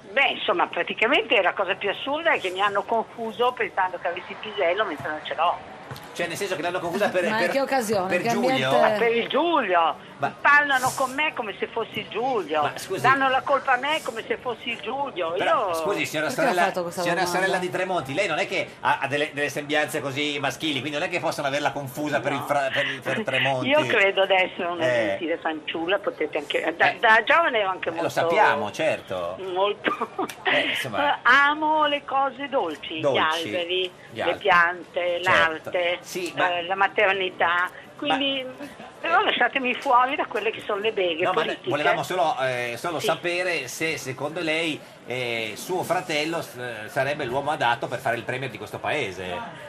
Speaker 10: Beh, Eh, insomma, praticamente la cosa più assurda è che mi hanno confuso pensando che avessi il pisello mentre non ce l'ho.
Speaker 2: Cioè, nel senso che l'hanno confusa per...
Speaker 1: Ma in
Speaker 2: per-
Speaker 1: che occasione?
Speaker 2: Per
Speaker 1: Che
Speaker 2: Giulio?
Speaker 1: ambiente-
Speaker 10: Ma per il Giulio.
Speaker 2: Ma-
Speaker 10: Parlano con me come se fossi Giulio.
Speaker 2: scusi-
Speaker 10: Danno la colpa a me come se fossi Giulio.
Speaker 2: Però,
Speaker 10: Io...
Speaker 2: scusi, signora,
Speaker 10: Perché l'ha
Speaker 2: sorella,
Speaker 10: fatto questa
Speaker 2: signora
Speaker 10: domanda?
Speaker 2: sorella di Tremonti, lei non è che ha, ha delle, delle sembianze così maschili, quindi non è che possono averla confusa per, il fra- per il- per Tremonti.
Speaker 10: Io credo di essere una
Speaker 2: Eh.
Speaker 10: gentile fanciulla, potete anche. eh, Da, da giovane ero anche
Speaker 2: Eh,
Speaker 10: molto.
Speaker 2: lo sappiamo, certo.
Speaker 10: Molto.
Speaker 2: Eh, insomma,
Speaker 10: Eh, amo le cose dolci,
Speaker 2: Dolci,
Speaker 10: gli alberi,
Speaker 2: gli
Speaker 10: le
Speaker 2: alberi.
Speaker 10: piante,
Speaker 2: Certo.
Speaker 10: l'arte,
Speaker 2: Sì, ma-
Speaker 10: eh, la maternità. Quindi, però lasciatemi fuori da quelle che sono le beghe
Speaker 2: no, ma noi
Speaker 10: politiche.
Speaker 2: volevamo solo, eh, solo
Speaker 10: Sì.
Speaker 2: sapere se secondo lei eh, suo fratello eh, sarebbe l'uomo adatto per fare il premier di questo paese.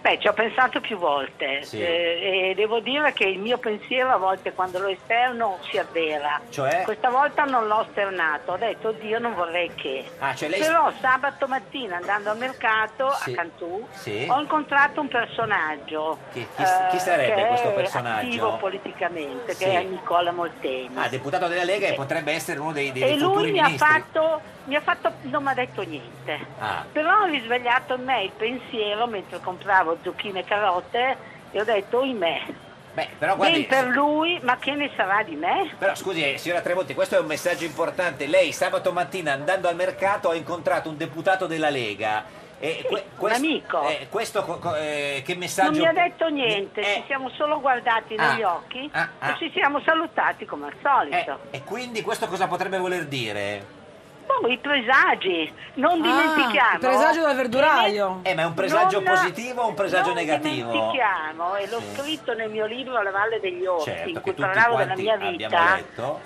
Speaker 10: Beh, ci ho pensato più volte
Speaker 3: Sì.
Speaker 10: eh, e devo dire che il mio pensiero a volte quando lo esterno si avvera.
Speaker 3: Cioè?
Speaker 10: Questa volta non l'ho sternato, ho detto Dio non vorrei che.
Speaker 3: Ah, cioè lei-
Speaker 10: Però sabato mattina andando al mercato
Speaker 3: Sì.
Speaker 10: a Cantù
Speaker 3: Sì.
Speaker 10: ho incontrato un personaggio.
Speaker 3: Chi- chi- chi sarebbe
Speaker 10: Eh, che
Speaker 3: questo
Speaker 10: è
Speaker 3: personaggio?
Speaker 10: Attivo politicamente,
Speaker 3: Sì.
Speaker 10: che è Nicola Molteni.
Speaker 2: Ah, deputato della Lega e potrebbe essere uno dei, dei
Speaker 10: Eh, e lui
Speaker 2: futuri
Speaker 10: mi ha,
Speaker 2: ministri.
Speaker 10: fatto, mi ha fatto, non mi ha detto niente.
Speaker 2: Ah.
Speaker 10: Però ho risvegliato in me il pensiero mentre compravo zucchine e carote e ho detto, in me.
Speaker 2: Beh, però guardi-
Speaker 10: Ben per lui, ma che ne sarà di me?
Speaker 2: Però scusi, eh, signora Tremonti, questo è un messaggio importante. Lei sabato mattina andando al mercato ha incontrato un deputato della Lega. E que- quest- eh, questo co- co- eh, che messaggio?
Speaker 10: Non mi ha detto niente, ci siamo solo guardati negli
Speaker 2: Eh. Ah.
Speaker 10: occhi
Speaker 2: Ah, ah. Eh,
Speaker 10: e ci siamo salutati come al solito.
Speaker 2: E quindi questo cosa potrebbe voler dire?
Speaker 10: Poi i presagi, non
Speaker 1: Ah,
Speaker 10: dimentichiamo.
Speaker 1: il presagio del verduraio.
Speaker 2: Eh, ma è un presagio
Speaker 10: Non-
Speaker 2: positivo o un presagio
Speaker 10: non
Speaker 2: negativo?
Speaker 10: dimentichiamo, e l'ho
Speaker 2: Sì.
Speaker 10: scritto nel mio libro La Valle degli Orsi,
Speaker 2: Certo,
Speaker 10: in
Speaker 2: che
Speaker 10: cui
Speaker 2: tutti
Speaker 10: parlavo della
Speaker 2: quanti
Speaker 10: mia
Speaker 2: abbiamo
Speaker 10: vita,
Speaker 2: letto.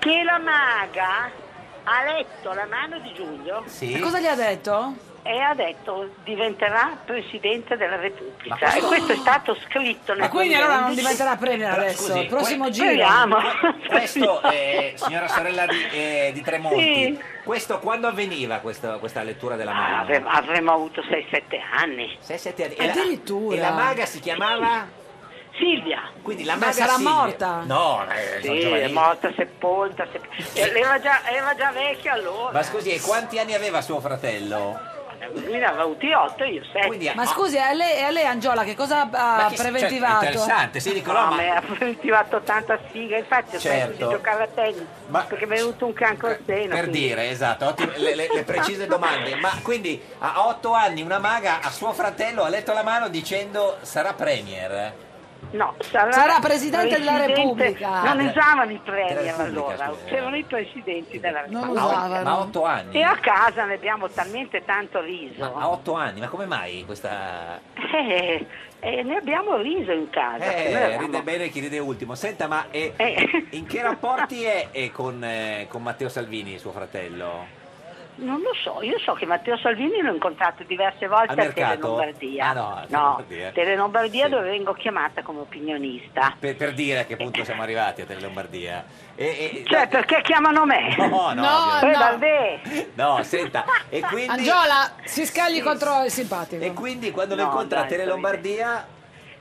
Speaker 10: che la maga ha letto la mano di Giulio
Speaker 2: Sì.
Speaker 1: Ma cosa gli ha detto?
Speaker 10: e ha detto diventerà Presidente della Repubblica.
Speaker 1: Ma questo-
Speaker 10: E questo è stato scritto nel
Speaker 1: Ma quindi allora non
Speaker 10: 2011.
Speaker 1: diventerà premier
Speaker 2: Però,
Speaker 1: adesso,
Speaker 2: scusi,
Speaker 1: il prossimo
Speaker 2: que-
Speaker 1: giro.
Speaker 10: Speriamo.
Speaker 2: Questo, eh, signora sorella di, eh, di Tremonti,
Speaker 10: Sì.
Speaker 2: questo quando avveniva questo- questa lettura della
Speaker 10: Ah,
Speaker 2: mano?
Speaker 10: avre- avremmo avuto 6-7 anni.
Speaker 2: 6-7 anni.
Speaker 1: Eh, Addirittura.
Speaker 2: E la maga si chiamava?
Speaker 10: Silvia.
Speaker 2: Quindi la
Speaker 10: Beh,
Speaker 2: maga
Speaker 10: sarà
Speaker 2: Silvia.
Speaker 10: morta.
Speaker 2: No, eh, sono
Speaker 10: Sì, è
Speaker 2: giovanili.
Speaker 10: morta, sepolta, sep- eh, era, già, era già vecchia allora.
Speaker 2: Ma scusi, e quanti anni aveva suo fratello?
Speaker 10: Lui ne aveva avuti 8 io 7.
Speaker 1: Ma scusi, a lei, e a lei, Angiola che cosa
Speaker 2: Ma
Speaker 1: ha
Speaker 2: che-
Speaker 1: preventivato?
Speaker 2: cioè, interessante, sì, dico, no,
Speaker 10: No,
Speaker 2: ma-
Speaker 10: mi ha preventivato tanta sfiga, infatti ho
Speaker 2: Certo.
Speaker 10: smesso di giocare a tennis perché mi è venuto un cancro al seno.
Speaker 2: Per
Speaker 10: quindi-
Speaker 2: dire, esatto, ottime- le, le- le precise domande. Ma quindi a otto anni una maga a suo fratello ha letto la mano dicendo sarà premier. Eh,
Speaker 10: No, sarà,
Speaker 1: Sarà Presidente della
Speaker 10: Presidente-
Speaker 1: Repubblica.
Speaker 10: Non usavano i
Speaker 2: Della
Speaker 10: premier
Speaker 2: Repubblica,
Speaker 10: Eh, allora,
Speaker 2: scusa.
Speaker 10: c'erano i presidenti della Repubblica.
Speaker 2: ma, a, ma a otto anni?
Speaker 10: E a casa ne abbiamo talmente tanto riso.
Speaker 2: Ma a otto anni, ma come mai questa...
Speaker 10: Eh, eh, ne abbiamo riso in casa. che noi
Speaker 2: Eh,
Speaker 10: eravamo-
Speaker 2: ride bene chi ride ultimo. Senta, ma eh, in che rapporti è, è con, eh, con Matteo Salvini, suo fratello?
Speaker 10: Non lo so, io so che Matteo Salvini l'ho incontrato diverse volte
Speaker 2: Al
Speaker 10: a
Speaker 2: mercato?
Speaker 10: Tele Lombardia.
Speaker 2: Ah, no, a Tele
Speaker 10: no,
Speaker 2: Lombardia.
Speaker 10: Tele Lombardia dove vengo chiamata come opinionista.
Speaker 2: Per, per dire a che punto siamo arrivati a Tele Lombardia. E- e-
Speaker 10: Cioè, perché chiamano me?
Speaker 2: Oh, No, no, No, ovviamente.
Speaker 10: Eh,
Speaker 2: no.
Speaker 10: vabbè.
Speaker 2: no, senta, e quindi...
Speaker 1: Angiola, si scagli contro il simpatico.
Speaker 2: E quindi quando lo
Speaker 10: No,
Speaker 2: incontra a
Speaker 10: dai,
Speaker 2: Tele Lombardia...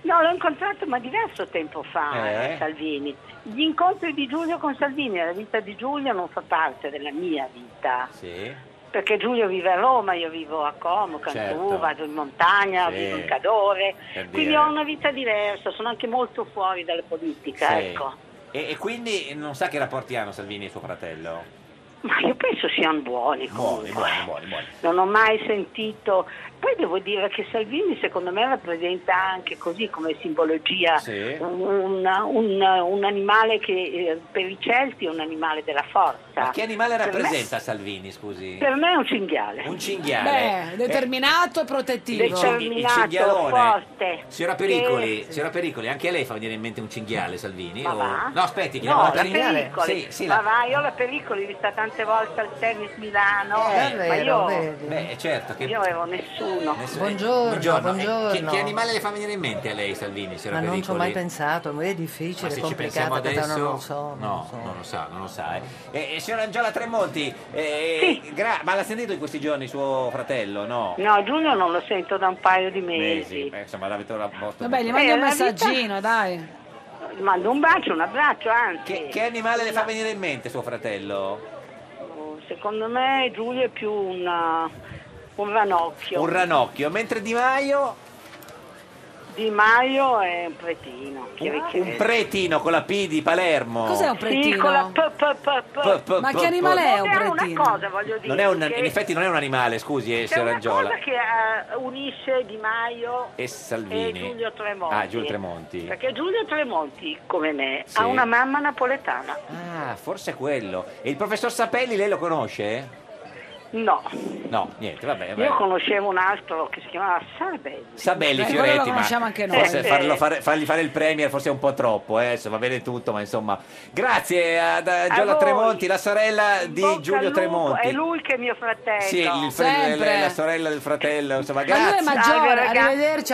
Speaker 10: No, l'ho incontrato ma diverso tempo fa
Speaker 2: Eh?
Speaker 10: eh, Salvini. Gli incontri di Giulio con Salvini, la vita di Giulio non fa parte della mia vita.
Speaker 2: Sì.
Speaker 10: Perché Giulio vive a Roma, io vivo a Como, Cantù,
Speaker 2: Certo.
Speaker 10: vado in montagna,
Speaker 2: Sì.
Speaker 10: vivo in Cadore,
Speaker 2: Per
Speaker 10: quindi
Speaker 2: dire.
Speaker 10: ho una vita diversa, sono anche molto fuori dalla politica,
Speaker 2: sì.
Speaker 10: ecco.
Speaker 2: E, e quindi non sa che rapporti hanno Salvini e suo fratello?
Speaker 10: Ma io penso siano buoni
Speaker 2: Buoni,
Speaker 10: comunque.
Speaker 2: buoni, buoni, buoni.
Speaker 10: Non ho mai sentito. Poi devo dire che Salvini secondo me rappresenta anche così come simbologia
Speaker 2: Sì.
Speaker 10: un, un- un animale che eh, per i Celti è un animale della forza.
Speaker 2: Ma che animale
Speaker 10: Per me-
Speaker 2: rappresenta Salvini, scusi?
Speaker 10: Per me è un cinghiale.
Speaker 2: Un cinghiale.
Speaker 1: Beh, determinato e protettivo.
Speaker 2: Il cinghi- il
Speaker 10: Determinato,
Speaker 2: cinghialone.
Speaker 10: forte.
Speaker 2: Signora Pericoli, Eh, signora Pericoli, anche a lei fa venire in mente un cinghiale Salvini?
Speaker 10: Ma
Speaker 2: o-
Speaker 10: va?
Speaker 2: No, aspetti,
Speaker 10: No, la
Speaker 2: cinghiale.
Speaker 10: Pericoli.
Speaker 2: Sì, sì,
Speaker 10: ma
Speaker 2: la-
Speaker 10: va, io la Pericoli l'ho vista tante volte al tennis Milano,
Speaker 2: Eh,
Speaker 10: ma io,
Speaker 2: Beh, certo che...
Speaker 10: io ero nessuno.
Speaker 2: Nessuno-
Speaker 14: Buongiorno,
Speaker 2: Eh, Che,
Speaker 14: buongiorno.
Speaker 2: che animale le fa venire in mente a lei Salvini,
Speaker 14: Ma
Speaker 2: signora
Speaker 14: non ci ho
Speaker 2: Pericoli?
Speaker 14: mai pensato, è
Speaker 2: Ma
Speaker 14: difficile, è
Speaker 2: se ci pensiamo
Speaker 14: complicato, però
Speaker 2: adesso...
Speaker 14: non lo so. non
Speaker 2: no,
Speaker 14: lo so.
Speaker 2: non lo sa, non lo sa. eh. Eh, eh, signora Angiola Tremonti, eh, gra- ma l'ha sentito in questi giorni suo fratello, no?
Speaker 10: No, Giulio non lo sento da un paio di mesi.
Speaker 2: Mesi, beh, insomma, l'avete ora botto.
Speaker 1: Vabbè, gli
Speaker 10: Eh,
Speaker 1: mando un
Speaker 10: la vita-
Speaker 1: messaggino, dai.
Speaker 10: Gli Mando un bacio, un abbraccio anzi.
Speaker 2: Che, che animale le fa venire in mente suo fratello?
Speaker 10: Secondo me Giulio è più un, uh, un ranocchio.
Speaker 2: Un ranocchio, mentre Di Maio
Speaker 10: Di Maio è un
Speaker 2: Ah,
Speaker 10: pretino. Che
Speaker 2: un pretino con la P di Palermo.
Speaker 1: Cos'è un
Speaker 10: Sì,
Speaker 1: pretino?
Speaker 10: con la p, p, p, p.
Speaker 2: P, p,
Speaker 1: Ma
Speaker 2: p,
Speaker 1: che
Speaker 2: p.
Speaker 1: animale è un
Speaker 10: È una
Speaker 1: pretino?
Speaker 10: cosa, voglio dire.
Speaker 2: Non è un,
Speaker 10: che
Speaker 2: in effetti non è un animale, scusi, eh,
Speaker 10: c'è
Speaker 2: signora
Speaker 10: una
Speaker 2: Angiola.
Speaker 10: cosa che eh, unisce Di Maio
Speaker 2: E
Speaker 10: e
Speaker 2: Salvini.
Speaker 10: Giulio Tremonti.
Speaker 2: Ah, Giulio Tremonti.
Speaker 10: Perché Giulio Tremonti, come me,
Speaker 2: Sì.
Speaker 10: ha una mamma napoletana.
Speaker 2: Ah, forse è quello. E il professor Sapelli lei lo conosce?
Speaker 10: No,
Speaker 3: No, niente,
Speaker 2: Eh,
Speaker 3: vabbè.
Speaker 10: io
Speaker 3: vabbè.
Speaker 10: conoscevo un altro che si chiamava Sabelli.
Speaker 3: Sabelli
Speaker 1: Eh, quello lo
Speaker 3: Fioretti, ma
Speaker 1: conosciamo anche noi.
Speaker 3: forse
Speaker 1: Eh,
Speaker 3: farlo
Speaker 1: eh.
Speaker 3: fare- fargli fare il premier forse è un po' troppo, eh, adesso va bene tutto, ma insomma. Grazie ad eh,
Speaker 10: A
Speaker 3: Giola
Speaker 10: voi.
Speaker 3: Tremonti, la sorella di Giulio Tremonti.
Speaker 10: È lui che è mio fratello.
Speaker 3: Sì, il fre-
Speaker 1: Sempre.
Speaker 3: la sorella del fratello, insomma,
Speaker 1: Ma lui
Speaker 3: grazie.
Speaker 1: è maggiore,
Speaker 10: ragazzi.
Speaker 1: arrivederci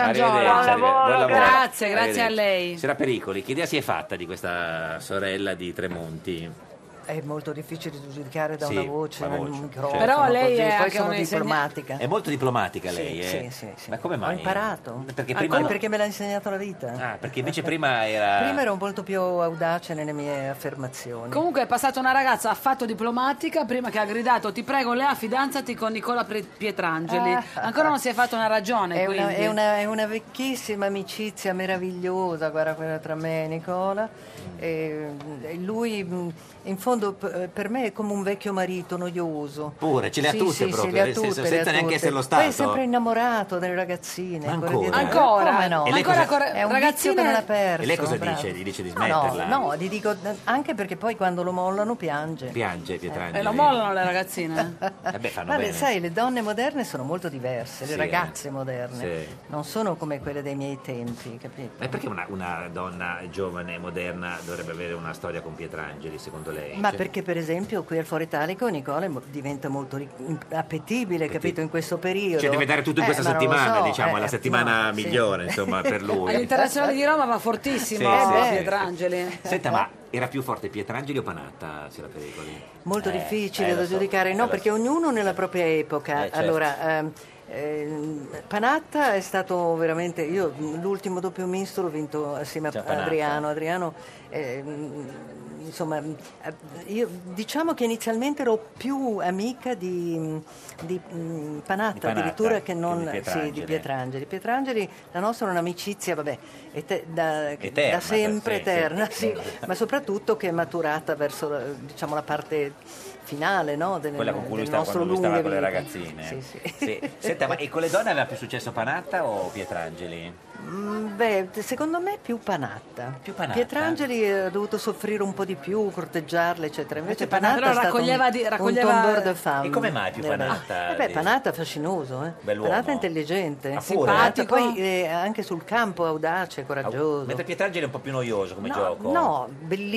Speaker 3: Arrivederci,
Speaker 1: Angiola.
Speaker 3: arrivederci, buon lavoro.
Speaker 1: Grazie, grazie a
Speaker 3: Arrivederci.
Speaker 1: lei.
Speaker 3: Sera Pericoli, che idea si è fatta di questa sorella di Tremonti?
Speaker 14: È molto difficile giudicare da
Speaker 3: Sì,
Speaker 14: una voce,
Speaker 3: la
Speaker 14: da un
Speaker 3: voce,
Speaker 14: microfono.
Speaker 3: certo. Però
Speaker 1: lei
Speaker 14: così.
Speaker 1: è
Speaker 14: Poi
Speaker 1: anche
Speaker 14: sono
Speaker 1: un'insegna-
Speaker 14: diplomatica.
Speaker 3: È molto diplomatica
Speaker 14: Sì,
Speaker 3: lei, eh?
Speaker 14: sì, sì, sì.
Speaker 3: Ma come
Speaker 14: Ho
Speaker 3: mai?
Speaker 14: imparato.
Speaker 3: Perché
Speaker 14: Ah,
Speaker 3: prima
Speaker 14: come- perché me l'ha insegnato la vita.
Speaker 3: Ah, perché invece prima
Speaker 2: Ah,
Speaker 3: era
Speaker 2: eh.
Speaker 14: Prima ero molto più audace nelle mie affermazioni.
Speaker 1: Comunque è passata una ragazza affatto diplomatica prima che ha gridato ti prego Lea fidanzati con Nicola Pre- Pietrangeli.
Speaker 14: Ah.
Speaker 1: Ancora non si è fatta una ragione.
Speaker 14: È una,
Speaker 1: quindi.
Speaker 14: è una- è una vecchissima amicizia meravigliosa, guarda quella tra me e Nicola. E, e lui, mh, in fondo, p- per me è come un vecchio marito noioso.
Speaker 2: Pure, ce le ha
Speaker 14: Sì,
Speaker 2: tutte
Speaker 14: sì, sì,
Speaker 2: proprio,
Speaker 14: le ha
Speaker 2: nel senso,
Speaker 14: tutte, le
Speaker 2: senza
Speaker 14: ha
Speaker 2: neanche
Speaker 14: tutte.
Speaker 2: esserlo
Speaker 14: Poi
Speaker 2: stato.
Speaker 14: è sempre innamorato delle ragazzine. ancora
Speaker 2: ancora?
Speaker 14: dietro-
Speaker 1: Ancora?
Speaker 14: Come no?
Speaker 1: E lei Ancora cosa- cor-
Speaker 14: È
Speaker 1: ragazzine-
Speaker 14: un ragazzino che non ha perso.
Speaker 2: E lei cosa
Speaker 14: bravo.
Speaker 2: dice? Gli dice di
Speaker 14: No, no,
Speaker 2: smetterla?
Speaker 14: no, gli dico anche perché poi quando lo mollano piange.
Speaker 2: Piange Pietrangeli.
Speaker 1: E lo Eh, mollano le ragazzine.
Speaker 2: Eh beh, fanno
Speaker 14: Ma
Speaker 2: bene.
Speaker 14: le, sai, le donne moderne sono molto diverse, le
Speaker 2: Sì,
Speaker 14: ragazze
Speaker 2: eh.
Speaker 14: moderne
Speaker 2: Sì.
Speaker 14: non sono come quelle dei miei tempi, capito?
Speaker 2: Ma Eh, perché una, una donna giovane e moderna dovrebbe avere una storia con Pietrangeli, secondo lei?
Speaker 14: Ma
Speaker 2: Cioè,
Speaker 14: perché per esempio qui al Foro Italico Nicola è mo- diventa molto ri- appetibile, capito, in questo periodo.
Speaker 2: Cioè, deve dare tutto in
Speaker 14: Eh,
Speaker 2: questa
Speaker 14: ma non lo
Speaker 2: settimana,
Speaker 14: so,
Speaker 2: diciamo, è la
Speaker 14: eh,
Speaker 2: settimana
Speaker 14: no, sì. eh,
Speaker 2: migliore, insomma, per lui.
Speaker 1: All'internazionale di Roma va fortissimo
Speaker 2: Sì, sì, sì.
Speaker 1: Pietrangeli.
Speaker 2: Senta, ma era più forte Pietrangeli o Panatta, Sera Pericoli?
Speaker 14: Molto
Speaker 2: Eh,
Speaker 14: difficile
Speaker 2: eh, lo
Speaker 14: da
Speaker 2: so,
Speaker 14: giudicare,
Speaker 2: eh,
Speaker 14: no,
Speaker 2: lo
Speaker 14: perché ognuno nella propria epoca.
Speaker 2: Eh, certo.
Speaker 14: Allora, ehm, ehm, Panatta è stato veramente, io mh, l'ultimo doppio misto l'ho vinto assieme a
Speaker 2: Cioè, Panatta.
Speaker 14: Adriano, Adriano ehm, insomma, mh, eh, io diciamo che inizialmente ero più amica di, mh, di, mh, Panatta,
Speaker 2: Di Panatta,
Speaker 14: addirittura che
Speaker 2: che
Speaker 14: non
Speaker 2: di
Speaker 14: sì,
Speaker 2: Pietrangeli.
Speaker 14: di Pietrangeli. Pietrangeli, la nostra è un'amicizia, vabbè, ete- da,
Speaker 2: Eterna,
Speaker 14: da sempre
Speaker 2: sì, sì.
Speaker 14: eterna, sì, ma soprattutto che è maturata verso la, diciamo, la parte finale no? del,
Speaker 2: Quella con cui lui
Speaker 14: del
Speaker 2: stava
Speaker 14: nostro
Speaker 2: quando lui stava con
Speaker 14: lungo
Speaker 2: le
Speaker 14: vita. Sì,
Speaker 2: ragazzine.
Speaker 14: sì.
Speaker 2: Sì. Senta, ma e con le donne aveva più successo Panatta o Pietrangeli?
Speaker 14: Mm, Beh, t- secondo me più panatta.
Speaker 2: Più Panatta?
Speaker 14: Pietrangeli eh, ha dovuto soffrire un po' di più, corteggiarla, eccetera. Invece
Speaker 1: Panatta
Speaker 14: Panatta è
Speaker 1: però
Speaker 14: stato
Speaker 1: raccoglieva
Speaker 14: un,
Speaker 1: di-
Speaker 14: un
Speaker 1: raccoglieva-
Speaker 14: tombeur de femme.
Speaker 2: E come mai più
Speaker 14: Nella-
Speaker 2: Panatta?
Speaker 14: Eh beh,
Speaker 2: Di-
Speaker 14: Panatta è fascinoso, eh.
Speaker 2: Bell'uomo.
Speaker 14: Panatta è intelligente,
Speaker 2: Ah, pure?
Speaker 14: Panatta
Speaker 2: Simpatico?
Speaker 14: Poi eh, anche sul campo audace, coraggioso.
Speaker 2: Mentre Pietrangeli è un po' più noioso come
Speaker 14: No,
Speaker 2: gioco.
Speaker 14: no,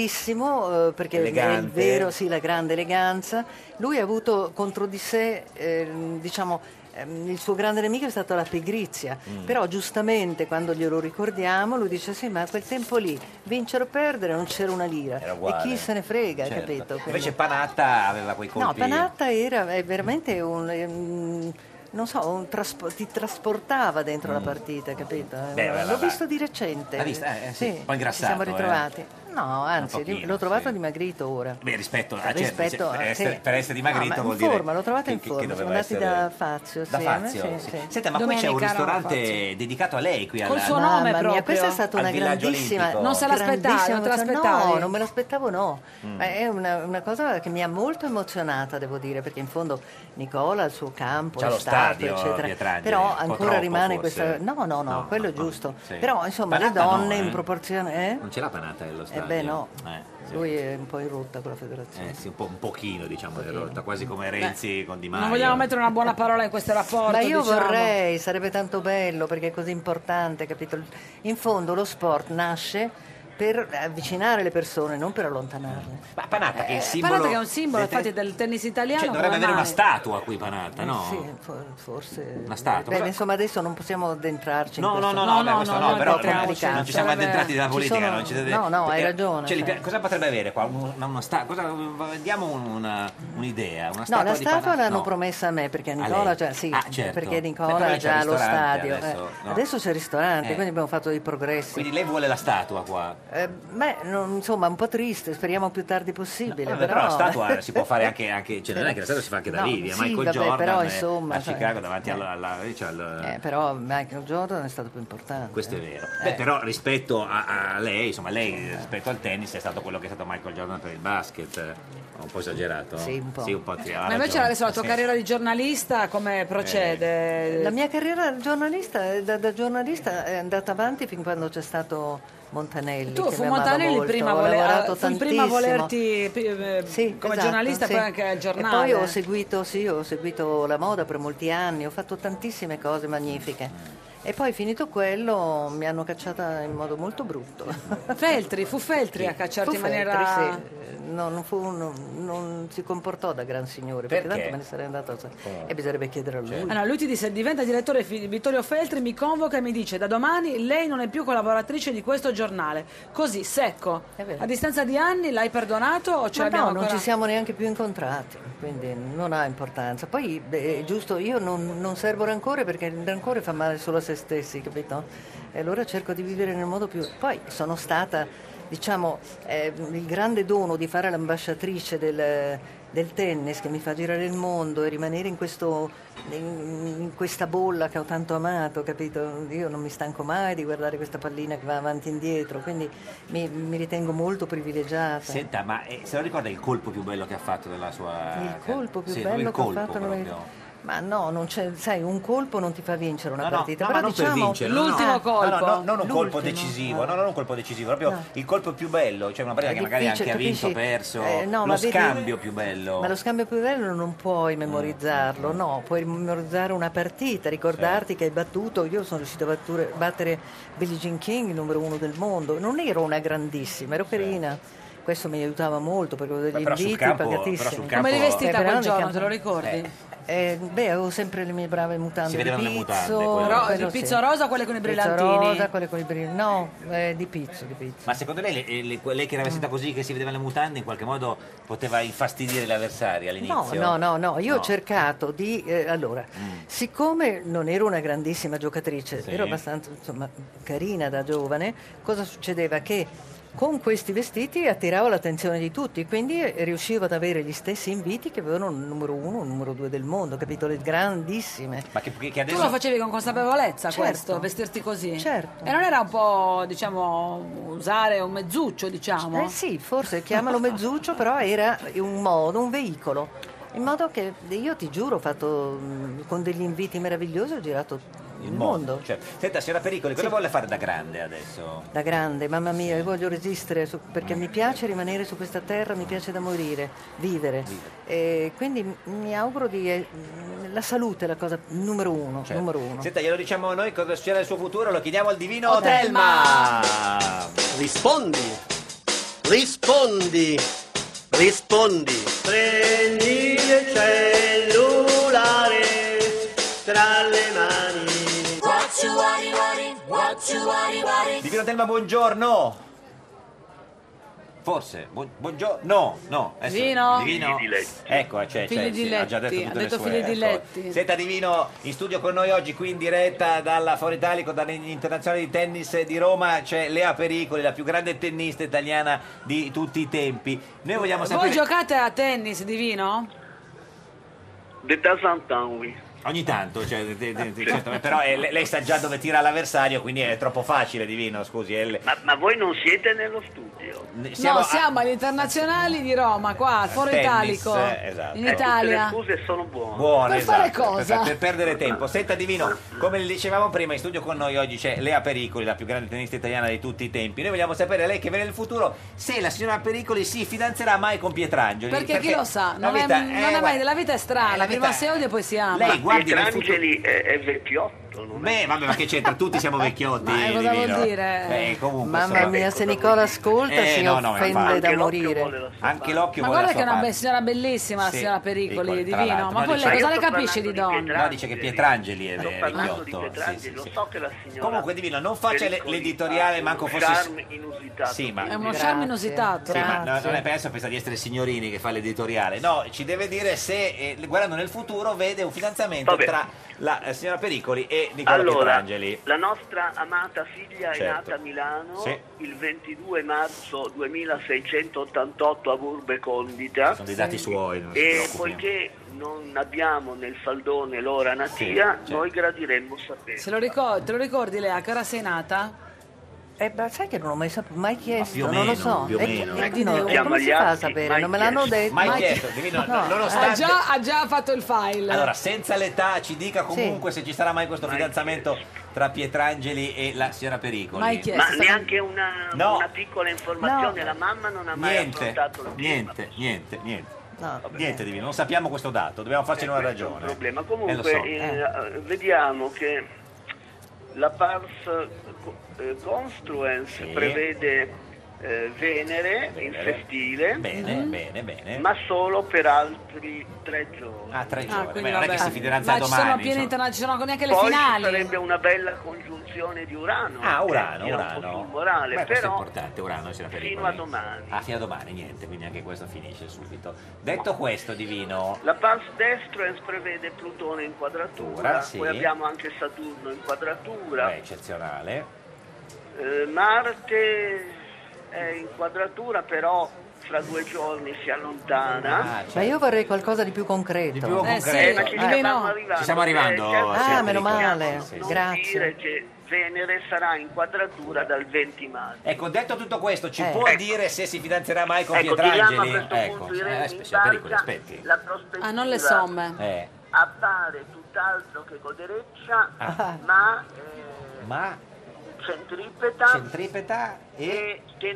Speaker 14: bellissimo eh, perché è il
Speaker 2: Elegante.
Speaker 14: vero, sì, la grande eleganza. Lui ha avuto contro di sé, ehm, diciamo, ehm, il suo grande nemico è stato la pigrizia,
Speaker 2: Mm.
Speaker 14: però giustamente quando glielo ricordiamo lui dice sì, ma a quel tempo lì vincere o perdere non c'era una lira
Speaker 2: Era
Speaker 14: e
Speaker 2: uguale.
Speaker 14: chi se ne frega,
Speaker 2: Certo.
Speaker 14: capito? Quindi-
Speaker 2: Invece Panatta aveva quei colpi.
Speaker 14: No, Panatta era è veramente un... ehm, non so, un traspo- ti trasportava dentro la partita, capito?
Speaker 2: Mm. Beh, va, va,
Speaker 14: L'ho
Speaker 2: va.
Speaker 14: visto di recente.
Speaker 2: L'ha vista? Eh, eh, sì, un po'
Speaker 14: Ci siamo
Speaker 2: ingrassato,
Speaker 14: ritrovati. No, anzi,
Speaker 2: Un pochino,
Speaker 14: l'ho trovato
Speaker 2: sì.
Speaker 14: dimagrito ora.
Speaker 2: Beh, rispetto, a certo,
Speaker 14: Rispetto a-
Speaker 2: per, essere,
Speaker 14: sì.
Speaker 2: per essere
Speaker 14: No,
Speaker 2: dimagrito
Speaker 14: ma in
Speaker 2: vuol dire
Speaker 14: forma, l'ho trovato
Speaker 2: che-
Speaker 14: in
Speaker 2: che-
Speaker 14: forma,
Speaker 2: che
Speaker 14: siamo
Speaker 2: doveva
Speaker 14: andati
Speaker 2: essere-
Speaker 14: da Fazio
Speaker 2: Da
Speaker 14: assieme,
Speaker 2: Fazio,
Speaker 14: sì,
Speaker 2: sì.
Speaker 14: sì.
Speaker 2: Senta, ma
Speaker 1: Domenica
Speaker 2: qui c'è un
Speaker 1: eravamo a
Speaker 2: ristorante dedicato a lei qui al
Speaker 1: Col suo
Speaker 14: Mamma
Speaker 1: nome
Speaker 14: mia,
Speaker 1: proprio.
Speaker 14: questa è stata
Speaker 2: Al
Speaker 14: una
Speaker 2: villaggio
Speaker 14: grandissima
Speaker 2: olimpico.
Speaker 1: Non se l'aspettavi,
Speaker 14: grandissima
Speaker 1: non te
Speaker 14: emozione.
Speaker 1: l'aspettavi?
Speaker 14: No, non me l'aspettavo no
Speaker 2: Mm.
Speaker 14: Ma è una, una cosa che mi ha molto emozionata devo dire perché in fondo Nicola il suo campo
Speaker 2: C'ha
Speaker 14: è
Speaker 2: lo
Speaker 14: stato
Speaker 2: stadio,
Speaker 14: eccetera
Speaker 2: Pietrangeli,
Speaker 14: però
Speaker 2: un po'
Speaker 14: ancora
Speaker 2: troppo,
Speaker 14: rimane
Speaker 2: forse.
Speaker 14: questa no no no,
Speaker 2: No,
Speaker 14: quello è
Speaker 2: no,
Speaker 14: giusto
Speaker 2: sì.
Speaker 14: però insomma
Speaker 2: Panatta
Speaker 14: le
Speaker 2: no,
Speaker 14: donne in
Speaker 2: eh.
Speaker 14: proporzione eh?
Speaker 2: Non ce l'ha Panatta nello
Speaker 14: Eh
Speaker 2: stadio.
Speaker 14: beh no
Speaker 2: Eh, sì.
Speaker 14: lui è un po' in rotta con la federazione
Speaker 2: Eh, sì, un, po', un pochino diciamo di rotta, quasi come Renzi con Di Maio.
Speaker 1: Non vogliamo mettere una buona parola in questo rapporto.
Speaker 14: Ma io
Speaker 1: diciamo.
Speaker 14: vorrei, sarebbe tanto bello perché è così importante, capito? In fondo lo sport nasce per avvicinare le persone, non per allontanarle.
Speaker 2: Ma Panatta che è il
Speaker 1: Eh,
Speaker 2: simbolo...
Speaker 1: Panatta che è un simbolo
Speaker 2: del te-
Speaker 1: infatti del tennis italiano.
Speaker 2: Cioè, dovrebbe
Speaker 1: come
Speaker 2: avere una
Speaker 1: mai?
Speaker 2: statua qui Panatta, no?
Speaker 14: Eh Sì, for- forse.
Speaker 2: Una statua.
Speaker 14: Beh,
Speaker 2: Però-
Speaker 14: insomma, adesso non possiamo addentrarci
Speaker 2: No,
Speaker 14: in
Speaker 2: no,
Speaker 14: questo
Speaker 2: no,
Speaker 1: No,
Speaker 2: no, beh,
Speaker 1: no,
Speaker 2: questo
Speaker 1: no,
Speaker 2: no,
Speaker 1: non
Speaker 2: però
Speaker 1: entriamo,
Speaker 2: non ci
Speaker 1: cioè,
Speaker 2: siamo
Speaker 1: sarebbe-
Speaker 2: addentrati nella
Speaker 14: ci
Speaker 2: politica.
Speaker 14: sono-
Speaker 2: non ci siete-
Speaker 14: no, no, hai
Speaker 2: eh,
Speaker 14: ragione,
Speaker 2: cioè, li-
Speaker 14: cioè.
Speaker 2: Cosa potrebbe avere qua? Un- Una, una sta- cosa, diamo un- una- un'idea. Una
Speaker 14: No,
Speaker 2: statua
Speaker 14: la
Speaker 2: di
Speaker 14: statua
Speaker 2: Panatta?
Speaker 14: l'hanno
Speaker 2: No.
Speaker 14: promessa a me perché
Speaker 2: A
Speaker 14: Nicola,
Speaker 2: lei?
Speaker 14: già, sì,
Speaker 2: Ah, certo.
Speaker 14: perché
Speaker 2: Beh, però
Speaker 14: Nicola
Speaker 2: lei
Speaker 14: ha
Speaker 2: c'ha
Speaker 14: già
Speaker 2: il
Speaker 14: lo
Speaker 2: ristorante
Speaker 14: stadio. eh.
Speaker 2: adesso, no?
Speaker 14: Adesso c'è il ristorante,
Speaker 2: Eh.
Speaker 14: quindi abbiamo fatto dei progressi.
Speaker 2: Quindi lei vuole la statua qua.
Speaker 14: Eh, beh, non- insomma, un po' triste, speriamo più tardi possibile.
Speaker 2: Vabbè, però... la statua eh, si può fare anche, anche- cioè non è che la statua si fa anche da
Speaker 14: No,
Speaker 2: vivi, a
Speaker 14: sì,
Speaker 2: Michael
Speaker 14: vabbè,
Speaker 2: Jordan
Speaker 14: però,
Speaker 2: eh,
Speaker 14: insomma,
Speaker 2: a
Speaker 14: cioè,
Speaker 2: Chicago davanti
Speaker 14: eh.
Speaker 2: alla, alla- cioè, al-
Speaker 14: Eh, però eh. Michael Jordan è stato più importante.
Speaker 2: questo è vero. Beh, però rispetto a, a lei, insomma, lei rispetto al tennis è stato quello che è stato Michael Jordan per il basket. Ho un po' esagerato?
Speaker 14: Sì, un po'.
Speaker 2: sì,
Speaker 1: Ma invece adesso la tua
Speaker 2: carriera
Speaker 1: carriera di giornalista come procede?
Speaker 14: Eh, La mia carriera giornalista, da, da giornalista è andata avanti fin quando c'è stato Montanelli.
Speaker 1: Tu
Speaker 14: che
Speaker 1: fu
Speaker 14: mi amava
Speaker 1: Montanelli il
Speaker 14: molto.
Speaker 1: primo a
Speaker 14: Ho
Speaker 1: voler-
Speaker 14: lavorato
Speaker 1: fu il primo a
Speaker 14: tantissimo.
Speaker 1: volerti, eh, come
Speaker 14: Esatto,
Speaker 1: giornalista,
Speaker 14: sì.
Speaker 1: poi anche al giornale.
Speaker 14: E poi ho seguito, sì, ho seguito la moda per molti anni, ho fatto tantissime cose magnifiche. E poi finito quello mi hanno cacciata in modo molto brutto.
Speaker 1: Feltri, fu Feltri a cacciarti
Speaker 14: Fu
Speaker 1: in
Speaker 14: Feltri,
Speaker 1: maniera...
Speaker 14: sì. No, non, fu- non- non si comportò da gran signore, perché,
Speaker 1: Perché?
Speaker 14: tanto me ne sarei andato a- E bisognerebbe chiedere a lui.
Speaker 1: Ah, no, lui ti disse diventa direttore fi- Vittorio Feltri, mi convoca e mi dice da domani lei non è più collaboratrice di questo giornale. Così, secco.
Speaker 14: vero.
Speaker 1: A distanza di anni l'hai perdonato o ce
Speaker 14: Ma
Speaker 1: l'abbiamo
Speaker 14: no, non
Speaker 1: ancora?
Speaker 14: ci siamo neanche più incontrati, quindi non ha importanza. Poi beh, è giusto, io non, non servo rancore perché il rancore fa male solo a se stessi, capito? E allora cerco di vivere nel modo più. Poi sono stata, diciamo, eh, il grande dono di fare l'ambasciatrice del, del tennis che mi fa girare il mondo e rimanere in, questo, in, in questa bolla che ho tanto amato, capito? Io non mi stanco mai di guardare questa pallina che va avanti e indietro, quindi mi, mi ritengo molto privilegiata.
Speaker 2: Senta, ma eh, se lo ricorda il colpo più bello che ha fatto della sua...
Speaker 14: Il colpo più
Speaker 2: Eh, Sì,
Speaker 14: bello
Speaker 2: proprio il colpo
Speaker 14: che ho fatto non è-
Speaker 2: proprio.
Speaker 14: Ma no, non c'è, sai, un colpo non ti fa vincere una
Speaker 2: Ah, No, no,
Speaker 14: partita.
Speaker 2: no,
Speaker 14: però
Speaker 2: ma non
Speaker 14: diciamo
Speaker 2: per vincere, no, no. No, no, no, non un colpo decisivo, no, no, non un colpo decisivo, proprio
Speaker 14: No.
Speaker 2: il colpo più bello, cioè una partita
Speaker 14: È
Speaker 2: che magari anche
Speaker 14: difficile,
Speaker 2: ha vinto,
Speaker 14: capisci?
Speaker 2: perso,
Speaker 14: Eh, no,
Speaker 2: lo
Speaker 14: ma vedi-
Speaker 2: scambio più bello.
Speaker 14: Ma lo scambio più bello non puoi
Speaker 2: Mm,
Speaker 14: memorizzarlo, no, puoi memorizzare una partita,
Speaker 2: Certo.
Speaker 14: ricordarti che hai battuto, io sono riuscito a batture- battere Billie Jean King, il numero uno del mondo, non ero una grandissima, ero carina. Questo mi aiutava molto perché avevo degli
Speaker 2: Certo. però sul
Speaker 14: inviti
Speaker 2: campo- però
Speaker 14: pagatissimi.
Speaker 2: sul Come eri campo- vestita
Speaker 14: Eh, però
Speaker 1: quel
Speaker 14: nel
Speaker 1: giorno,
Speaker 14: campo-
Speaker 1: te lo ricordi?
Speaker 14: Eh, beh, avevo sempre le mie brave mutande
Speaker 2: Si
Speaker 14: di
Speaker 2: vedevano le mutande,
Speaker 14: pizzo,
Speaker 2: quello-
Speaker 1: Ro-
Speaker 14: quello
Speaker 1: di
Speaker 14: sì.
Speaker 1: pizzo rosa o quelle con i
Speaker 14: Pizzo
Speaker 1: brillantini?
Speaker 14: rosa, quelle con i brillantini. No, eh, di pizzo, di pizzo.
Speaker 2: Ma secondo lei, le- eh, le- que- lei che era vestita
Speaker 14: Mm.
Speaker 2: così, che si vedeva le mutande, in qualche modo poteva infastidire l'avversario
Speaker 14: No,
Speaker 2: all'inizio?
Speaker 14: no, no, no, io ho
Speaker 2: No. Mm.
Speaker 14: cercato di... eh, allora, siccome non ero una grandissima giocatrice,
Speaker 2: Sì.
Speaker 14: ero abbastanza insomma, carina da giovane, cosa succedeva? Che con questi vestiti attiravo l'attenzione di tutti, quindi eh, riuscivo ad avere gli stessi inviti che avevano il numero uno, il numero due del mondo, capito? Le grandissime.
Speaker 2: Ma che, che
Speaker 1: Tu
Speaker 2: adesso...
Speaker 1: lo facevi con consapevolezza
Speaker 14: Certo.
Speaker 1: questo, vestirti così?
Speaker 14: Certo.
Speaker 1: E non era un po', diciamo, usare un mezzuccio, diciamo?
Speaker 14: Eh sì, forse chiamalo mezzuccio, però era un modo, un veicolo. In modo che io ti giuro, ho fatto mm, con degli inviti meravigliosi, ho girato
Speaker 2: Il mondo. Cioè, senta, signora Pericoli, cosa vuole fare da grande adesso?
Speaker 14: da grande, mamma mia, io voglio resistere su- perché mi piace rimanere su questa terra, mi piace da morire, vivere. E quindi m- mi auguro di... eh, m- la salute è la cosa numero uno,
Speaker 2: Certo.
Speaker 14: numero uno.
Speaker 2: Senta, glielo diciamo noi cosa succederà nel suo futuro, lo chiediamo al divino
Speaker 8: Otelma.
Speaker 2: Otelma.
Speaker 8: Rispondi, rispondi, rispondi. Prendi il cellulare tra le mani.
Speaker 21: What you worry, worry, what you worry, worry.
Speaker 2: Divino Otelma, buongiorno. Forse, bu- buongiorno. No, no. eh adesso-
Speaker 1: Divino?
Speaker 2: Divino.
Speaker 1: Figli di Letti.
Speaker 2: Ecco, c'è, c'è,
Speaker 1: Figli
Speaker 2: sì,
Speaker 1: di
Speaker 2: ha già detto
Speaker 1: Letti,
Speaker 2: tutte
Speaker 1: ha
Speaker 2: le
Speaker 1: detto
Speaker 2: sue,
Speaker 1: figli di
Speaker 2: ecco.
Speaker 1: Letti.
Speaker 2: Senta Divino, in studio con noi oggi qui in diretta dalla Foro Italico, dall'Internazionale di Tennis di Roma c'è Lea Pericoli, la più grande tennista italiana di tutti i tempi. Noi vogliamo
Speaker 1: Voi
Speaker 2: sapere
Speaker 1: giocate a tennis, Divino?
Speaker 2: Da Santanui. Ogni tanto, cioè, de- de- de- certamente, però eh, le- lei sa già dove tira l'avversario, quindi è troppo facile, Divino, scusi. eh, Ma, voi non siete nello studio?
Speaker 1: no, siamo agli internazionali di Roma, qua, al Foro
Speaker 2: tennis,
Speaker 1: Italico,
Speaker 2: eh, esatto.
Speaker 1: in
Speaker 2: Eh, tutte le
Speaker 1: Italia.
Speaker 8: Scuse sono buone.
Speaker 2: Buone,
Speaker 1: Per fare
Speaker 2: esatto,
Speaker 1: cosa?
Speaker 2: Per, per perdere tempo. Senta Divino, come le dicevamo prima, in studio con noi oggi c'è Lea Pericoli, la più grande tennista italiana di tutti i tempi. Noi vogliamo sapere, lei che vede nel futuro, se la signora Pericoli si fidanzerà mai con Pietrangeli.
Speaker 1: Perché, chi lo sa,
Speaker 2: la
Speaker 1: non, è,
Speaker 2: vita-
Speaker 1: non
Speaker 2: eh,
Speaker 1: è mai,
Speaker 2: guarda,
Speaker 1: la vita è strana,
Speaker 2: la
Speaker 1: prima
Speaker 2: vita-
Speaker 1: si odia e poi si ama.
Speaker 2: Lei guardi nel futuro-
Speaker 8: Pietrangeli è, è vecchiotto, non è?
Speaker 2: Beh, vabbè, ma che c'entra? Tutti siamo vecchiotti.
Speaker 8: Ma, eh, cosa vuol
Speaker 2: Divino.
Speaker 8: dire?
Speaker 2: Eh, comunque,
Speaker 14: Mamma
Speaker 2: insomma.
Speaker 14: mia, se Nicola ascolta
Speaker 2: Eh,
Speaker 14: si
Speaker 2: no, no,
Speaker 14: offende
Speaker 2: infatti.
Speaker 14: da
Speaker 2: Anche l'occhio
Speaker 14: morire.
Speaker 2: Anche l'occhio
Speaker 1: Ma
Speaker 2: vuole
Speaker 1: guarda
Speaker 2: la
Speaker 1: che è
Speaker 2: sua
Speaker 1: una be-
Speaker 2: parte.
Speaker 1: signora bellissima, la
Speaker 2: Sì,
Speaker 1: signora Pericoli,
Speaker 2: Pericoli, tra
Speaker 1: divino.
Speaker 2: l'altro.
Speaker 1: Ma
Speaker 2: Ma
Speaker 1: poi
Speaker 2: dice-
Speaker 1: lei cosa
Speaker 2: Ma
Speaker 1: ne
Speaker 2: io sto
Speaker 1: capisce di donna?
Speaker 2: No, dice che Pietrangeli è
Speaker 8: Sto parlando di
Speaker 2: vecchiotto.
Speaker 8: Pietrangeli,
Speaker 2: sì, sì,
Speaker 8: lo
Speaker 2: sì.
Speaker 8: so che la signora...
Speaker 2: Comunque, Divino, non faccia le-
Speaker 8: Pericoli
Speaker 2: l'editoriale,
Speaker 8: ha
Speaker 2: manco
Speaker 8: un
Speaker 2: fosse-
Speaker 8: charme inusitato.
Speaker 2: Sì, ma-
Speaker 1: È uno charme inusitato.
Speaker 2: Sì, ma no- non è perso, pensa di essere signorini che fa l'editoriale. No, ci deve dire se, eh, guardando nel futuro, vede un fidanzamento
Speaker 8: Vabbè.
Speaker 2: tra la eh, signora Pericoli e Nicola
Speaker 8: Allora,
Speaker 2: Pietrangeli.
Speaker 8: la nostra amata figlia è
Speaker 2: Certo.
Speaker 8: nata a Milano
Speaker 2: Sì.
Speaker 8: il 22 marzo 2688 a Burbe Condita.
Speaker 2: Sono dei dati suoi, non si
Speaker 8: E
Speaker 2: preoccupi.
Speaker 8: poiché non abbiamo nel faldone l'ora natia,
Speaker 2: Sì, certo.
Speaker 8: noi gradiremmo sapere.
Speaker 1: Se lo ricor- te lo ricordi, Lea, che ora sei nata?
Speaker 14: Eh, ma sai che non l'ho mai, sap- mai chiesto,
Speaker 2: più o
Speaker 14: non lo
Speaker 2: meno,
Speaker 14: so.
Speaker 2: più o
Speaker 14: Eh,
Speaker 2: meno.
Speaker 14: eh,
Speaker 2: Eh,
Speaker 14: quindi non-
Speaker 2: chiama
Speaker 14: come
Speaker 2: gli
Speaker 14: si fa a
Speaker 2: altri,
Speaker 14: sapere?
Speaker 2: mai
Speaker 14: non me l'hanno
Speaker 2: chiesto,
Speaker 14: detto.
Speaker 2: mai chiesto, dimmi, no, no, nonostante-
Speaker 1: Ha, già, ha già fatto il file.
Speaker 2: Allora, senza l'età ci dica comunque se ci sarà mai questo fidanzamento tra Pietrangeli e la signora Pericoli.
Speaker 8: Ma neanche una,
Speaker 2: No.
Speaker 8: una piccola informazione,
Speaker 2: No.
Speaker 8: la mamma non ha mai
Speaker 2: niente,
Speaker 8: affrontato il
Speaker 2: niente, niente, niente.
Speaker 14: No.
Speaker 2: Niente di meno, non sappiamo questo dato, dobbiamo
Speaker 8: Eh,
Speaker 2: farcene una ragione.
Speaker 8: problema.
Speaker 2: Eh, lo
Speaker 8: Comunque,
Speaker 2: so.
Speaker 8: eh, vediamo che la Pars eh, Construence
Speaker 2: Sì.
Speaker 8: prevede eh, Venere, in
Speaker 2: Venere.
Speaker 8: sestile,
Speaker 2: Bene,
Speaker 1: Mm-hmm.
Speaker 2: bene, bene.
Speaker 8: ma solo per altri tre giorni.
Speaker 2: Ah, tre
Speaker 1: Ah,
Speaker 2: giorni.
Speaker 1: quindi
Speaker 2: Beh, non è
Speaker 1: vabbè.
Speaker 2: che si fidanza
Speaker 1: Ma ci sono
Speaker 2: domani.
Speaker 1: piene
Speaker 2: insomma.
Speaker 1: interna- ci sono neanche le
Speaker 8: Poi
Speaker 1: finali.
Speaker 8: ci sarebbe una bella congiunzione di Urano.
Speaker 2: Ah,
Speaker 8: che
Speaker 2: Urano,
Speaker 8: tira Eh, un po'
Speaker 2: Urano.
Speaker 8: sul morale,
Speaker 2: Beh, questo è
Speaker 8: però
Speaker 2: importante, Urano c'era per
Speaker 8: fino a domani.
Speaker 2: Ah, fino a domani, niente, quindi anche questo finisce subito. Detto questo, Divino,
Speaker 8: La Pars Destrens prevede Plutone in quadratura,
Speaker 2: Ora, sì.
Speaker 8: poi abbiamo anche Saturno in quadratura,
Speaker 2: è eccezionale.
Speaker 8: Eh, Marte è in quadratura però fra due giorni si
Speaker 2: Ah,
Speaker 8: allontana.
Speaker 14: Ah,
Speaker 2: certo.
Speaker 14: Ma io vorrei qualcosa di più concreto.
Speaker 8: più concreto. Eh, sì, ma ci stiamo arrivando,
Speaker 2: Ci stiamo arrivando.
Speaker 8: eh, certo.
Speaker 14: Ah,
Speaker 2: signor
Speaker 14: meno
Speaker 2: Pericoli.
Speaker 14: male,
Speaker 2: Sì, sì.
Speaker 14: grazie.
Speaker 8: Dire che Venere sarà in quadratura dal 20 maggio.
Speaker 2: Ecco, detto tutto questo, ci
Speaker 8: Eh.
Speaker 2: può
Speaker 8: Ecco.
Speaker 2: dire se si fidanzerà mai con
Speaker 8: Ecco, diciamo a
Speaker 2: Pietrangeli?
Speaker 8: questo
Speaker 2: Ecco,
Speaker 8: punto direi
Speaker 2: eh,
Speaker 8: in
Speaker 2: aspetti, Pericoli,
Speaker 8: barca
Speaker 2: aspetti.
Speaker 8: la prospettiva
Speaker 1: Ah, non le somme.
Speaker 2: Eh,
Speaker 8: appare tutt'altro che godereccia,
Speaker 2: Ah.
Speaker 8: ma eh,
Speaker 2: ma
Speaker 8: centripeta,
Speaker 2: Centripeta e-
Speaker 8: e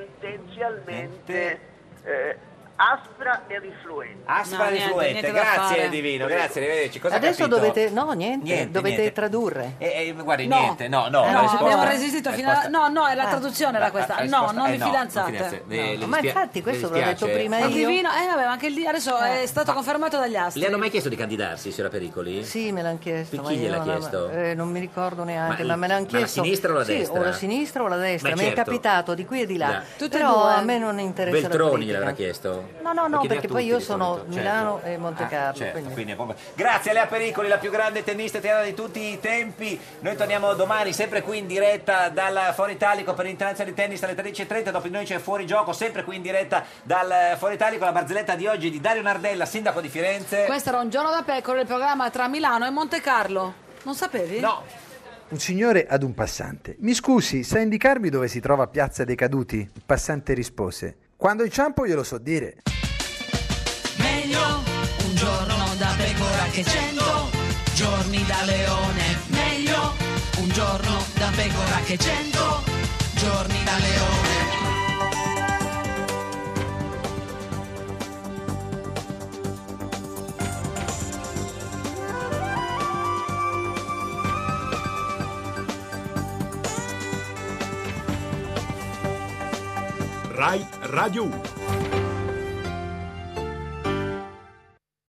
Speaker 8: tendenzialmente eh, aspra e rifluente.
Speaker 2: aspra di fluente, grazie Divino, grazie, arrivederci. Cosa ha
Speaker 14: Adesso
Speaker 2: capito?
Speaker 14: dovete... No, niente,
Speaker 2: Niente,
Speaker 14: dovete
Speaker 2: niente.
Speaker 14: tradurre.
Speaker 2: Eh, eh, guardi,
Speaker 14: No.
Speaker 2: niente, no, no,
Speaker 14: Eh,
Speaker 2: la
Speaker 14: no,
Speaker 2: risposta-
Speaker 1: Abbiamo resistito
Speaker 2: eh,
Speaker 1: fino alla...
Speaker 2: risposta-
Speaker 1: No, no, è la traduzione era
Speaker 2: La-
Speaker 1: questa.
Speaker 2: la
Speaker 1: No,
Speaker 2: risposta-
Speaker 1: non
Speaker 2: Ah, eh,
Speaker 1: vi
Speaker 2: no, non
Speaker 1: fidanzate.
Speaker 2: fidanzate. Eh, le
Speaker 14: Ma
Speaker 2: dispia-
Speaker 14: infatti questo
Speaker 2: le
Speaker 14: ve l'ho detto
Speaker 2: dispiace?
Speaker 14: prima
Speaker 1: Ma
Speaker 14: io. Eh,
Speaker 1: divino, eh vabbè, ma anche lì adesso è stato confermato dagli astri.
Speaker 2: Le hanno mai chiesto di candidarsi, signora Pericoli?
Speaker 14: Sì, me l'hanno chiesto.
Speaker 2: Chi
Speaker 14: ma io
Speaker 2: gliel'ha
Speaker 14: non-
Speaker 2: chiesto?
Speaker 14: eh, non mi ricordo neanche,
Speaker 2: Ma-
Speaker 14: ma, me l'hanno
Speaker 2: ma la
Speaker 14: chiesto.
Speaker 2: sinistra o la
Speaker 14: Sì,
Speaker 2: destra?
Speaker 14: o la sinistra o la destra.
Speaker 2: Beh,
Speaker 14: mi
Speaker 2: certo.
Speaker 14: è capitato di qui e di là.
Speaker 2: Da.
Speaker 1: Tutte e
Speaker 14: Però
Speaker 1: due.
Speaker 14: a me non interessa la
Speaker 2: Beltroni
Speaker 14: eh, politica.
Speaker 2: gliel'avrà chiesto?
Speaker 14: No, no, no,
Speaker 2: Lo chiede a
Speaker 14: perché
Speaker 2: tutti
Speaker 14: poi io
Speaker 2: di
Speaker 14: sono
Speaker 2: solito,
Speaker 14: Milano
Speaker 2: certo.
Speaker 14: e Monte
Speaker 2: Ah,
Speaker 14: Carlo.
Speaker 2: certo,
Speaker 14: quindi-
Speaker 2: quindi è proprio- Grazie a Lea Pericoli, la più grande tennista italiana di tutti i tempi. Noi torniamo domani, sempre qui in diretta dal Foro Italico per l'Internazionale di Tennis alle 13.30. Dopo di noi c'è Fuori Gioco, sempre qui in diretta dal Foro Italico. La barzelletta di oggi è di Dario Nardella, sindaco di Firenze.
Speaker 1: Questo era un giorno da pecora, il programma tra Milano e Monte Carlo. Non sapevi?
Speaker 2: No.
Speaker 22: Un signore ad un passante. Mi scusi, sa indicarmi dove si trova Piazza dei Caduti? Il passante rispose. Quando inciampo glielo so dire.
Speaker 21: Meglio un giorno da pecora che cento giorni da leone. Meglio un giorno da pecora che cento giorni da leone.
Speaker 15: Rai Radio 1.